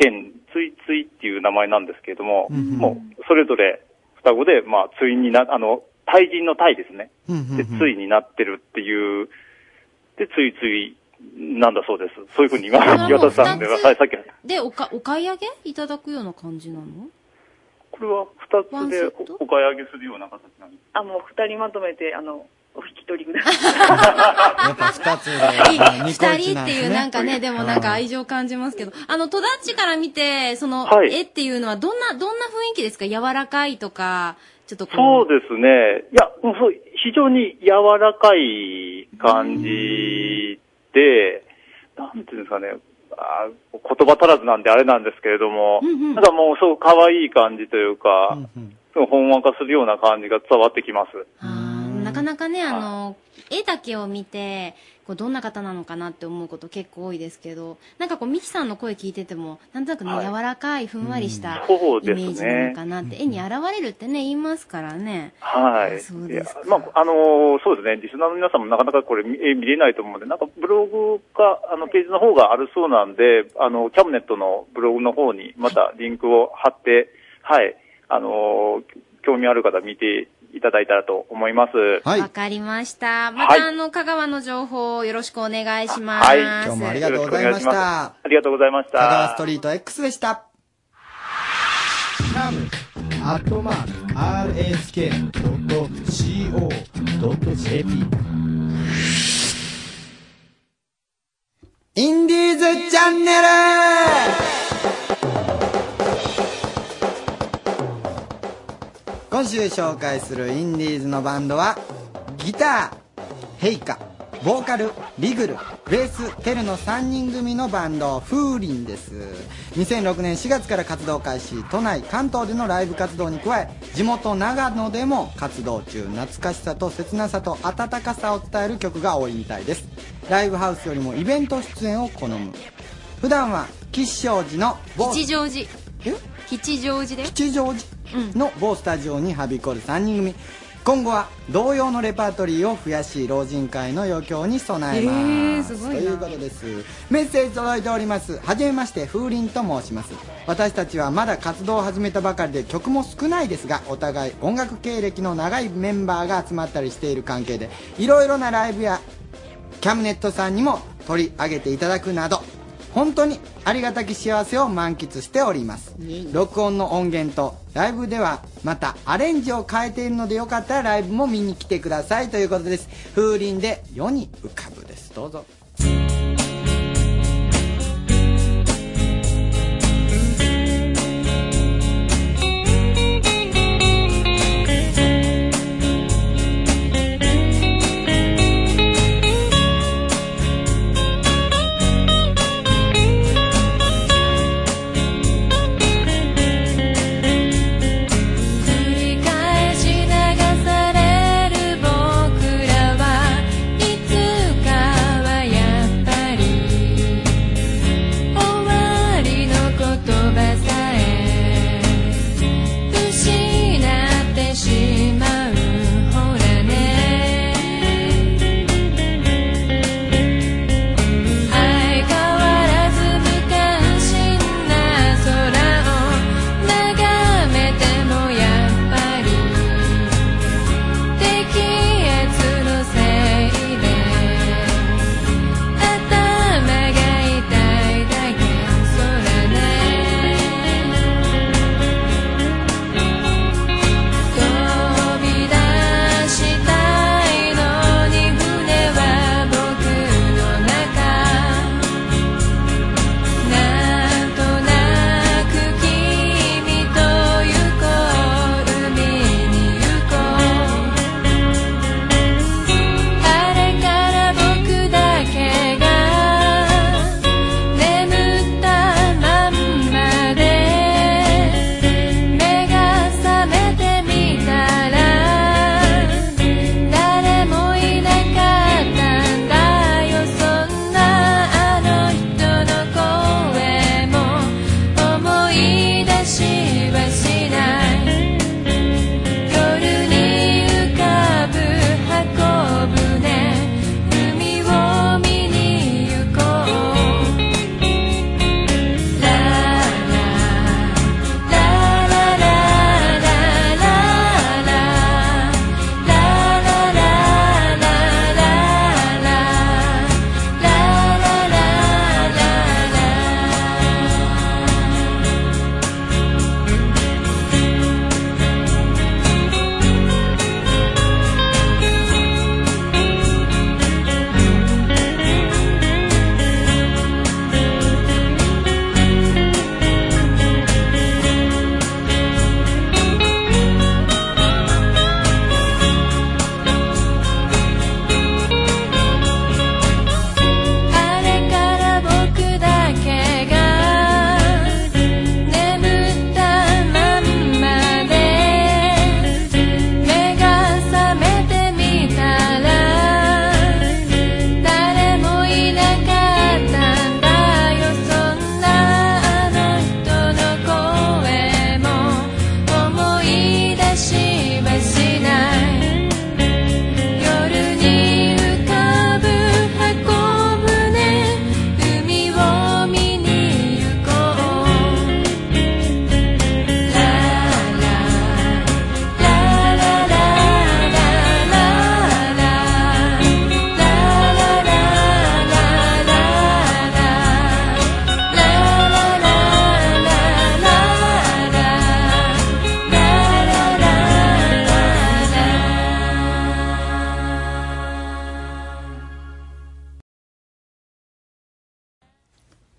[SPEAKER 30] 展、ついついっていう名前なんですけれども、もう、それぞれ、双子で、まあ、ついにな、あの、対人の対ですね。で、ついになってるっていう、で、ついつい、なんだそうです。そういうふうに今、岩田さんでは、はい、さっき、
[SPEAKER 3] で、おか、お買い上げいただくような感じなの
[SPEAKER 30] これは二つでおお買い上げするような形なんです。
[SPEAKER 31] あ、もう二人まとめて、あの、お引き取りください。
[SPEAKER 2] やっぱ2つで
[SPEAKER 3] 二人っていうなんかね、でもなんか愛情感じますけど、あの、戸田っちから見て、その
[SPEAKER 30] は、い
[SPEAKER 3] 絵っていうのはどんな、どんな雰囲気ですか柔らかいとか、ちょっとこ
[SPEAKER 30] そうですね。いや、もうそう非常に柔らかい感じで、なんていうんですかね、あー言葉足らずなんであれなんですけれども、なんかもうすごく可愛い感じというか、すごい本わかするような感じが伝わってきます。
[SPEAKER 3] なかなかね、あの、絵だけを見て、こうどんな方なのかなって思うこと結構多いですけど、なんかこう、ミキさんの声聞いてても、なんとなくね、
[SPEAKER 30] はい
[SPEAKER 3] 柔らかい、ふんわりしたイ
[SPEAKER 30] そう
[SPEAKER 3] メ
[SPEAKER 30] ですね
[SPEAKER 3] ージなのかなって、絵に現れるってね、言いますからね。
[SPEAKER 30] はい。
[SPEAKER 3] そうです
[SPEAKER 30] いやまあ、あのーそうですね、リスナーの皆さんもなかなかこれ見え見れないと思うので、なんかブログか、あの、ページの方があるそうなんで、あの、キャムネットのブログの方にまたリンクを貼って、はい、あのー興味ある方見ていただいたらと思います。
[SPEAKER 3] わ、かりました。また、
[SPEAKER 30] はい
[SPEAKER 3] あの、香川の情報をよろしくお願いします。
[SPEAKER 30] はい。
[SPEAKER 2] 今日もありがとうございました
[SPEAKER 30] よろくお願ますありがとうございました。
[SPEAKER 2] 香川ストリート X でした。
[SPEAKER 15] アットマーク RSK.co.jp
[SPEAKER 2] インディーズチャンネル今週紹介するインディーズのバンドはギターヘイカボーカルリグルベーステルの3人組のバンドフーリンです2006年4月から活動開始都内関東でのライブ活動に加え地元長野でも活動中懐かしさと切なさと温かさを伝える曲が多いみたいですライブハウスよりもイベント出演を好む普段は吉祥寺の某
[SPEAKER 3] 吉祥寺。吉祥寺で。
[SPEAKER 2] 吉祥寺の某スタジオにはびこる3人組今後は同様のレパートリーを増やし老人会の余興に備えます,、
[SPEAKER 3] へーすごい
[SPEAKER 2] と
[SPEAKER 3] な
[SPEAKER 2] いうことですメッセージ届いておりますはじめまして風鈴と申します私たちはまだ活動を始めたばかりで曲も少ないですがお互い音楽経歴の長いメンバーが集まったりしている関係でいろいろなライブやキャムネットさんにも取り上げていただくなど本当にありがたき幸せを満喫しております録音の音源とライブではまたアレンジを変えているのでよかったらライブも見に来てくださいということです風鈴で世に浮かぶですどうぞ
[SPEAKER 16] 繰り返し流される僕らはいつかはや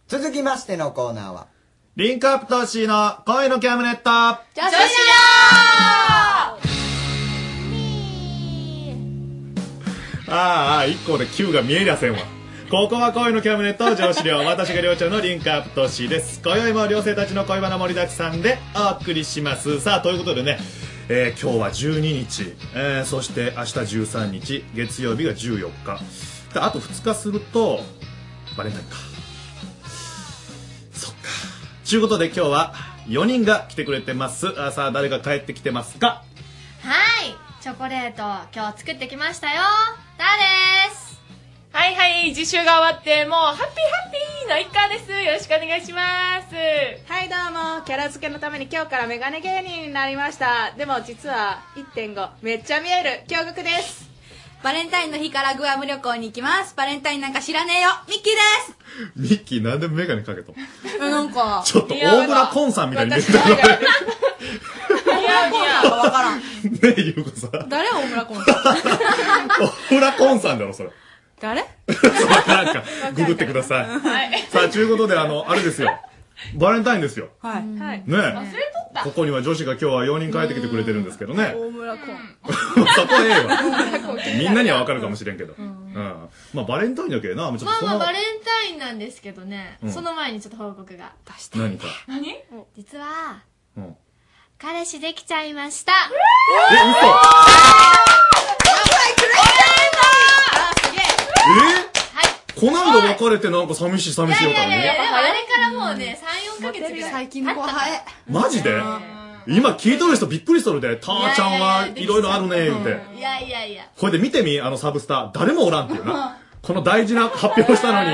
[SPEAKER 2] 続きましてのコーナーは、
[SPEAKER 1] リンクアップ投資の恋のキャムネット
[SPEAKER 16] 女子だ
[SPEAKER 1] あーあー、一個で Q が見えりゃせんわ。ここは恋のキャムネット上司寮、私が寮長のリンクアップ都市です。今宵も寮生たちの恋バナ盛りだくさんでお送りします。さあ、ということでね、えー今日は12日、えーそして明日13日、月曜日が14日。であと2日すると、バレないか。そっか。ちゅうことで今日は4人が来てくれてます。あさあ、誰が帰ってきてますか
[SPEAKER 19] はいチョコレート今日作ってきましたよだです
[SPEAKER 21] はいはい、自習が終わって、もう、ハッピーハッピーの一家です。よろしくお願いします。はい、どうも、キャラ付けのために今日からメガネ芸人になりました。でも、実は、1.5、めっちゃ見える、驚愕です。
[SPEAKER 32] バレンタインの日からグアム旅行に行きます。バレンタインなんか知らねえよ。ミッキーです。
[SPEAKER 1] ミッキーなんでメガネかけたの
[SPEAKER 32] なんか。
[SPEAKER 1] ちょっと大村コンさんみたいに見えてる
[SPEAKER 32] 大村コンさんがわからん。
[SPEAKER 1] ねえ、ゆうこさん。
[SPEAKER 32] 誰大村コン
[SPEAKER 21] [laughs]
[SPEAKER 1] 大村コンさんだろ、それ。
[SPEAKER 32] 誰
[SPEAKER 1] なんか、ググってください。
[SPEAKER 21] はい。
[SPEAKER 1] さあ、ちゅうことで、あの、あれですよ。バレンタインですよ。
[SPEAKER 21] はい。ね
[SPEAKER 1] ねえ
[SPEAKER 21] 忘れとった。
[SPEAKER 1] ここには女子が今日は4人帰ってきてくれてるんですけどね。 [laughs]
[SPEAKER 21] 大村コン。
[SPEAKER 1] そこええわ。みんなにはわ
[SPEAKER 21] か
[SPEAKER 1] かるかもしれんけど。うん。まあ、バレンタインだけどな、もうちょ
[SPEAKER 19] ま
[SPEAKER 1] っと
[SPEAKER 19] あ
[SPEAKER 1] そ
[SPEAKER 19] まあ
[SPEAKER 1] の
[SPEAKER 19] バ、レンタインなんですけどね、
[SPEAKER 1] うん
[SPEAKER 19] その前にちょっと報告が出して
[SPEAKER 1] 何か。
[SPEAKER 19] 何実は、
[SPEAKER 1] うん
[SPEAKER 19] 彼氏できちゃいました
[SPEAKER 1] え、嘘えこないだ別れてなんか寂しい寂しいよったの
[SPEAKER 19] いやいやいや
[SPEAKER 1] に。
[SPEAKER 19] でもあれからもうね34ヶ月ぐらい最近の子は早い
[SPEAKER 1] マジで今聞いとる人びっくりしとるで、たーちゃんはいろいろあるね、言うて。
[SPEAKER 19] いやいやいや
[SPEAKER 1] これで見てみ、あのサブスター。誰もおらんっていうな。この大事な発表したのに。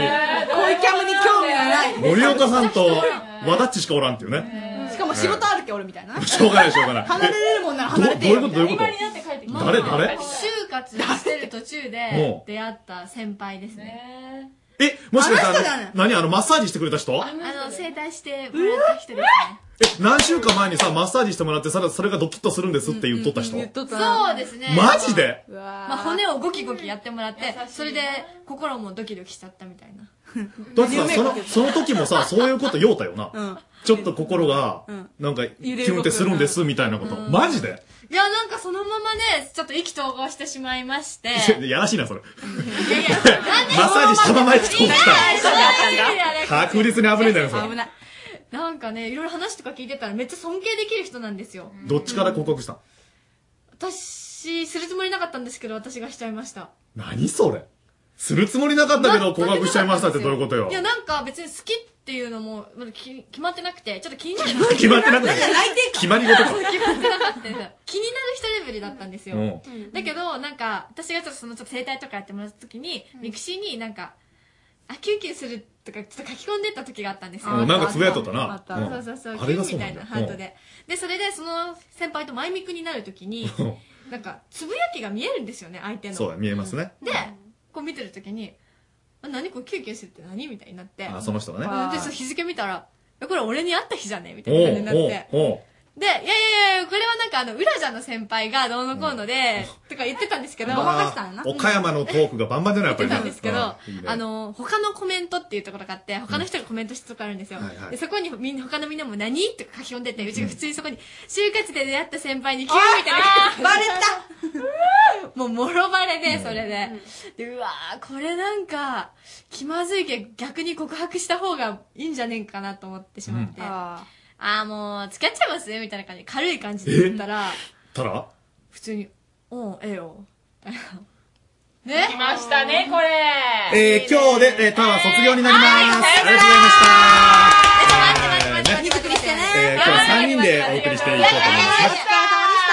[SPEAKER 32] 恋キャムに興味がない。
[SPEAKER 1] 森岡さんと和田っちしかおらんっていうね。
[SPEAKER 32] しかも仕事あるけ俺みたいな。
[SPEAKER 1] しょうがないしょうがない。
[SPEAKER 32] 離れれるもんなら離れて
[SPEAKER 1] ど
[SPEAKER 32] よ。
[SPEAKER 1] どういうことどういうこと
[SPEAKER 19] になって帰って
[SPEAKER 1] きた誰誰
[SPEAKER 19] 就活してる途中で
[SPEAKER 1] も
[SPEAKER 19] 出会った先輩ですね
[SPEAKER 1] え、もしかしてあ
[SPEAKER 19] あの人だよね
[SPEAKER 1] の、何あの、マッサージしてくれた人
[SPEAKER 19] あの整体してもらった人ですね
[SPEAKER 1] え、何週間前にさ、マッサージしてもらって、さそれがドキッとするんですって言っとった人
[SPEAKER 19] そうですね
[SPEAKER 1] マジで
[SPEAKER 19] まあ、骨をゴキゴキやってもらってそれで心もドキドキしちゃったみたい
[SPEAKER 1] [laughs]
[SPEAKER 19] な
[SPEAKER 1] だってさ、その、その時もさ、そういうこと言おうたよな。
[SPEAKER 19] うん
[SPEAKER 1] ちょっと心が
[SPEAKER 19] うん、
[SPEAKER 1] なんか、キ
[SPEAKER 19] 揺れ動
[SPEAKER 1] ュ
[SPEAKER 19] く
[SPEAKER 1] ンってするんです、みたいなこと。マジで
[SPEAKER 19] いやなんかそのままねちょっと意気投合してしまいまして
[SPEAKER 1] [laughs] いややらしいな、それ。
[SPEAKER 19] なんで
[SPEAKER 1] マッサージしたまま意気投合し
[SPEAKER 19] そういう意味であれ
[SPEAKER 1] た。確実に危ねえんだよ、それ。
[SPEAKER 19] ないなんかねいろいろ話とか聞いてたらめっちゃ尊敬できる人なんですよ
[SPEAKER 1] どっちから告白したの
[SPEAKER 19] 私するつもりなかったんですけど私がしちゃいました
[SPEAKER 1] 何それするつもりなかったけど告白しちゃいましたってどういうことよ
[SPEAKER 19] いやなんか別に好きっていうのもまだき決まってなくてちょっと気になる
[SPEAKER 1] 決まってなくて決まり事か
[SPEAKER 19] そう決まってなかったです気になる人レベルだったんですよ、
[SPEAKER 1] うん
[SPEAKER 19] だけどなんか私がちょっとそのちょっと整体とかやってもらった時に、ミクシーになんかあキュンキュンするとかちょっと書き込んでった時があったんですよ
[SPEAKER 1] うんなんかつぶやいとったな
[SPEAKER 19] あた
[SPEAKER 1] うん
[SPEAKER 19] そうそうそう
[SPEAKER 1] あ
[SPEAKER 19] キ
[SPEAKER 1] れ
[SPEAKER 19] ュン
[SPEAKER 1] が
[SPEAKER 19] み
[SPEAKER 1] そう
[SPEAKER 19] た
[SPEAKER 1] なん
[SPEAKER 19] いな
[SPEAKER 1] だ
[SPEAKER 19] ハートででそれでその先輩とマイミクになる時になんかつぶやきが見えるんですよね相手の
[SPEAKER 1] そうだ見えますね
[SPEAKER 19] でこう見てる時に「あ何これキュンキュンするって何?」みたいになって
[SPEAKER 1] あその人がね
[SPEAKER 19] うんでそう日付見たら「えこれ俺に会った日じゃね?」みたいな感じになっ
[SPEAKER 1] おう
[SPEAKER 19] て
[SPEAKER 1] おうおう
[SPEAKER 19] で、いやいやいや、これはなんかあの、浦ちゃんの先輩がどうのこうので、とか言ってたんですけど、
[SPEAKER 1] ま
[SPEAKER 19] たんや
[SPEAKER 1] あ岡山のトークがバンバンじゃないやっぱ
[SPEAKER 19] 言っ
[SPEAKER 1] り
[SPEAKER 19] て
[SPEAKER 1] ね
[SPEAKER 19] たんです
[SPEAKER 1] う
[SPEAKER 19] けど、
[SPEAKER 1] んいいね
[SPEAKER 19] あの、他のコメントっていうところがあって、他の人がコメントしたとこあるんですよ。
[SPEAKER 1] はいはい
[SPEAKER 19] でそこにみんな、他のみんなも何とか書き込んでて、うちが普通にそこに、就活で出会った先輩に急みたいな。バレた [laughs] もう、もろバレで、それで。で、うわーこれなんか、気まずいけど、逆に告白した方がいいんじゃねえかなと思ってしまって。ああーもう、付き合っちゃいますみたいな感じで、軽い感じで言ったら、
[SPEAKER 1] たら
[SPEAKER 19] 普通に、うん、ええよ。
[SPEAKER 21] ね。来ましたね、これ。
[SPEAKER 1] えー、今日で、えー、タワー卒業になります。ありがとうございました。
[SPEAKER 19] ゆっくりしてね
[SPEAKER 1] えー、今日は3人でお送りしていこうと思います。
[SPEAKER 19] お疲れ様でした。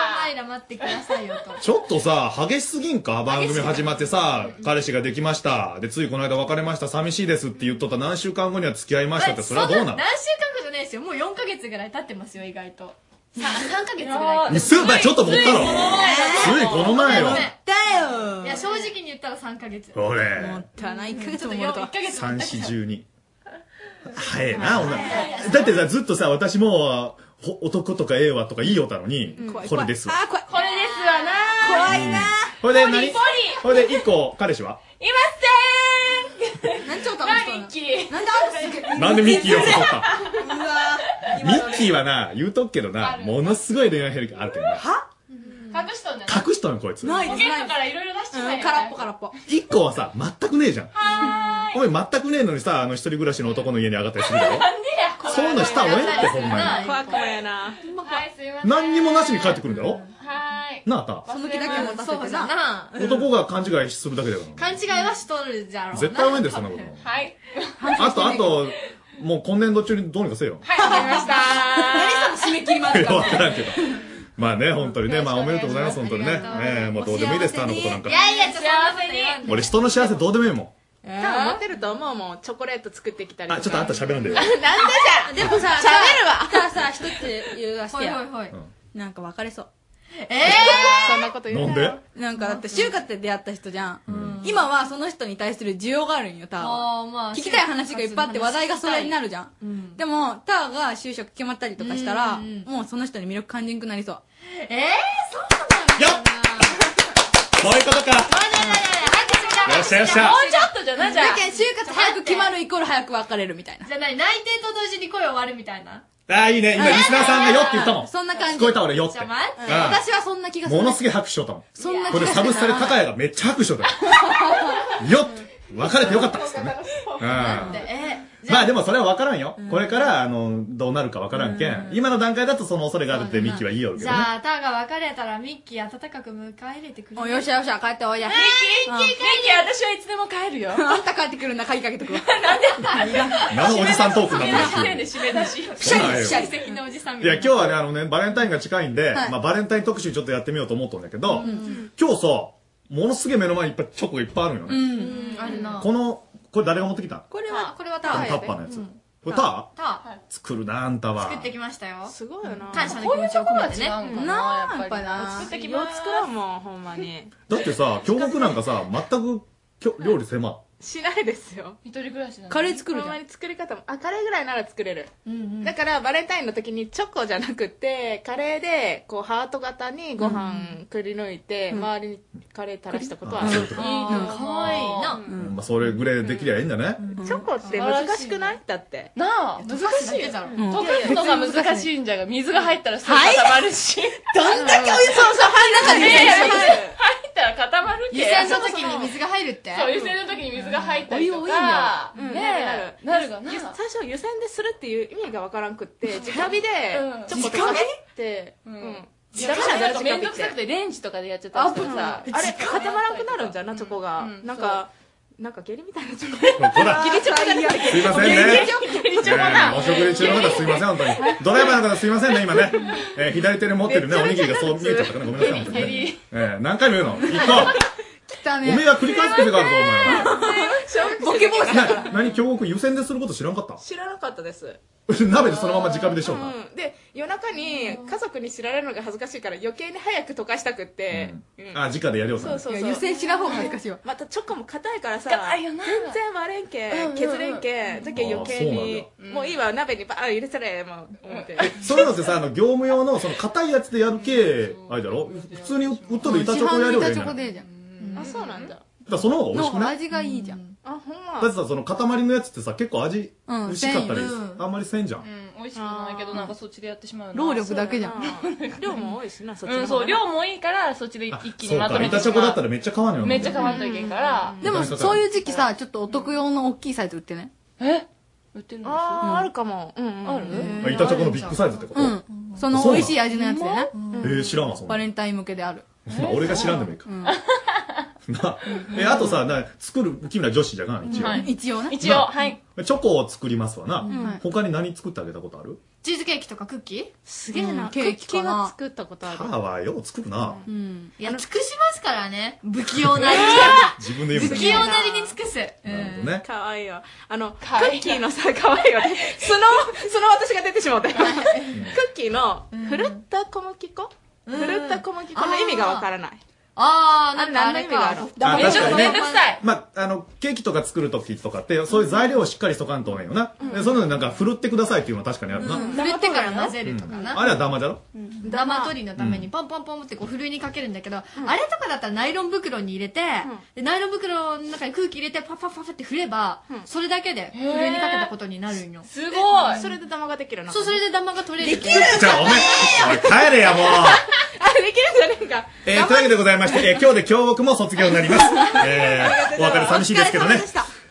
[SPEAKER 19] ちょっとイラ待ってくださいよと。
[SPEAKER 1] ちょっとさ、激しすぎんか番組始まってさ、彼氏ができました。で、ついこの間別れました。寂しいですって言っとった何週間後には付き合いましたって、それはどうなの
[SPEAKER 19] 何週間かじゃないですよ。もう4ヶ月ぐらい経ってますよ、意外と。さ3ヶ月ぐらい。
[SPEAKER 1] 嘘だ、ちょっと持ったろ。
[SPEAKER 19] つ
[SPEAKER 1] ついこの前よ。
[SPEAKER 19] だよいや、正直に言ったら3ヶ月。
[SPEAKER 1] ほれ
[SPEAKER 19] もったいない。1ヶ月も1ヶ月も
[SPEAKER 1] 三四十二。早えな、女。だってさ、ずっとさ、私も、ほ男とかええわとかいいよったのに、これですわ。
[SPEAKER 21] 怖い。これですわな怖いな
[SPEAKER 1] ほいで、
[SPEAKER 21] ポリ
[SPEAKER 1] 何
[SPEAKER 21] ポリ
[SPEAKER 1] [laughs] ほいで、一個、彼氏はい
[SPEAKER 21] ません何ちょっと
[SPEAKER 19] 楽しそうッキー
[SPEAKER 32] なんであんすげ
[SPEAKER 1] なんでミッキーを誘った
[SPEAKER 32] うわ
[SPEAKER 1] ミッキーはな、言うとくけどな、ものすごい恋愛ヘリがあるけどな。
[SPEAKER 19] 隠しとんじゃない
[SPEAKER 1] 隠しとんよ、こいつ。
[SPEAKER 19] ポケットからいろいろ出してたよ空っぽ空っぽ
[SPEAKER 1] 一個はさ、全くねえじゃん。お前全くねえのにさ、あの一人暮らしの男の家に上がったりするだろ。
[SPEAKER 19] なんでやこ
[SPEAKER 1] そういうのしたらおえんってほんまに。
[SPEAKER 21] 怖くもやな
[SPEAKER 19] はいすいません
[SPEAKER 1] 何にもなしに帰ってくるんだろ
[SPEAKER 19] はい
[SPEAKER 1] なあた。
[SPEAKER 19] その気だけ持たせてな
[SPEAKER 1] 男が勘違いするだけだか
[SPEAKER 19] 勘違いはしとるじゃろうな
[SPEAKER 1] 絶対多いんだよそんなこと
[SPEAKER 19] はい
[SPEAKER 1] ら。あと、あと、もう今年度中にどうにかせよ。
[SPEAKER 19] はいわかりました何その締め切りま
[SPEAKER 1] [laughs]
[SPEAKER 19] で
[SPEAKER 1] わからんけど。まあね、本当にね、まあおめでとうございます、本当にね。ええ、もうどうでもいいです、他のことなんか
[SPEAKER 19] い。やいやちょっと幸せに
[SPEAKER 1] 俺人の幸せどうでもいいもん。
[SPEAKER 21] 多分持ってると思うもんチョコレート作ってきたり
[SPEAKER 1] あ、ちょっとあんた喋らんでよ。
[SPEAKER 21] なんで
[SPEAKER 32] じゃんでもさ
[SPEAKER 21] 喋るわ
[SPEAKER 32] じゃあさ一つ言わせてや
[SPEAKER 21] ほいほいほい
[SPEAKER 32] なんか別れそう
[SPEAKER 21] え
[SPEAKER 32] え
[SPEAKER 21] そんなこと言う
[SPEAKER 1] なんで
[SPEAKER 32] なんかだって就活で出会った人じゃん、今はその人に対する需要があるんよタワーは
[SPEAKER 19] あ
[SPEAKER 32] 聞きたい話がいっぱいあって話題がそれになるじゃん、でもタワーが就職決まったりとかしたら、もうその人に魅力感じんくなりそう
[SPEAKER 19] ええそ
[SPEAKER 1] そうい
[SPEAKER 19] う
[SPEAKER 1] うことか。よっしゃよっしゃ。
[SPEAKER 19] ちょっとじゃなじゃあ
[SPEAKER 32] だけん就活早く決まるイコール早く別れるみたいな
[SPEAKER 19] じゃない内定と同時に恋を割るみたいな
[SPEAKER 1] ああ、いいね。今、リスナーさんがよって言ったもん。
[SPEAKER 32] そんな感じ
[SPEAKER 1] 聞こえた俺よって。
[SPEAKER 19] じゃあ待
[SPEAKER 1] うん
[SPEAKER 32] 私はそんな気がする
[SPEAKER 1] ものすげえ拍手しよったもん。
[SPEAKER 32] そんな気
[SPEAKER 1] こ
[SPEAKER 32] が
[SPEAKER 1] れ
[SPEAKER 32] する
[SPEAKER 1] サブスタで高谷がめっちゃ拍手しよったよ。よって。別れてよかったっつってね。うん。
[SPEAKER 19] え
[SPEAKER 1] まあでもそれは分からんよ。これから、あの、どうなるか分からんけん。今の段階だとその恐れがあるってミッキーは言いよるけ
[SPEAKER 19] じ
[SPEAKER 1] どね。
[SPEAKER 19] ゃあターが別れたらミッキー温かく迎え入れてくれる
[SPEAKER 32] もうよっしゃよっしゃ帰っておいで
[SPEAKER 19] ミッキー
[SPEAKER 32] うん
[SPEAKER 19] ミッキー帰って私はいつでも帰る
[SPEAKER 32] [laughs]
[SPEAKER 19] よ
[SPEAKER 32] あんた帰ってくるんだ鍵かけとくわ [laughs]
[SPEAKER 1] なのおじさんトークになって
[SPEAKER 19] 締め
[SPEAKER 1] る
[SPEAKER 19] 出し締め出し
[SPEAKER 1] 知らないよ
[SPEAKER 19] 出席のおじさんみ
[SPEAKER 1] い
[SPEAKER 19] た
[SPEAKER 1] や、
[SPEAKER 19] い
[SPEAKER 1] 今日はね、あのね、バレンタインが近いんで、
[SPEAKER 19] はい
[SPEAKER 1] まあバレンタイン特集ちょっとやってみようと思ったんだけど、
[SPEAKER 19] うん
[SPEAKER 1] 今日さ、ものすげえ目の前にいっぱいチョコがいっぱいあるんよね。
[SPEAKER 19] うんあるな
[SPEAKER 1] この、これ誰が持ってきた
[SPEAKER 19] これはこれはタ
[SPEAKER 1] この
[SPEAKER 19] ー
[SPEAKER 1] タッパーのやつ。これター
[SPEAKER 19] ター
[SPEAKER 1] 作るなあんたは
[SPEAKER 19] 作ってきましたよすごいよな
[SPEAKER 21] 感
[SPEAKER 19] 感
[SPEAKER 21] 謝
[SPEAKER 19] 謝
[SPEAKER 21] の気
[SPEAKER 19] の
[SPEAKER 21] 持
[SPEAKER 19] 気持
[SPEAKER 21] ち
[SPEAKER 19] ち
[SPEAKER 21] を
[SPEAKER 19] を
[SPEAKER 21] 込
[SPEAKER 19] 込
[SPEAKER 21] め
[SPEAKER 19] め
[SPEAKER 21] て
[SPEAKER 19] て
[SPEAKER 21] ね
[SPEAKER 19] ね
[SPEAKER 21] なあやっぱり
[SPEAKER 19] な
[SPEAKER 21] 作ってきます作らんもんほんまに
[SPEAKER 1] だって [laughs] さ京極なんかさ全くきょ料理狭い
[SPEAKER 21] しないですよ
[SPEAKER 19] 一人暮らしな
[SPEAKER 21] カレー作るほんまに作り方もあカレーぐらいなら作れる、だからバレンタインの時にチョコじゃなくてカレーでこうハート型にご飯くり抜いて、周りにカレー垂らしたことはある、
[SPEAKER 1] うん
[SPEAKER 21] か
[SPEAKER 1] ほ
[SPEAKER 21] わいいな、
[SPEAKER 1] んまそれぐらいできりゃいいんだね
[SPEAKER 21] チョコって難しくないだって
[SPEAKER 19] なあ難しいじゃん
[SPEAKER 21] 溶
[SPEAKER 19] 溶
[SPEAKER 21] かす
[SPEAKER 19] かす
[SPEAKER 21] の
[SPEAKER 19] の
[SPEAKER 21] が
[SPEAKER 19] が
[SPEAKER 21] 難
[SPEAKER 19] 難
[SPEAKER 21] し
[SPEAKER 19] しいんじゃが水が入ったらす
[SPEAKER 21] ぐ
[SPEAKER 19] ぐ
[SPEAKER 21] 固
[SPEAKER 19] 固
[SPEAKER 21] ま
[SPEAKER 19] ま
[SPEAKER 21] る
[SPEAKER 19] るし
[SPEAKER 21] どんだけお湯そう
[SPEAKER 19] [laughs]
[SPEAKER 21] そう入らない
[SPEAKER 19] 入ったら固まるけ
[SPEAKER 32] 湯煎の時に水が入るって
[SPEAKER 19] そう湯煎の時に水が入った
[SPEAKER 21] お
[SPEAKER 19] り
[SPEAKER 21] 湯
[SPEAKER 19] と
[SPEAKER 21] 多いん
[SPEAKER 19] か
[SPEAKER 21] だ
[SPEAKER 19] ねえ
[SPEAKER 21] な
[SPEAKER 19] な
[SPEAKER 21] る
[SPEAKER 19] る
[SPEAKER 21] が
[SPEAKER 19] が
[SPEAKER 21] な
[SPEAKER 19] な
[SPEAKER 21] 最初湯煎でするっていう意味がわからんくって直火で
[SPEAKER 19] うん
[SPEAKER 21] ちょっと
[SPEAKER 19] 直火
[SPEAKER 21] ってうん
[SPEAKER 19] いやなんかめんどくさくて
[SPEAKER 21] レンジとかでやっちゃったあ
[SPEAKER 19] りしたらさ
[SPEAKER 21] あれ固まらなくなるんじゃなチョコがなんかなんか下痢みたいなチョ
[SPEAKER 1] [laughs]
[SPEAKER 21] コ
[SPEAKER 1] ほら
[SPEAKER 21] 下痢チョコじゃなくて
[SPEAKER 1] すいませんね
[SPEAKER 21] 下痢チョコ下痢チョコだ
[SPEAKER 1] ねお食事中の方すいません本当にドライバーの方すいませんね今ね、えー左手に持ってるねおにぎりがそう見えちゃったからねごめんなさい本当にね、えー何回も言 [laughs] うの一個、
[SPEAKER 32] たね
[SPEAKER 1] おめえは繰り返す癖があるぞ
[SPEAKER 21] ボケボ
[SPEAKER 1] お
[SPEAKER 21] ケ
[SPEAKER 1] 前はな何京極湯煎ですること知らんかった
[SPEAKER 21] 知らなかっ
[SPEAKER 1] [laughs]
[SPEAKER 21] たです
[SPEAKER 1] 鍋でそのまま直火でしょうか
[SPEAKER 21] うんで夜中に家族に知られるのが恥ずかしいから余計に早く溶かしたくってうん
[SPEAKER 1] あ直でやりようさ
[SPEAKER 21] そ
[SPEAKER 1] ん
[SPEAKER 21] うそう
[SPEAKER 32] い
[SPEAKER 21] そ
[SPEAKER 32] や
[SPEAKER 21] う
[SPEAKER 32] 湯煎しない方が恥ずかしいわ
[SPEAKER 21] またチョコも硬いからさ
[SPEAKER 32] 硬いよ
[SPEAKER 21] 全
[SPEAKER 32] な
[SPEAKER 21] 然割れんけ
[SPEAKER 32] うんうんうん
[SPEAKER 21] 削れんけだけ余計に
[SPEAKER 1] あ
[SPEAKER 21] もういいわ鍋にバーン入れたらええもう思って
[SPEAKER 1] そういうのってさ、あの、業務用の、その、硬いやつでやる系、あれだろ普通に売っとる板チョコやるよりいいんじゃないだ
[SPEAKER 32] でじゃん
[SPEAKER 21] あそうなんだ
[SPEAKER 1] からその方が美味しく
[SPEAKER 32] の
[SPEAKER 1] ない
[SPEAKER 32] 味がいいじゃん
[SPEAKER 21] あほん
[SPEAKER 1] だ
[SPEAKER 21] ま
[SPEAKER 1] ってさ、その、塊のやつってさ、結構味、
[SPEAKER 32] うん
[SPEAKER 1] 薄かったり
[SPEAKER 32] 繊維、
[SPEAKER 1] あんまりせんじゃん。
[SPEAKER 19] 美味しくないけどなんかそっちでやってしまうな
[SPEAKER 32] 労力だけじゃん
[SPEAKER 21] 量も多いしなそっち
[SPEAKER 19] う
[SPEAKER 21] の
[SPEAKER 19] ん
[SPEAKER 21] 方
[SPEAKER 19] そう
[SPEAKER 21] が
[SPEAKER 19] 量もいいからそっちで一気
[SPEAKER 1] そ
[SPEAKER 19] に
[SPEAKER 1] う
[SPEAKER 19] まと
[SPEAKER 1] か、
[SPEAKER 19] め
[SPEAKER 1] 板
[SPEAKER 19] て
[SPEAKER 1] チョコだったらめっちゃ買わんよ。
[SPEAKER 19] めっちゃ変わんといけんから
[SPEAKER 32] でもそういう時期さちょっとお得用の大きいサイト売ってね
[SPEAKER 19] え売ってるんです
[SPEAKER 21] あーあるかもうんある
[SPEAKER 1] あ板チョコのビッグサイズってこと
[SPEAKER 32] う
[SPEAKER 1] え
[SPEAKER 32] んその美味しい味のやつでね
[SPEAKER 1] ー、知らんわ、そんな
[SPEAKER 32] バ。レンタイン向けである
[SPEAKER 1] まあ俺が知らんでもいいか。 [laughs] な、え、あとさ、な、作る、君ら女子じゃがん、一応。
[SPEAKER 32] 一応ね
[SPEAKER 19] 一応
[SPEAKER 1] な
[SPEAKER 19] はい
[SPEAKER 1] チョコを作りますわな。
[SPEAKER 19] ん
[SPEAKER 1] 他に何作ってあげたことある
[SPEAKER 19] チーズケーキとかクッキーす
[SPEAKER 32] げえなうんケーキかな
[SPEAKER 19] 作ったこと
[SPEAKER 1] 母はよう作るな。
[SPEAKER 32] うん
[SPEAKER 19] いや尽くしますからね不器用なり
[SPEAKER 1] 自分で
[SPEAKER 19] に
[SPEAKER 1] 言う
[SPEAKER 19] 不
[SPEAKER 1] みた
[SPEAKER 19] 器
[SPEAKER 1] い
[SPEAKER 19] 用
[SPEAKER 1] な。
[SPEAKER 19] なりに尽くす
[SPEAKER 1] なるほどね。
[SPEAKER 21] かわいいよあのクッキーのさかわいいよ [laughs]
[SPEAKER 19] [laughs]
[SPEAKER 21] ねそのその私が出てしまったクッキーのふるった小麦粉ふるった小麦粉の意味がわからない
[SPEAKER 19] あー、なんかあれ
[SPEAKER 21] あ
[SPEAKER 19] か
[SPEAKER 21] れ。
[SPEAKER 1] あ
[SPEAKER 19] えちょっとめんどくさい。
[SPEAKER 1] まあ、あの、ケーキとか作るときとかって、そういう材料をしっかりしとかんとねんよな。
[SPEAKER 19] うん
[SPEAKER 1] でそういうのになんか、ふるってくださいっていうのは確かにあるな。
[SPEAKER 19] 振ってから混ぜるとかな。
[SPEAKER 1] あれはダマじゃろ
[SPEAKER 19] ダマ取りのためにポンポンポンってこうふるいにかけるんだけど、あれとかだったらナイロン袋に入れて、でナイロン袋の中に空気入れてパッパッパッパッって振れば、それだけでふるいにかけたことになるんよ
[SPEAKER 21] すごい
[SPEAKER 19] で
[SPEAKER 21] それでダマができるな
[SPEAKER 19] そうそれでダマが取れる
[SPEAKER 21] できる
[SPEAKER 1] じゃあ、おめおい帰れや、もう。
[SPEAKER 21] あできるんじゃね
[SPEAKER 1] えー、というわけでございまして、えー今日で京極も卒業になります。えー、お別れ寂しいですけどね。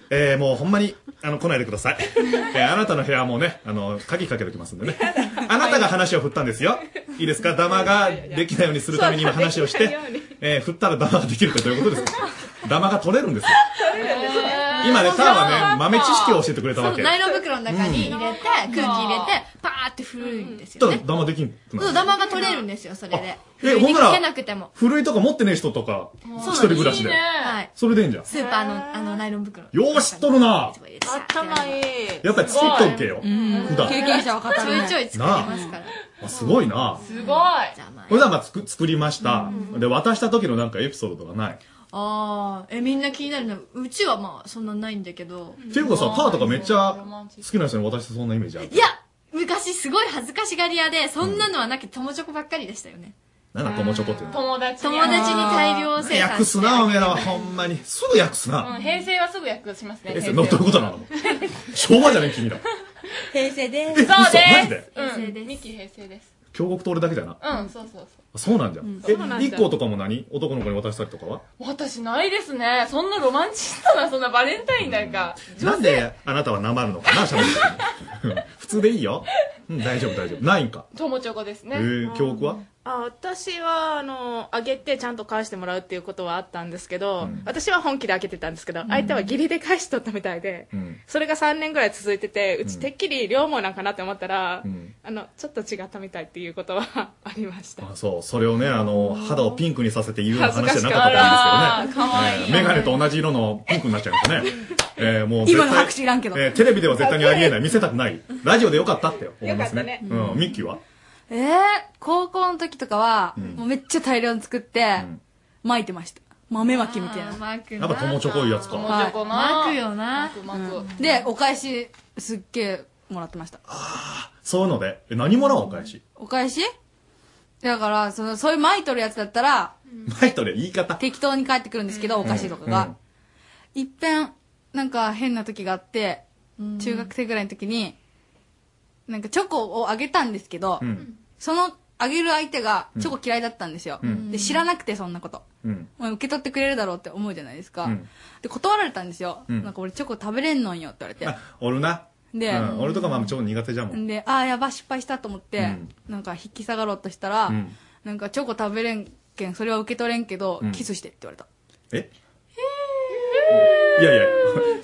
[SPEAKER 1] えー、もうほんまに、あの、来ないでください。えー、あなたの部屋はもうね、あの、鍵かけておきますんでね。あなたが話を振ったんですよ。いいですかダマができないようにするために今話をし
[SPEAKER 21] そう
[SPEAKER 1] て
[SPEAKER 21] だできないように、
[SPEAKER 1] えー、振ったらダマができるってどういうことですかダマが取れるんですよ。
[SPEAKER 21] え
[SPEAKER 1] 今ね、ターはね、
[SPEAKER 21] そう
[SPEAKER 1] 豆知識を教えてくれたわ
[SPEAKER 19] そう
[SPEAKER 1] け。
[SPEAKER 19] ナイロン袋の中に入れて、空気入れてパーって振るんですよね、
[SPEAKER 1] ただダマできんくな
[SPEAKER 19] そう
[SPEAKER 1] る。
[SPEAKER 19] ダマが取れるんですよそれでふ
[SPEAKER 1] え
[SPEAKER 19] るい
[SPEAKER 1] ほん
[SPEAKER 19] に
[SPEAKER 1] なら
[SPEAKER 19] かけなくても
[SPEAKER 1] 古いとか持ってねえ人とか、一人暮らしで。
[SPEAKER 19] はい
[SPEAKER 1] それでいいんじゃん。
[SPEAKER 19] スーパーのあのナイロン袋
[SPEAKER 1] よう知っとるな
[SPEAKER 21] 頭いい
[SPEAKER 1] やっぱり作っとけよ。普段。
[SPEAKER 21] 者は語
[SPEAKER 19] ちょいちょい作りますから
[SPEAKER 1] あすごいな。
[SPEAKER 21] すごい
[SPEAKER 1] これはまあつく作りました。で、渡した時のなんかエピソードとかない。
[SPEAKER 19] ああえみんな気になるのうちはまあそんなないんだけど
[SPEAKER 1] っていうかさ、ターとかめっちゃ好きな人に渡してそんなイメージある
[SPEAKER 19] い。や昔すごい恥ずかしがり屋でそんなのはなき友チョコばっかりでしたよね
[SPEAKER 1] なんだ、友チョコっていうの。
[SPEAKER 21] 友達
[SPEAKER 19] 友達に大量生産
[SPEAKER 1] 訳すな、おめえらはほんまに。すぐ訳す
[SPEAKER 21] うん
[SPEAKER 1] な。
[SPEAKER 21] 平成はすぐ訳しますね
[SPEAKER 1] え、そ
[SPEAKER 21] 平
[SPEAKER 1] れ
[SPEAKER 21] 成
[SPEAKER 1] どういうこと
[SPEAKER 21] [laughs]
[SPEAKER 1] なの昭和じゃねえ、君ら。
[SPEAKER 21] 平成で
[SPEAKER 1] え
[SPEAKER 21] すそ
[SPEAKER 1] 嘘
[SPEAKER 21] う
[SPEAKER 1] マジ
[SPEAKER 21] で
[SPEAKER 1] です
[SPEAKER 21] うんミキ平成です
[SPEAKER 1] 京極と俺だけじゃな。
[SPEAKER 21] うんそうそうそう
[SPEAKER 1] そうなんじゃ
[SPEAKER 21] うん
[SPEAKER 1] ん。
[SPEAKER 21] そうなん
[SPEAKER 1] え、
[SPEAKER 21] じ
[SPEAKER 1] 一
[SPEAKER 21] ゃ
[SPEAKER 1] 個とかも何男の子に渡したりとかは
[SPEAKER 21] 私ないですねそんなロマンチストなそんなバレンタインなんか
[SPEAKER 1] なんであなたはなまるのかな、喋る時にうん普通でいいよ。うん、大丈夫、大丈夫。ないんか。
[SPEAKER 21] 友チョコです
[SPEAKER 1] え
[SPEAKER 21] ね
[SPEAKER 1] ー、教育は
[SPEAKER 21] あ私はあのあげてちゃんと返してもらうっていうことはあったんですけど、私は本気であげてたんですけど、相手は義理で返しとったみたいで、それが3年ぐらい続いててうちてっきり両毛なんかなって思ったら、あのちょっと違ったみたいっていうことは [laughs] ありました
[SPEAKER 1] あそう、それをね、あの、肌をピンクにさせて言うような話
[SPEAKER 21] 恥
[SPEAKER 1] じ
[SPEAKER 21] ず
[SPEAKER 1] ゃ
[SPEAKER 21] か
[SPEAKER 1] なか
[SPEAKER 21] しか
[SPEAKER 1] っ
[SPEAKER 21] った
[SPEAKER 1] たんですけどね。
[SPEAKER 21] あら可愛い
[SPEAKER 1] メガネと同じ色のピンクになっちゃいましたね。えー、もう絶
[SPEAKER 21] 今
[SPEAKER 1] 対
[SPEAKER 21] の拍手いらんけど
[SPEAKER 1] えーテレビでは絶対にありえない。見せたくない。ラジオでよかったって思いますね。
[SPEAKER 32] よかったね
[SPEAKER 1] うん、ミッキーは
[SPEAKER 32] えー、高校の時とかは、もうめっちゃ大量に作って、巻いてました。豆巻きみたいな。
[SPEAKER 1] やっぱ友チョコいいやつか。
[SPEAKER 32] はい
[SPEAKER 19] 巻くよな
[SPEAKER 32] うんで、お返し、すっげえもらってました。
[SPEAKER 1] そういうので、え何もらおうお返し。
[SPEAKER 32] お返しだから、その、そういう巻いとるやつだったら、
[SPEAKER 1] マイトで言い方。
[SPEAKER 32] 適当に帰ってくるんですけど、お菓子とかが。いっぺん、なんか変な時があって、中学生ぐらいの時に、なんかチョコをあげたんですけど、
[SPEAKER 1] うん。
[SPEAKER 32] その、あげる相手がチョコ嫌いだったんですよ。
[SPEAKER 1] うん
[SPEAKER 32] で、知らなくてそんなこと。
[SPEAKER 1] うん。
[SPEAKER 32] まあ受け取ってくれるだろうって思うじゃないですか。
[SPEAKER 1] うん
[SPEAKER 32] で、断られたんですよ。
[SPEAKER 1] うん
[SPEAKER 32] なんか俺チョコ食べれんのんよって言わ
[SPEAKER 1] [laughs]
[SPEAKER 32] れて。
[SPEAKER 1] おるな。
[SPEAKER 32] で
[SPEAKER 1] うん俺とかまあ超苦手じゃもん。
[SPEAKER 32] で、ああ、やば、失敗したと思って、なんか引き下がろうとしたら、
[SPEAKER 1] うん
[SPEAKER 32] なんかチョコ食べれんけん、それは受け取れんけど、
[SPEAKER 1] うん
[SPEAKER 32] キスしてって言われた。
[SPEAKER 1] いやいや、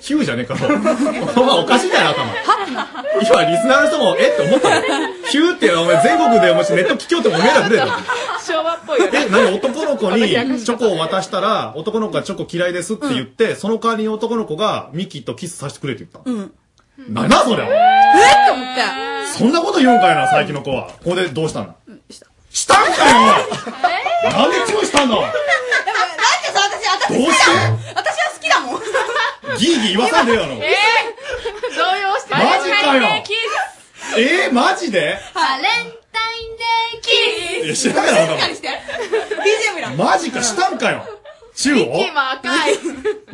[SPEAKER 1] [laughs] ヒューじゃねえか。 [laughs] お前おかしいんだよ、頭。今、リスナーの人も、えって思 [laughs] ったよ。ヒューって、お前全国でもしネット聞きようってもねえだろ出るよ。
[SPEAKER 21] 昭和っぽいよね
[SPEAKER 1] え、何男の子にチョコを渡したら、男の子がチョコ嫌いですって言って、その代わりに男の子がミキとキスさせてくれって言っ
[SPEAKER 32] うん。
[SPEAKER 1] た。なんだそれは
[SPEAKER 32] えっと思って。
[SPEAKER 1] そんなこと言うんかいな、最近の子は。ここでどうしたんだした。んかよおいなんでチューしたんだ
[SPEAKER 27] さ、私、私
[SPEAKER 1] どうして
[SPEAKER 27] 私は好きだもん。
[SPEAKER 1] ギーギー言わさんでええやろ。
[SPEAKER 21] 動揺して
[SPEAKER 1] マジかよ
[SPEAKER 21] キ
[SPEAKER 1] えー、マジで
[SPEAKER 21] バレンタインデ
[SPEAKER 1] いや知らないよ
[SPEAKER 21] して
[SPEAKER 27] BGM いらん
[SPEAKER 1] マジかしたんかよチューを
[SPEAKER 21] ミッキーも赤い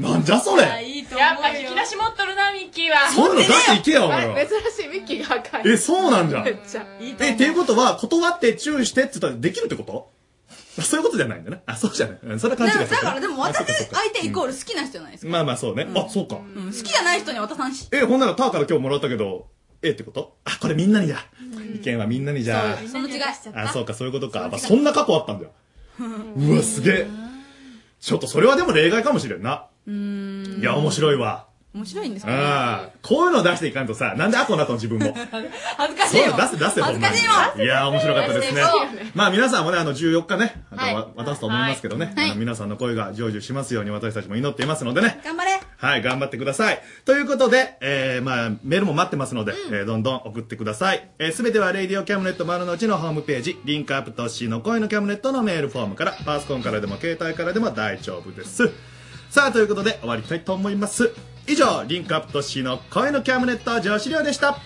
[SPEAKER 1] なんじゃそれ
[SPEAKER 21] いいと思うやっぱ引き出し持っとるなミッキーは
[SPEAKER 1] そんなの出していけやお前は
[SPEAKER 21] あれ珍しいミッキーが赤い
[SPEAKER 1] えそうなんじゃん
[SPEAKER 21] めっちゃいい
[SPEAKER 1] え、っていうことは、断ってチューしてって言ったらできるってこと [laughs] そういうことじゃないんだね。あ、そうじゃないうん。それは勘違い
[SPEAKER 32] だ
[SPEAKER 1] して
[SPEAKER 32] だ
[SPEAKER 1] る
[SPEAKER 32] から、でも渡す
[SPEAKER 1] あ
[SPEAKER 32] 相手イコール好きな人じゃないですか。
[SPEAKER 1] まあまあそうね。あ、そうか。
[SPEAKER 32] うん、好きじゃない人に渡さんし。
[SPEAKER 1] え、ほんならターから今日もらったけど、えってことあ、これみんなにだ。意見はみんなにじゃ
[SPEAKER 32] その違い。
[SPEAKER 1] あ。あ、そうか、そういうことか。まあそんな過去あったんだよ。うわ、すげえ。ちょっとそれはでも例外かもしれんな。
[SPEAKER 32] うーん。
[SPEAKER 1] いや、面白いわ。
[SPEAKER 32] 面白いんですかね。
[SPEAKER 1] ああ、こういうの出していかんとさ、なんでアコになったの自分も。
[SPEAKER 32] 恥ずかし
[SPEAKER 1] そう
[SPEAKER 32] い
[SPEAKER 1] いう
[SPEAKER 32] も
[SPEAKER 1] の
[SPEAKER 32] ん。
[SPEAKER 1] 出せ出せ
[SPEAKER 32] 恥ずかしい
[SPEAKER 1] ほんま
[SPEAKER 32] も
[SPEAKER 1] にいやー面白かったですね
[SPEAKER 32] 出せ出せ
[SPEAKER 1] まあ皆さんもねあの14日ねあと
[SPEAKER 32] はい
[SPEAKER 1] 渡すと思いますけどね、あの皆さんの声が成就しますように私たちも祈っていますのでね
[SPEAKER 32] ん。頑張れ。
[SPEAKER 1] はい、頑張ってください。ということで、えー、まあ、メールも待ってますので、えーどんどん送ってください。えー、すべては、レイディオキャムネット丸の内のホームページ、リンクアップとしの声のキャムネットのメールフォームから、パソコンからでも携帯からでも大丈夫です。さあ、ということで、終わりたいと思います。以上、リンクアップとしの声のキャムネット上司寮でした。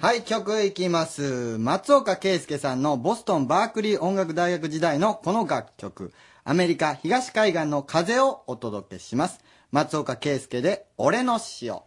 [SPEAKER 12] はい、曲いきます。松岡圭介さんのボストンバークリー音楽大学時代のこの楽曲、アメリカ東海岸の風をお届けします。松岡圭介で、俺の塩。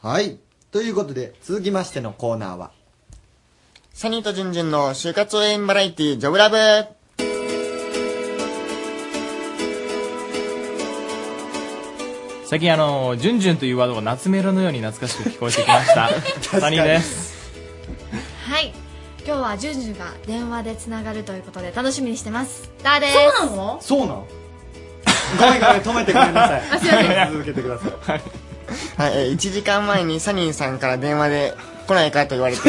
[SPEAKER 12] はい。ということで、続きましてのコーナーは、
[SPEAKER 13] サニーとジュンジュンの就活応援バラエティジョブラブ
[SPEAKER 14] 最近あの「ジュンジュン」というワードが夏メロのように懐かしく聞こえてきま [laughs] したサニーです
[SPEAKER 19] はい今日はジュンジュンが電話でつながるということで楽しみにしてますダーです
[SPEAKER 14] そうなの
[SPEAKER 2] ごめんごめん止めてごめんなさい
[SPEAKER 13] [laughs] あすいません
[SPEAKER 2] 続けてください
[SPEAKER 13] はい、えー1時間前にサニーさんから電話で来ないかと言われ [laughs] て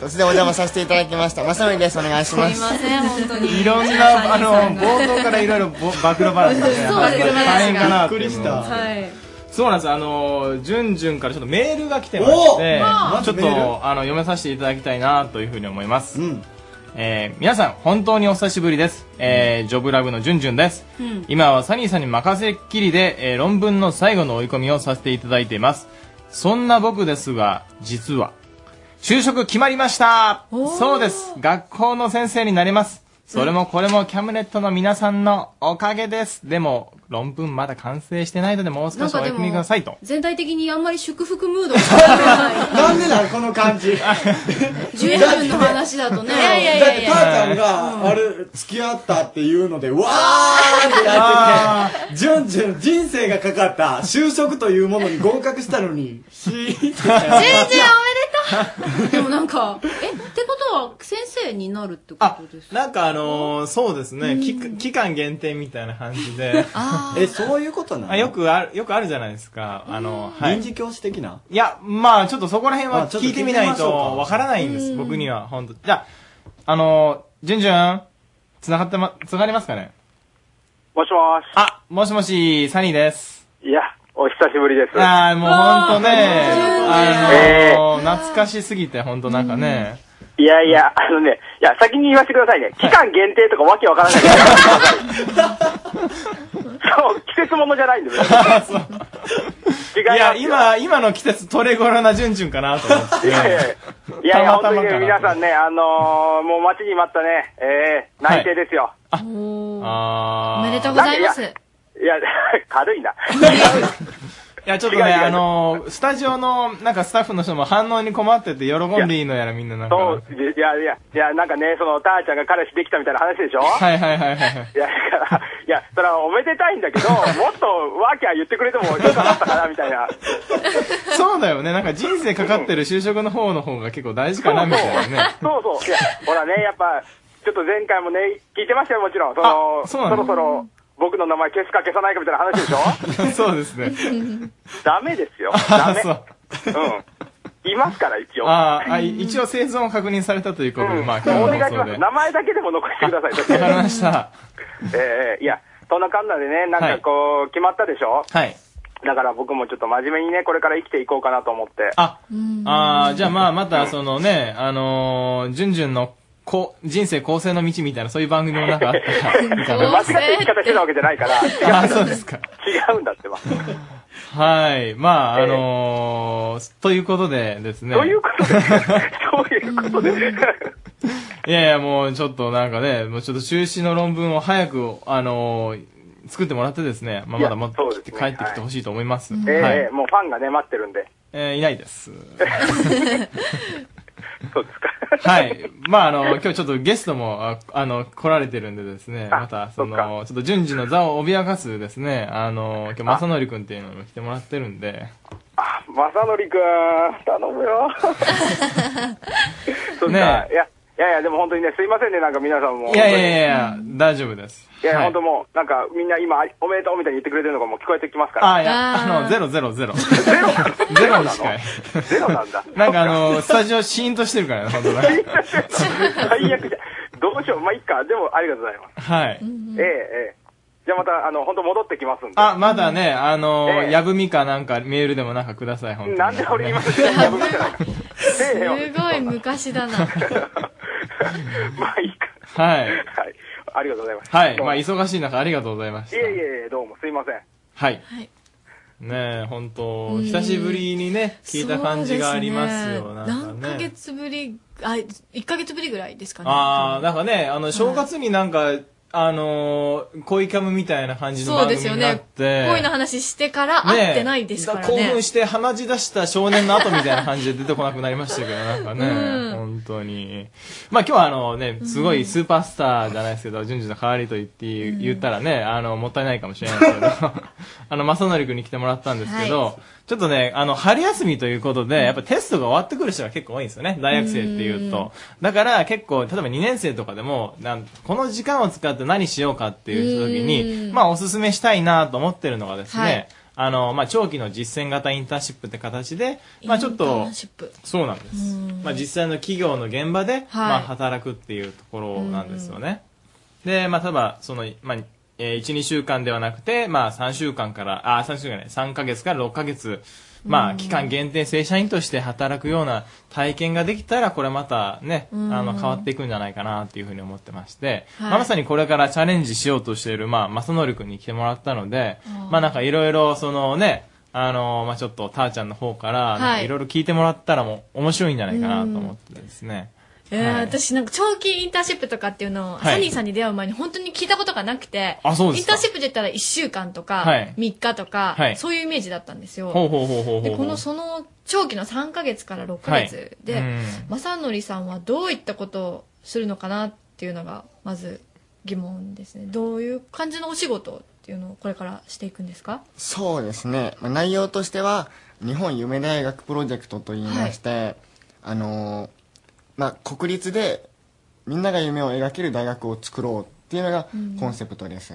[SPEAKER 13] 突然お邪魔させていただきました正則ですお願いしますす
[SPEAKER 14] せん本当
[SPEAKER 13] に
[SPEAKER 14] いろんなあの冒頭からいろいろぼ暴露話がね
[SPEAKER 13] そうですね
[SPEAKER 14] 大変かなってい
[SPEAKER 13] びっ
[SPEAKER 14] うの
[SPEAKER 13] くりしたはい
[SPEAKER 14] そうなんですあのじゅんじゅんからちょっとメールが来てまして
[SPEAKER 13] おー
[SPEAKER 14] ちょっ
[SPEAKER 13] まずメー
[SPEAKER 14] とあの読めさせていただきたいなというふうに思います、えー皆さん本当にお久しぶりです、えージョブラブのじゅんじゅんです
[SPEAKER 16] うん
[SPEAKER 14] 今はサニーさんに任せっきりで、えー論文の最後の追い込みをさせていただいていますそんな僕ですが実は就職決まりましたそうです学校の先生になれますそれもこれもキャムネットの皆さんのおかげですでも論文まだ完成してないのでもう
[SPEAKER 3] な
[SPEAKER 14] 少
[SPEAKER 3] ん
[SPEAKER 14] しお
[SPEAKER 3] かで
[SPEAKER 14] 役みくだ
[SPEAKER 3] も
[SPEAKER 14] さいと
[SPEAKER 3] 全体的にあんまり祝福ムードが [laughs]
[SPEAKER 2] なんでだこの感じ
[SPEAKER 3] ジュンジュンの話だとねいやいやいやいや
[SPEAKER 2] だってたーちゃんがあれ付き合ったっていうのでわーってやっててじゅんじゅん人生がかかった就職というものに合格したのにひーって
[SPEAKER 3] でもなんかえってことは先生になるってこ
[SPEAKER 14] あ [laughs] なんかあのーそうですね、期間期間限定みたいな感じで
[SPEAKER 2] えそういうことなの
[SPEAKER 14] あよくあるよくあるじゃないですかあの、はい、
[SPEAKER 2] 臨時教師的ない
[SPEAKER 14] や、まあ、ちょっとそこら辺
[SPEAKER 2] あ
[SPEAKER 14] は
[SPEAKER 2] ちょっと
[SPEAKER 14] 聞いてみない
[SPEAKER 2] 聞いてみましょう
[SPEAKER 14] と
[SPEAKER 2] か
[SPEAKER 14] わからないんです、僕には、本当じゃあ、あのー、じゅんじゅん、つながってま、つながりますかね
[SPEAKER 28] もしもーし。
[SPEAKER 14] あ、もしもし、サニーです。
[SPEAKER 28] いや、お久しぶりです。
[SPEAKER 14] ああ、もう本当ね、
[SPEAKER 28] え
[SPEAKER 14] あのー、懐かしすぎて、本当なんかね、
[SPEAKER 28] いやいや、あのね、いや、先に言わせてくださいね。期間限定とかわけわからないから
[SPEAKER 14] [laughs]
[SPEAKER 28] そう、季節ものじゃないんですよ。
[SPEAKER 14] いや、今、今の季節、トレゴロなじゅんじゅんかなと思って。
[SPEAKER 28] いやいや、
[SPEAKER 14] たまた
[SPEAKER 28] 本当
[SPEAKER 14] ま
[SPEAKER 28] に
[SPEAKER 14] かな
[SPEAKER 28] ね、皆さんね、あのー、もう待ちに待ったね、えー、内定ですよ。
[SPEAKER 14] あー
[SPEAKER 28] おめでとうございます
[SPEAKER 3] い
[SPEAKER 28] や、 [laughs] 軽いな。
[SPEAKER 14] いや、ちょっとね、あのー、スタジオの、なんかスタッフの人も反応に困ってて、喜んでいいのやら、みんななんか。
[SPEAKER 28] そう、いやいや、いや、なんかね、その、たーちゃんが彼氏できたみたいな話でしょ
[SPEAKER 14] はいはいはいはいは
[SPEAKER 28] い
[SPEAKER 14] い。
[SPEAKER 28] や、だから、いや、それはおめでたいんだ
[SPEAKER 14] [laughs]
[SPEAKER 28] けど、もっとワーキャー言ってくれてもよかったかな、みたいな。
[SPEAKER 14] そうだよね。なんか人生かかってる就職の方の方が結構大事かなみたいなね。
[SPEAKER 28] そうそう。いや、ほらね、やっぱ、ちょっと前回もね、聞いてましたよ、もちろん。その、
[SPEAKER 14] そうなの
[SPEAKER 28] ろそろ、僕の名前消すか消さないかみたいな話でしょ
[SPEAKER 14] [laughs] そうですね。 [laughs]
[SPEAKER 28] ダメですよ。ダ
[SPEAKER 14] あ
[SPEAKER 28] メ。
[SPEAKER 14] そう
[SPEAKER 28] うん。いますから、一応。
[SPEAKER 14] あーあ、い一応生存を確認されたということで、まあ今日
[SPEAKER 28] お願
[SPEAKER 14] の
[SPEAKER 28] い
[SPEAKER 14] 放
[SPEAKER 28] し
[SPEAKER 14] 送
[SPEAKER 28] ます。
[SPEAKER 14] で。
[SPEAKER 28] 名前だけでも残してください。
[SPEAKER 14] わかりました。
[SPEAKER 28] ええいや、そんなかんなでね、なんかこう、決まったでしょ
[SPEAKER 14] はい。
[SPEAKER 28] だから僕もちょっと真面目にね、これから生きていこうかなと思って。
[SPEAKER 14] あ、ああ、じゃあまあまたそのね、あのー、じゅんじゅんのこう人生構成の道みたいな、そういう番組もなんかあ
[SPEAKER 28] [laughs]
[SPEAKER 14] ったらいい
[SPEAKER 28] 間
[SPEAKER 14] か
[SPEAKER 28] 違
[SPEAKER 14] な
[SPEAKER 28] っ。た言い方してたわけじゃないから、
[SPEAKER 14] あ
[SPEAKER 28] 違
[SPEAKER 14] ー、
[SPEAKER 28] うんだ
[SPEAKER 14] そう
[SPEAKER 28] って
[SPEAKER 14] ですか。
[SPEAKER 28] 違うんだってば。
[SPEAKER 14] はい。まあ、あのー、ということでですね。
[SPEAKER 28] ということで、そういうことで、
[SPEAKER 14] いやいや、もうちょっとなんかね、もうちょっと修士の論文を早く、あのー作ってもらってですね、まあ、
[SPEAKER 28] い
[SPEAKER 14] ま
[SPEAKER 28] や
[SPEAKER 14] だもっ
[SPEAKER 28] そ
[SPEAKER 14] と
[SPEAKER 28] う
[SPEAKER 14] 来
[SPEAKER 28] です
[SPEAKER 14] て
[SPEAKER 28] ね
[SPEAKER 14] 帰ってきてほしいと思います。
[SPEAKER 28] え
[SPEAKER 14] は
[SPEAKER 28] え
[SPEAKER 14] い。
[SPEAKER 28] もうファンがね、待ってるんで。
[SPEAKER 14] えーいない
[SPEAKER 28] [laughs]
[SPEAKER 14] です。 [laughs] はい。まあ、あの、今日ちょっとゲストも、ああの、来られてるんでですね、また、その、ちょっと順次の座を脅かすですね、あの、今日、正則くんっていうのにも来てもらってるんで、
[SPEAKER 28] まさのりくん、頼むよ。そっか、い
[SPEAKER 14] ね
[SPEAKER 28] や、いやいや、でも本当にね、すいませんね、なんか皆さんも。
[SPEAKER 14] いやいやいやいや、大丈夫です。
[SPEAKER 28] いやいや
[SPEAKER 14] はい
[SPEAKER 28] 本当もう、なんかみんな今、おめでとうみたいに言ってくれてるのがもう聞こえてきますから。
[SPEAKER 14] あ、いや、あの、ゼロゼロゼロ。ゼロに近
[SPEAKER 28] [laughs]
[SPEAKER 14] い。
[SPEAKER 28] ゼロなんだ。
[SPEAKER 14] なんかあの、スタジオシーンとしてるからね、本当ね。
[SPEAKER 28] 最悪じゃん。どうしよう。まあ、いっか。でも、ありがとうございます。
[SPEAKER 14] はい。
[SPEAKER 28] ええ、ええ。じゃあまた、あの、本当戻ってきますんで。
[SPEAKER 14] あ、まだね、あの
[SPEAKER 28] え
[SPEAKER 14] ー、
[SPEAKER 28] え
[SPEAKER 14] やぶみかなんかメールでもなんかください、本当に。
[SPEAKER 28] なんで俺今すぐやぶみじゃないか。せえよ。
[SPEAKER 19] すごい昔だな。
[SPEAKER 14] はい。
[SPEAKER 28] ありがとうございます。
[SPEAKER 14] は
[SPEAKER 28] ど
[SPEAKER 14] い。
[SPEAKER 28] う
[SPEAKER 14] ま
[SPEAKER 28] も
[SPEAKER 14] あ、忙しい中ありがとうございまし
[SPEAKER 28] いえいえいえ、どうもすいません。
[SPEAKER 14] た。はい。ねえ、本当
[SPEAKER 28] うん
[SPEAKER 14] 久しぶりにね、聞いた感じがありますよ。
[SPEAKER 19] そう
[SPEAKER 14] な
[SPEAKER 19] ですね
[SPEAKER 14] ん
[SPEAKER 19] 何ヶ
[SPEAKER 14] かね。
[SPEAKER 19] 月ぶり、あ、1ヶ月ぶりぐらいですかね。
[SPEAKER 14] あー、なんかね、あの、正月になんか、あのー、恋キャムみたいな感じの
[SPEAKER 19] そう
[SPEAKER 14] 番
[SPEAKER 19] です
[SPEAKER 14] 組
[SPEAKER 19] よ
[SPEAKER 14] にな
[SPEAKER 19] ね
[SPEAKER 14] っ。て。
[SPEAKER 19] 恋の話してから会ってないですから
[SPEAKER 14] 興奮
[SPEAKER 19] ね。
[SPEAKER 14] して鼻血出した少年の後みたいな感じで出てこなくなりましたけど、なんかね、
[SPEAKER 19] うん
[SPEAKER 14] 本当に。まあ今日はあのね、すごいスーパースターじゃないですけど、順次の代わりと言ってい、
[SPEAKER 19] [laughs]
[SPEAKER 14] 言ったらね、あの、もったいないかもしれないですけど、あの、正則くんに来てもらったんですけど、ちょっとね、あの、春休みということで、やっぱテストが終わってくる人が結構多いんですよね。大学生っていうと。だから結構、例えば2年生とかでも、なんこの時間を使って何しようかっていう時
[SPEAKER 16] う
[SPEAKER 14] に、
[SPEAKER 16] ん
[SPEAKER 14] まあ、おすすめしたいなと思ってるのがですね、
[SPEAKER 16] はい
[SPEAKER 14] あの、まあ、長期の実践型インターンシップって形で、まあ、ちょっと、そうなんです。まあ、実際の企業の現場で、まあ、働くっていうところなんですよね。で、まあ、ただ、その、まあ、えー1、2週間ではなくて、まあ、3週間から、あ、3週間ね、3ヶ月から6ヶ月、ま
[SPEAKER 28] う
[SPEAKER 14] あ、
[SPEAKER 28] ん
[SPEAKER 14] 期間限定正社員として働くような体験ができたら、これまたね、あ
[SPEAKER 28] うん
[SPEAKER 14] の、変わっていくんじゃないかな、っていうふうに思ってまして、
[SPEAKER 28] はい
[SPEAKER 14] まあまさにこれからチャレンジしようとしている、まあ、正則くんに来てもらったので、まあ、なんかいろいろ、そのね、あの、まあ、ちょっと、たーちゃんの方から、なん
[SPEAKER 19] は
[SPEAKER 14] か
[SPEAKER 19] い
[SPEAKER 14] いろいろ聞いてもらったらもう、面白いんじゃないかな、と思ってですね。
[SPEAKER 19] えー
[SPEAKER 14] はい
[SPEAKER 19] 私なんか長期インターンシップとかっていうのを、
[SPEAKER 14] はい
[SPEAKER 19] サニーさんに出会う前に本当に聞いたことがなくて、
[SPEAKER 14] あそうですか
[SPEAKER 19] インターンシップで言ったら1週間とか、
[SPEAKER 14] はい
[SPEAKER 19] 3日とか、
[SPEAKER 14] はい
[SPEAKER 19] そういうイメージだったんですよ。
[SPEAKER 14] ほうほうほうほうほう
[SPEAKER 19] で、このその長期の3ヶ月から6ヶ月で、
[SPEAKER 14] はいうん
[SPEAKER 19] 正則さんはどういったことをするのかなっていうのが、まず疑問ですね。どういう感じのお仕事っていうのをこれからしていくんですか
[SPEAKER 13] そうですね、まあ、内容としては日本夢大学プロジェクトといいまして、あのーまあ、国立でみんなが夢を描ける大学を作ろうっていうのが
[SPEAKER 19] うん
[SPEAKER 13] コンセプトです、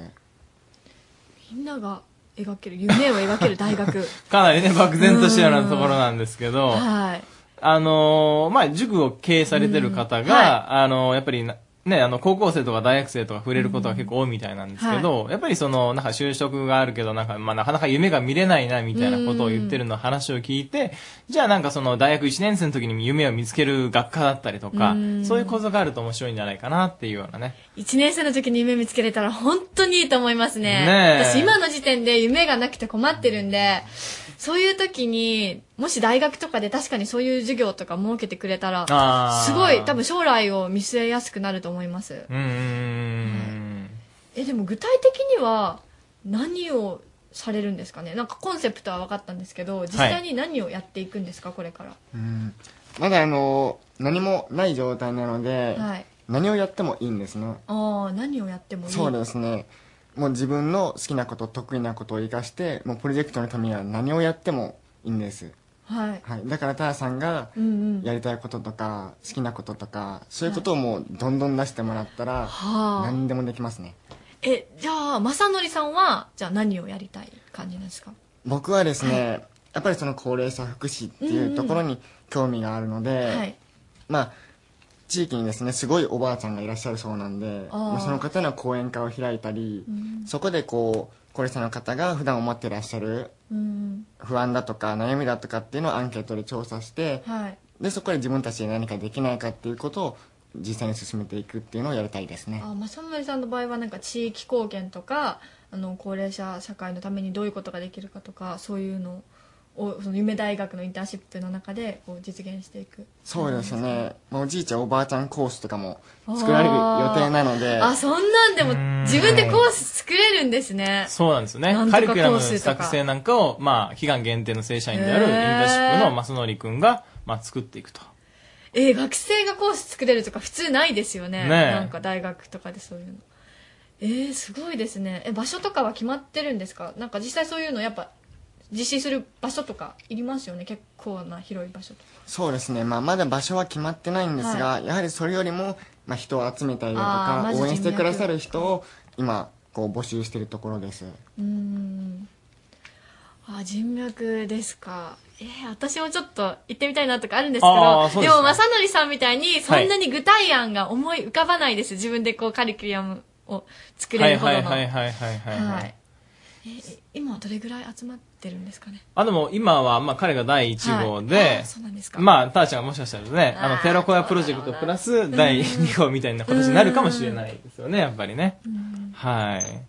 [SPEAKER 19] みんなが描ける、夢を描ける大
[SPEAKER 14] [laughs]
[SPEAKER 19] 学。
[SPEAKER 14] かなりね、漠然としたようなところなんですけど、
[SPEAKER 19] はい。
[SPEAKER 14] あのーまあ、塾を経営されてる方が、
[SPEAKER 19] うん
[SPEAKER 14] あのーやっぱりな、ね、あの、高校生とか大学生とか触れることが結構多いみたいなんですけど、やっぱりその、なんか就職があるけど、なんか、まあ、なかなか夢が見れないな、みたいなことを言ってるの話を聞いて、じゃあなんかその、大学1年生の時に夢を見つける学科だったりとか、
[SPEAKER 19] うん
[SPEAKER 14] そういう構造があると面白いんじゃないかなっていうようなね。
[SPEAKER 19] 一年生の時に夢見つけれたら本当にいいと思いますね。
[SPEAKER 14] ねえ
[SPEAKER 19] 私今の時点で夢がなくて困ってるんで、そういう時に、もし大学とかで確かにそういう授業とか設けてくれたら
[SPEAKER 14] あ、ー
[SPEAKER 19] すごい多分将来を見据えやすくなると思います。
[SPEAKER 14] うんうんうん
[SPEAKER 19] え、でも具体的には何をされるんですかねなんかコンセプトは分かったんですけど、実際に何をやっていくんですかこれから。
[SPEAKER 13] うんまだあのー何もない状態なので、
[SPEAKER 19] はい。
[SPEAKER 13] 何をやってもいいんですね
[SPEAKER 19] ああ、何をやってもいい
[SPEAKER 13] そうですねもう自分の好きなこと得意なことを生かしてもうプロジェクトのためには何をやってもいいんです、
[SPEAKER 19] はい。
[SPEAKER 13] はい、だからタヤさんが
[SPEAKER 19] うんうん。
[SPEAKER 13] やりたいこととか好きなこととかそういうことをもうどんどん出してもらったら
[SPEAKER 19] はあ
[SPEAKER 13] 何でもできますね
[SPEAKER 19] え、じゃあ、正則さんは、じゃあ何をやりたい感じなんですか
[SPEAKER 13] 僕はですね、やっぱりその高齢者福祉っていうところに興味があるので、
[SPEAKER 19] はい。
[SPEAKER 13] まあ地域にですねすごいおばあちゃんがいらっしゃるそうなんで
[SPEAKER 19] あー
[SPEAKER 13] まあ、その方の講演会を開いたり、
[SPEAKER 19] うん
[SPEAKER 13] そこでこう高齢者の方が普段思ってらっしゃる
[SPEAKER 19] うん。
[SPEAKER 13] 不安だとか悩みだとかっていうのをアンケートで調査して、
[SPEAKER 19] はい。
[SPEAKER 13] でそこで自分たちで何かできないかっていうことを実際に進めていくっていうのをやりたいですね
[SPEAKER 19] あ、正則さんの場合は、なんか地域貢献とか、あの、高齢者社会のためにどういうことができるかとか、そういうのを、その夢大学のインターンシップの中で、こう、実現していく。
[SPEAKER 13] そうですね、まあ、おじいちゃんおばあちゃんコースとかも作られる予定なので
[SPEAKER 19] あ、そんなんでも、自分でコース作れるんですね。
[SPEAKER 14] そうなんですよね
[SPEAKER 19] なん。とか
[SPEAKER 14] カリキュラム
[SPEAKER 19] コースとか
[SPEAKER 14] 作成なんかを、まあ、期間限定の正社員であるインターンシップの正則くんが、まあ、作っていくと。
[SPEAKER 19] えー学生がコース作れるとか普通ないですよね
[SPEAKER 14] ねえ
[SPEAKER 19] なんか大学とかでそういうのえー、すごいですねえ場所とかは決まってるんですかなんか実際そういうのやっぱ実施する場所とかいりますよね結構な広い場所とか
[SPEAKER 13] そうですね、まあ、まだ場所は決まってないんですが、やはりそれよりも、まあ、人を集めたりだと
[SPEAKER 19] あー
[SPEAKER 13] か、
[SPEAKER 19] まず
[SPEAKER 13] 応援して
[SPEAKER 19] 人
[SPEAKER 13] く
[SPEAKER 19] 脈
[SPEAKER 13] ださる人を今こう募集しているところです
[SPEAKER 19] うーんあ人脈ですかえー、私もちょっと行ってみたいなとかあるんですけ
[SPEAKER 14] あ
[SPEAKER 19] ど
[SPEAKER 14] ーそ
[SPEAKER 19] で
[SPEAKER 14] うですか
[SPEAKER 19] も正則さんみたいにそんなに具体案が思い浮かばないです、自分でこうカリキュラムを作
[SPEAKER 14] は
[SPEAKER 19] れ
[SPEAKER 14] い
[SPEAKER 19] るほど
[SPEAKER 14] は
[SPEAKER 19] の、
[SPEAKER 14] いはいはいはいはい。
[SPEAKER 19] はい。え、今はどれぐらい集まってるんですかね。
[SPEAKER 14] あ、でも今は、まあ彼が第1号で、
[SPEAKER 19] はいあそうなんですか
[SPEAKER 14] まあ、ターちゃんがもしかしたらね、あの、テロコアプロジェクトプラス第2号みたいな形になるかもしれないですよね、やっぱりね。はい。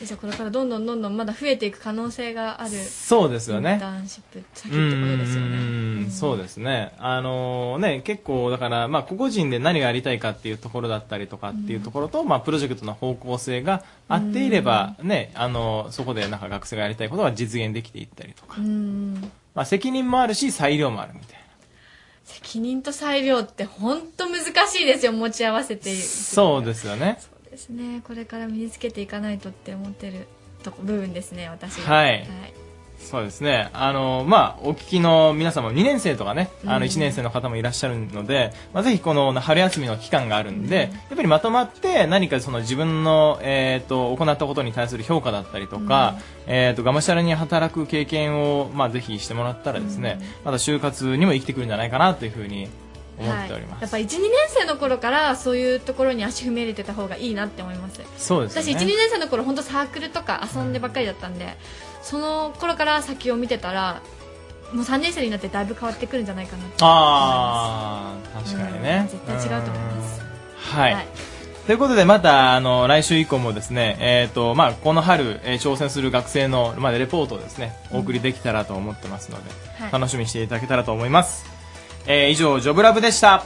[SPEAKER 19] えじゃあこれからどんどんどんどんまだ増えていく可能性がある。
[SPEAKER 14] そうですよね
[SPEAKER 19] インターンシップ先
[SPEAKER 14] う
[SPEAKER 19] ってことですよね。
[SPEAKER 14] んそうですね。あのね、結構、だから、まあ、個々人で何をやりたいかっていうところだったりとかっていうところと、まあ、プロジェクトの方向性が合っていれば、ね、あのそこでなんか学生がやりたいことが実現できていったりとか、
[SPEAKER 19] うん。
[SPEAKER 14] まあ、責任もあるし、裁量もあるみたい
[SPEAKER 19] 責任と裁量って本当難しいですよ。持ち合わせていく。
[SPEAKER 14] な。そうですよね。
[SPEAKER 19] うですね。これから身につけていかないとって思ってるとこ部分ですね。私が。
[SPEAKER 14] はい
[SPEAKER 19] はい
[SPEAKER 14] そうですね。あの、まあ、お聞きの皆様、2年生とかね、あ
[SPEAKER 33] うん
[SPEAKER 14] の、1年生の方もいらっしゃるので、まあ、ぜひこの春休みの期間があるんで、やっぱりまとまって何かその自分の、えっ、と、行ったことに対する評価だったりとか、えっ、と、がむしゃらに働く経験を、まあ、ぜひしてもらったらですね、また就活にも生きてくるんじゃないかなというふうに思っております。
[SPEAKER 19] やっぱ12年生の頃からそういうところに足踏み入れてた方がいいなって思います
[SPEAKER 14] そうですよね
[SPEAKER 19] 私12年生の頃本当サークルとか遊んでばっかりだったんでその頃から先を見てたらもう3年生になってだいぶ変わってくるんじゃないかなって
[SPEAKER 14] ああ、確かにね。
[SPEAKER 19] 絶対違うと思います
[SPEAKER 14] はい。ということで、また、あの、来週以降もですね、えっ、と、まあ、この春、えー挑戦する学生の、まあ、レポートをですね、お送りできたらと思ってますので、
[SPEAKER 28] はい
[SPEAKER 14] 楽しみにしていただけたらと思います。えー以上、ジョブラブでした。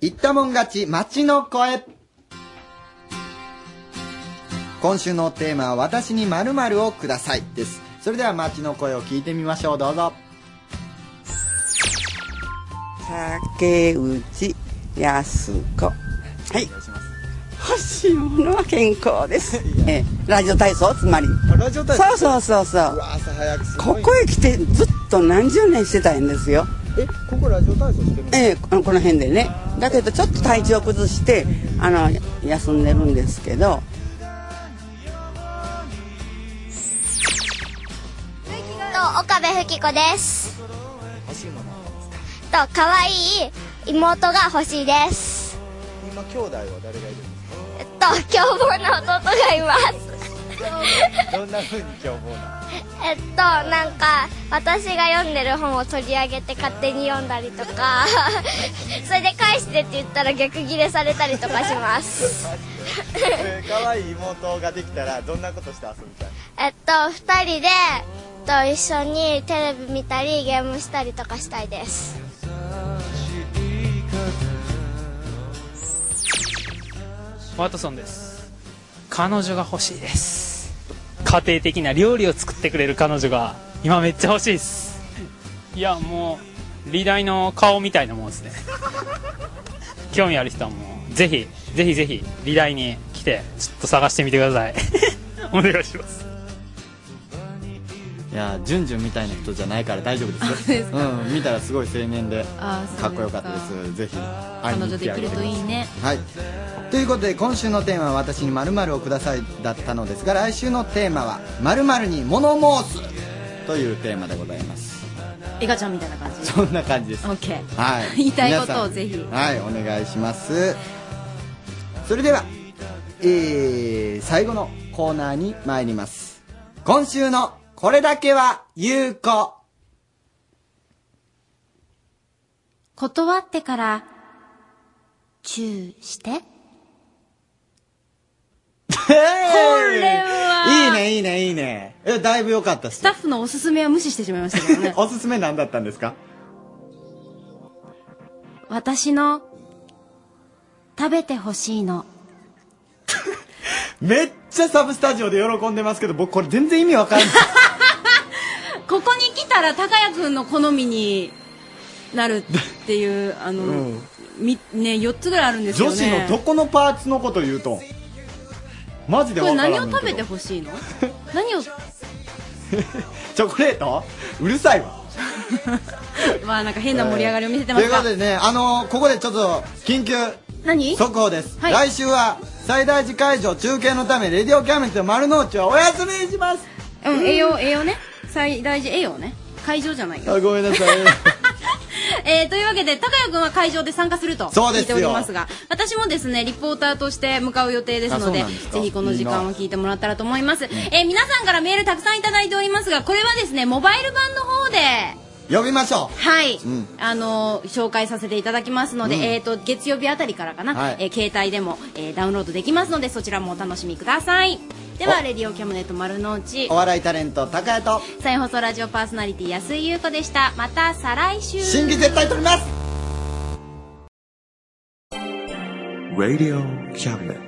[SPEAKER 2] 言ったもん勝ち、街の声。今週のテーマは、私に〇〇をくださいです。それでは街の声を聞いてみましょう、どうぞ。
[SPEAKER 24] 竹内康子。はい。欲しいものは健康 [laughs] です。ええラジオ体操つまり。ラジオ
[SPEAKER 2] 体操
[SPEAKER 24] そうそうそうそう。
[SPEAKER 2] 朝早くす
[SPEAKER 24] ここへ来てずっと何十年してたんですよ。
[SPEAKER 2] え、ここラジオ体操してる
[SPEAKER 24] ええこのこの辺でね。だけどちょっと体調崩してあの休んでるんですけど。
[SPEAKER 4] と岡部ふき子ですと可愛い妹が欲しいです
[SPEAKER 2] 今、兄弟は誰がいる
[SPEAKER 4] と凶暴な弟がいます
[SPEAKER 2] すかどんな風に凶暴な
[SPEAKER 4] えっとなんか私が読んでる本を取り上げて勝手に読んだりとか [laughs] それで返してって言ったら逆ギレされたりとかします
[SPEAKER 2] 可愛い妹ができたら、どんなことして遊びたい
[SPEAKER 4] えっと2人でえっと一緒にテレビ見たりゲームしたりとかしたいです
[SPEAKER 34] ワトソンです彼女が欲しいです家庭的な料理を作ってくれる彼女が今めっちゃ欲しいですいやもう美大の顔みたいなもんですね興味ある人はもうぜひぜひぜひ美大に来てちょっと探してみてください [laughs] お願いします
[SPEAKER 2] いや、ジュンジュンみたいな人じゃないから大丈夫ですよ。うん、見たらすごい青年で、
[SPEAKER 3] あーそうで
[SPEAKER 2] かっこ
[SPEAKER 3] すか
[SPEAKER 2] よかったです。ぜひ、会い
[SPEAKER 3] 彼
[SPEAKER 2] に行
[SPEAKER 3] 女
[SPEAKER 2] っ
[SPEAKER 3] で
[SPEAKER 2] てあ
[SPEAKER 3] き
[SPEAKER 2] げ
[SPEAKER 3] る
[SPEAKER 2] てくだ
[SPEAKER 3] と
[SPEAKER 2] さい
[SPEAKER 3] いいね
[SPEAKER 2] はい、ということで今週のテーマは「私に〇〇をください」だったのですが来週のテーマは「〇〇に物申す」というテーマでございます
[SPEAKER 3] エガちゃんみたいな感じ
[SPEAKER 2] そんな感じです
[SPEAKER 3] オッケー
[SPEAKER 2] はい
[SPEAKER 3] 言いたいこと
[SPEAKER 2] 皆
[SPEAKER 3] を
[SPEAKER 2] さん
[SPEAKER 3] ぜひ
[SPEAKER 2] はいお願いしますそれでは、えー、最後のコーナーに参ります今週の「これだけは有効」
[SPEAKER 35] 断ってから、チューして。
[SPEAKER 2] これはいいねいいねいいねえだいぶ良かったっす
[SPEAKER 3] スタッフのおすすめは無視してしまいましたけどね
[SPEAKER 2] おすすめ何だったんですか
[SPEAKER 35] [laughs] 私の、食べてほしいの。
[SPEAKER 2] めっちゃサブスタジオで喜んでますけど僕これ全然意味わかんない
[SPEAKER 3] ここに来たら高谷君の好みになるっていうあの、
[SPEAKER 2] うん
[SPEAKER 3] みね4つぐらいあるんですよ
[SPEAKER 2] 女
[SPEAKER 3] ね
[SPEAKER 2] 子のどこのパーツのこと言うとんマジで
[SPEAKER 3] これ
[SPEAKER 2] わからん
[SPEAKER 3] 何
[SPEAKER 2] ねん
[SPEAKER 3] を
[SPEAKER 2] けど
[SPEAKER 3] 食べてほしいの何を
[SPEAKER 2] チョコレートうるさいわ
[SPEAKER 3] まあなんか変な盛り上がりを見せてます
[SPEAKER 2] えー
[SPEAKER 3] が、
[SPEAKER 2] ということでねあのーここでちょっと緊急
[SPEAKER 3] 何
[SPEAKER 2] 速報です、
[SPEAKER 3] はい
[SPEAKER 2] 来週は最大寺会場中継のためレディオキャメルと丸の内はお休みにします
[SPEAKER 3] うん栄養栄養ね最大事栄養ね会場じゃないよ
[SPEAKER 2] あごめんなさい
[SPEAKER 3] えーというわけで、高谷くんは会場で参加すると
[SPEAKER 2] そうで
[SPEAKER 3] 聞
[SPEAKER 2] す
[SPEAKER 3] い
[SPEAKER 2] よ
[SPEAKER 3] ておりますが、私もですね、リポーターとして向かう予定ですので、
[SPEAKER 35] あそうなんですか
[SPEAKER 3] ぜひこの時間を聞いてもらったらと思います。
[SPEAKER 35] いいな
[SPEAKER 3] えー皆さんからメールたくさんいただいておりますが、これはですね、モバイル版の方で、
[SPEAKER 2] 呼びましょう
[SPEAKER 3] はい、
[SPEAKER 2] うん
[SPEAKER 3] あのー紹介させていただきますので、
[SPEAKER 2] うん
[SPEAKER 3] えーと、月曜日あたりからかな、
[SPEAKER 2] はい
[SPEAKER 3] えー携帯でも、えーダウンロードできますので、そちらもお楽しみください。では、レディオキャムネット丸の内
[SPEAKER 2] お、笑いタレント高谷と
[SPEAKER 3] 再放送ラジオパーソナリティ安井優子でした。また、再来週。
[SPEAKER 2] 審議絶対取ります
[SPEAKER 24] Radio Cabinet.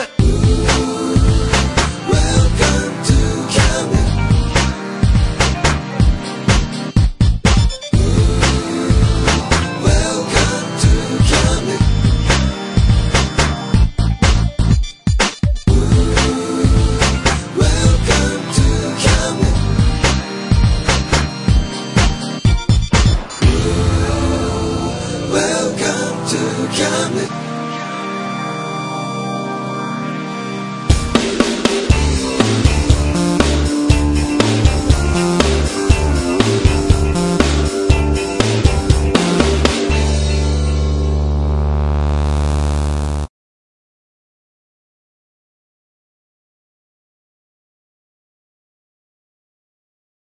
[SPEAKER 15] 今
[SPEAKER 24] Welcome to Camden.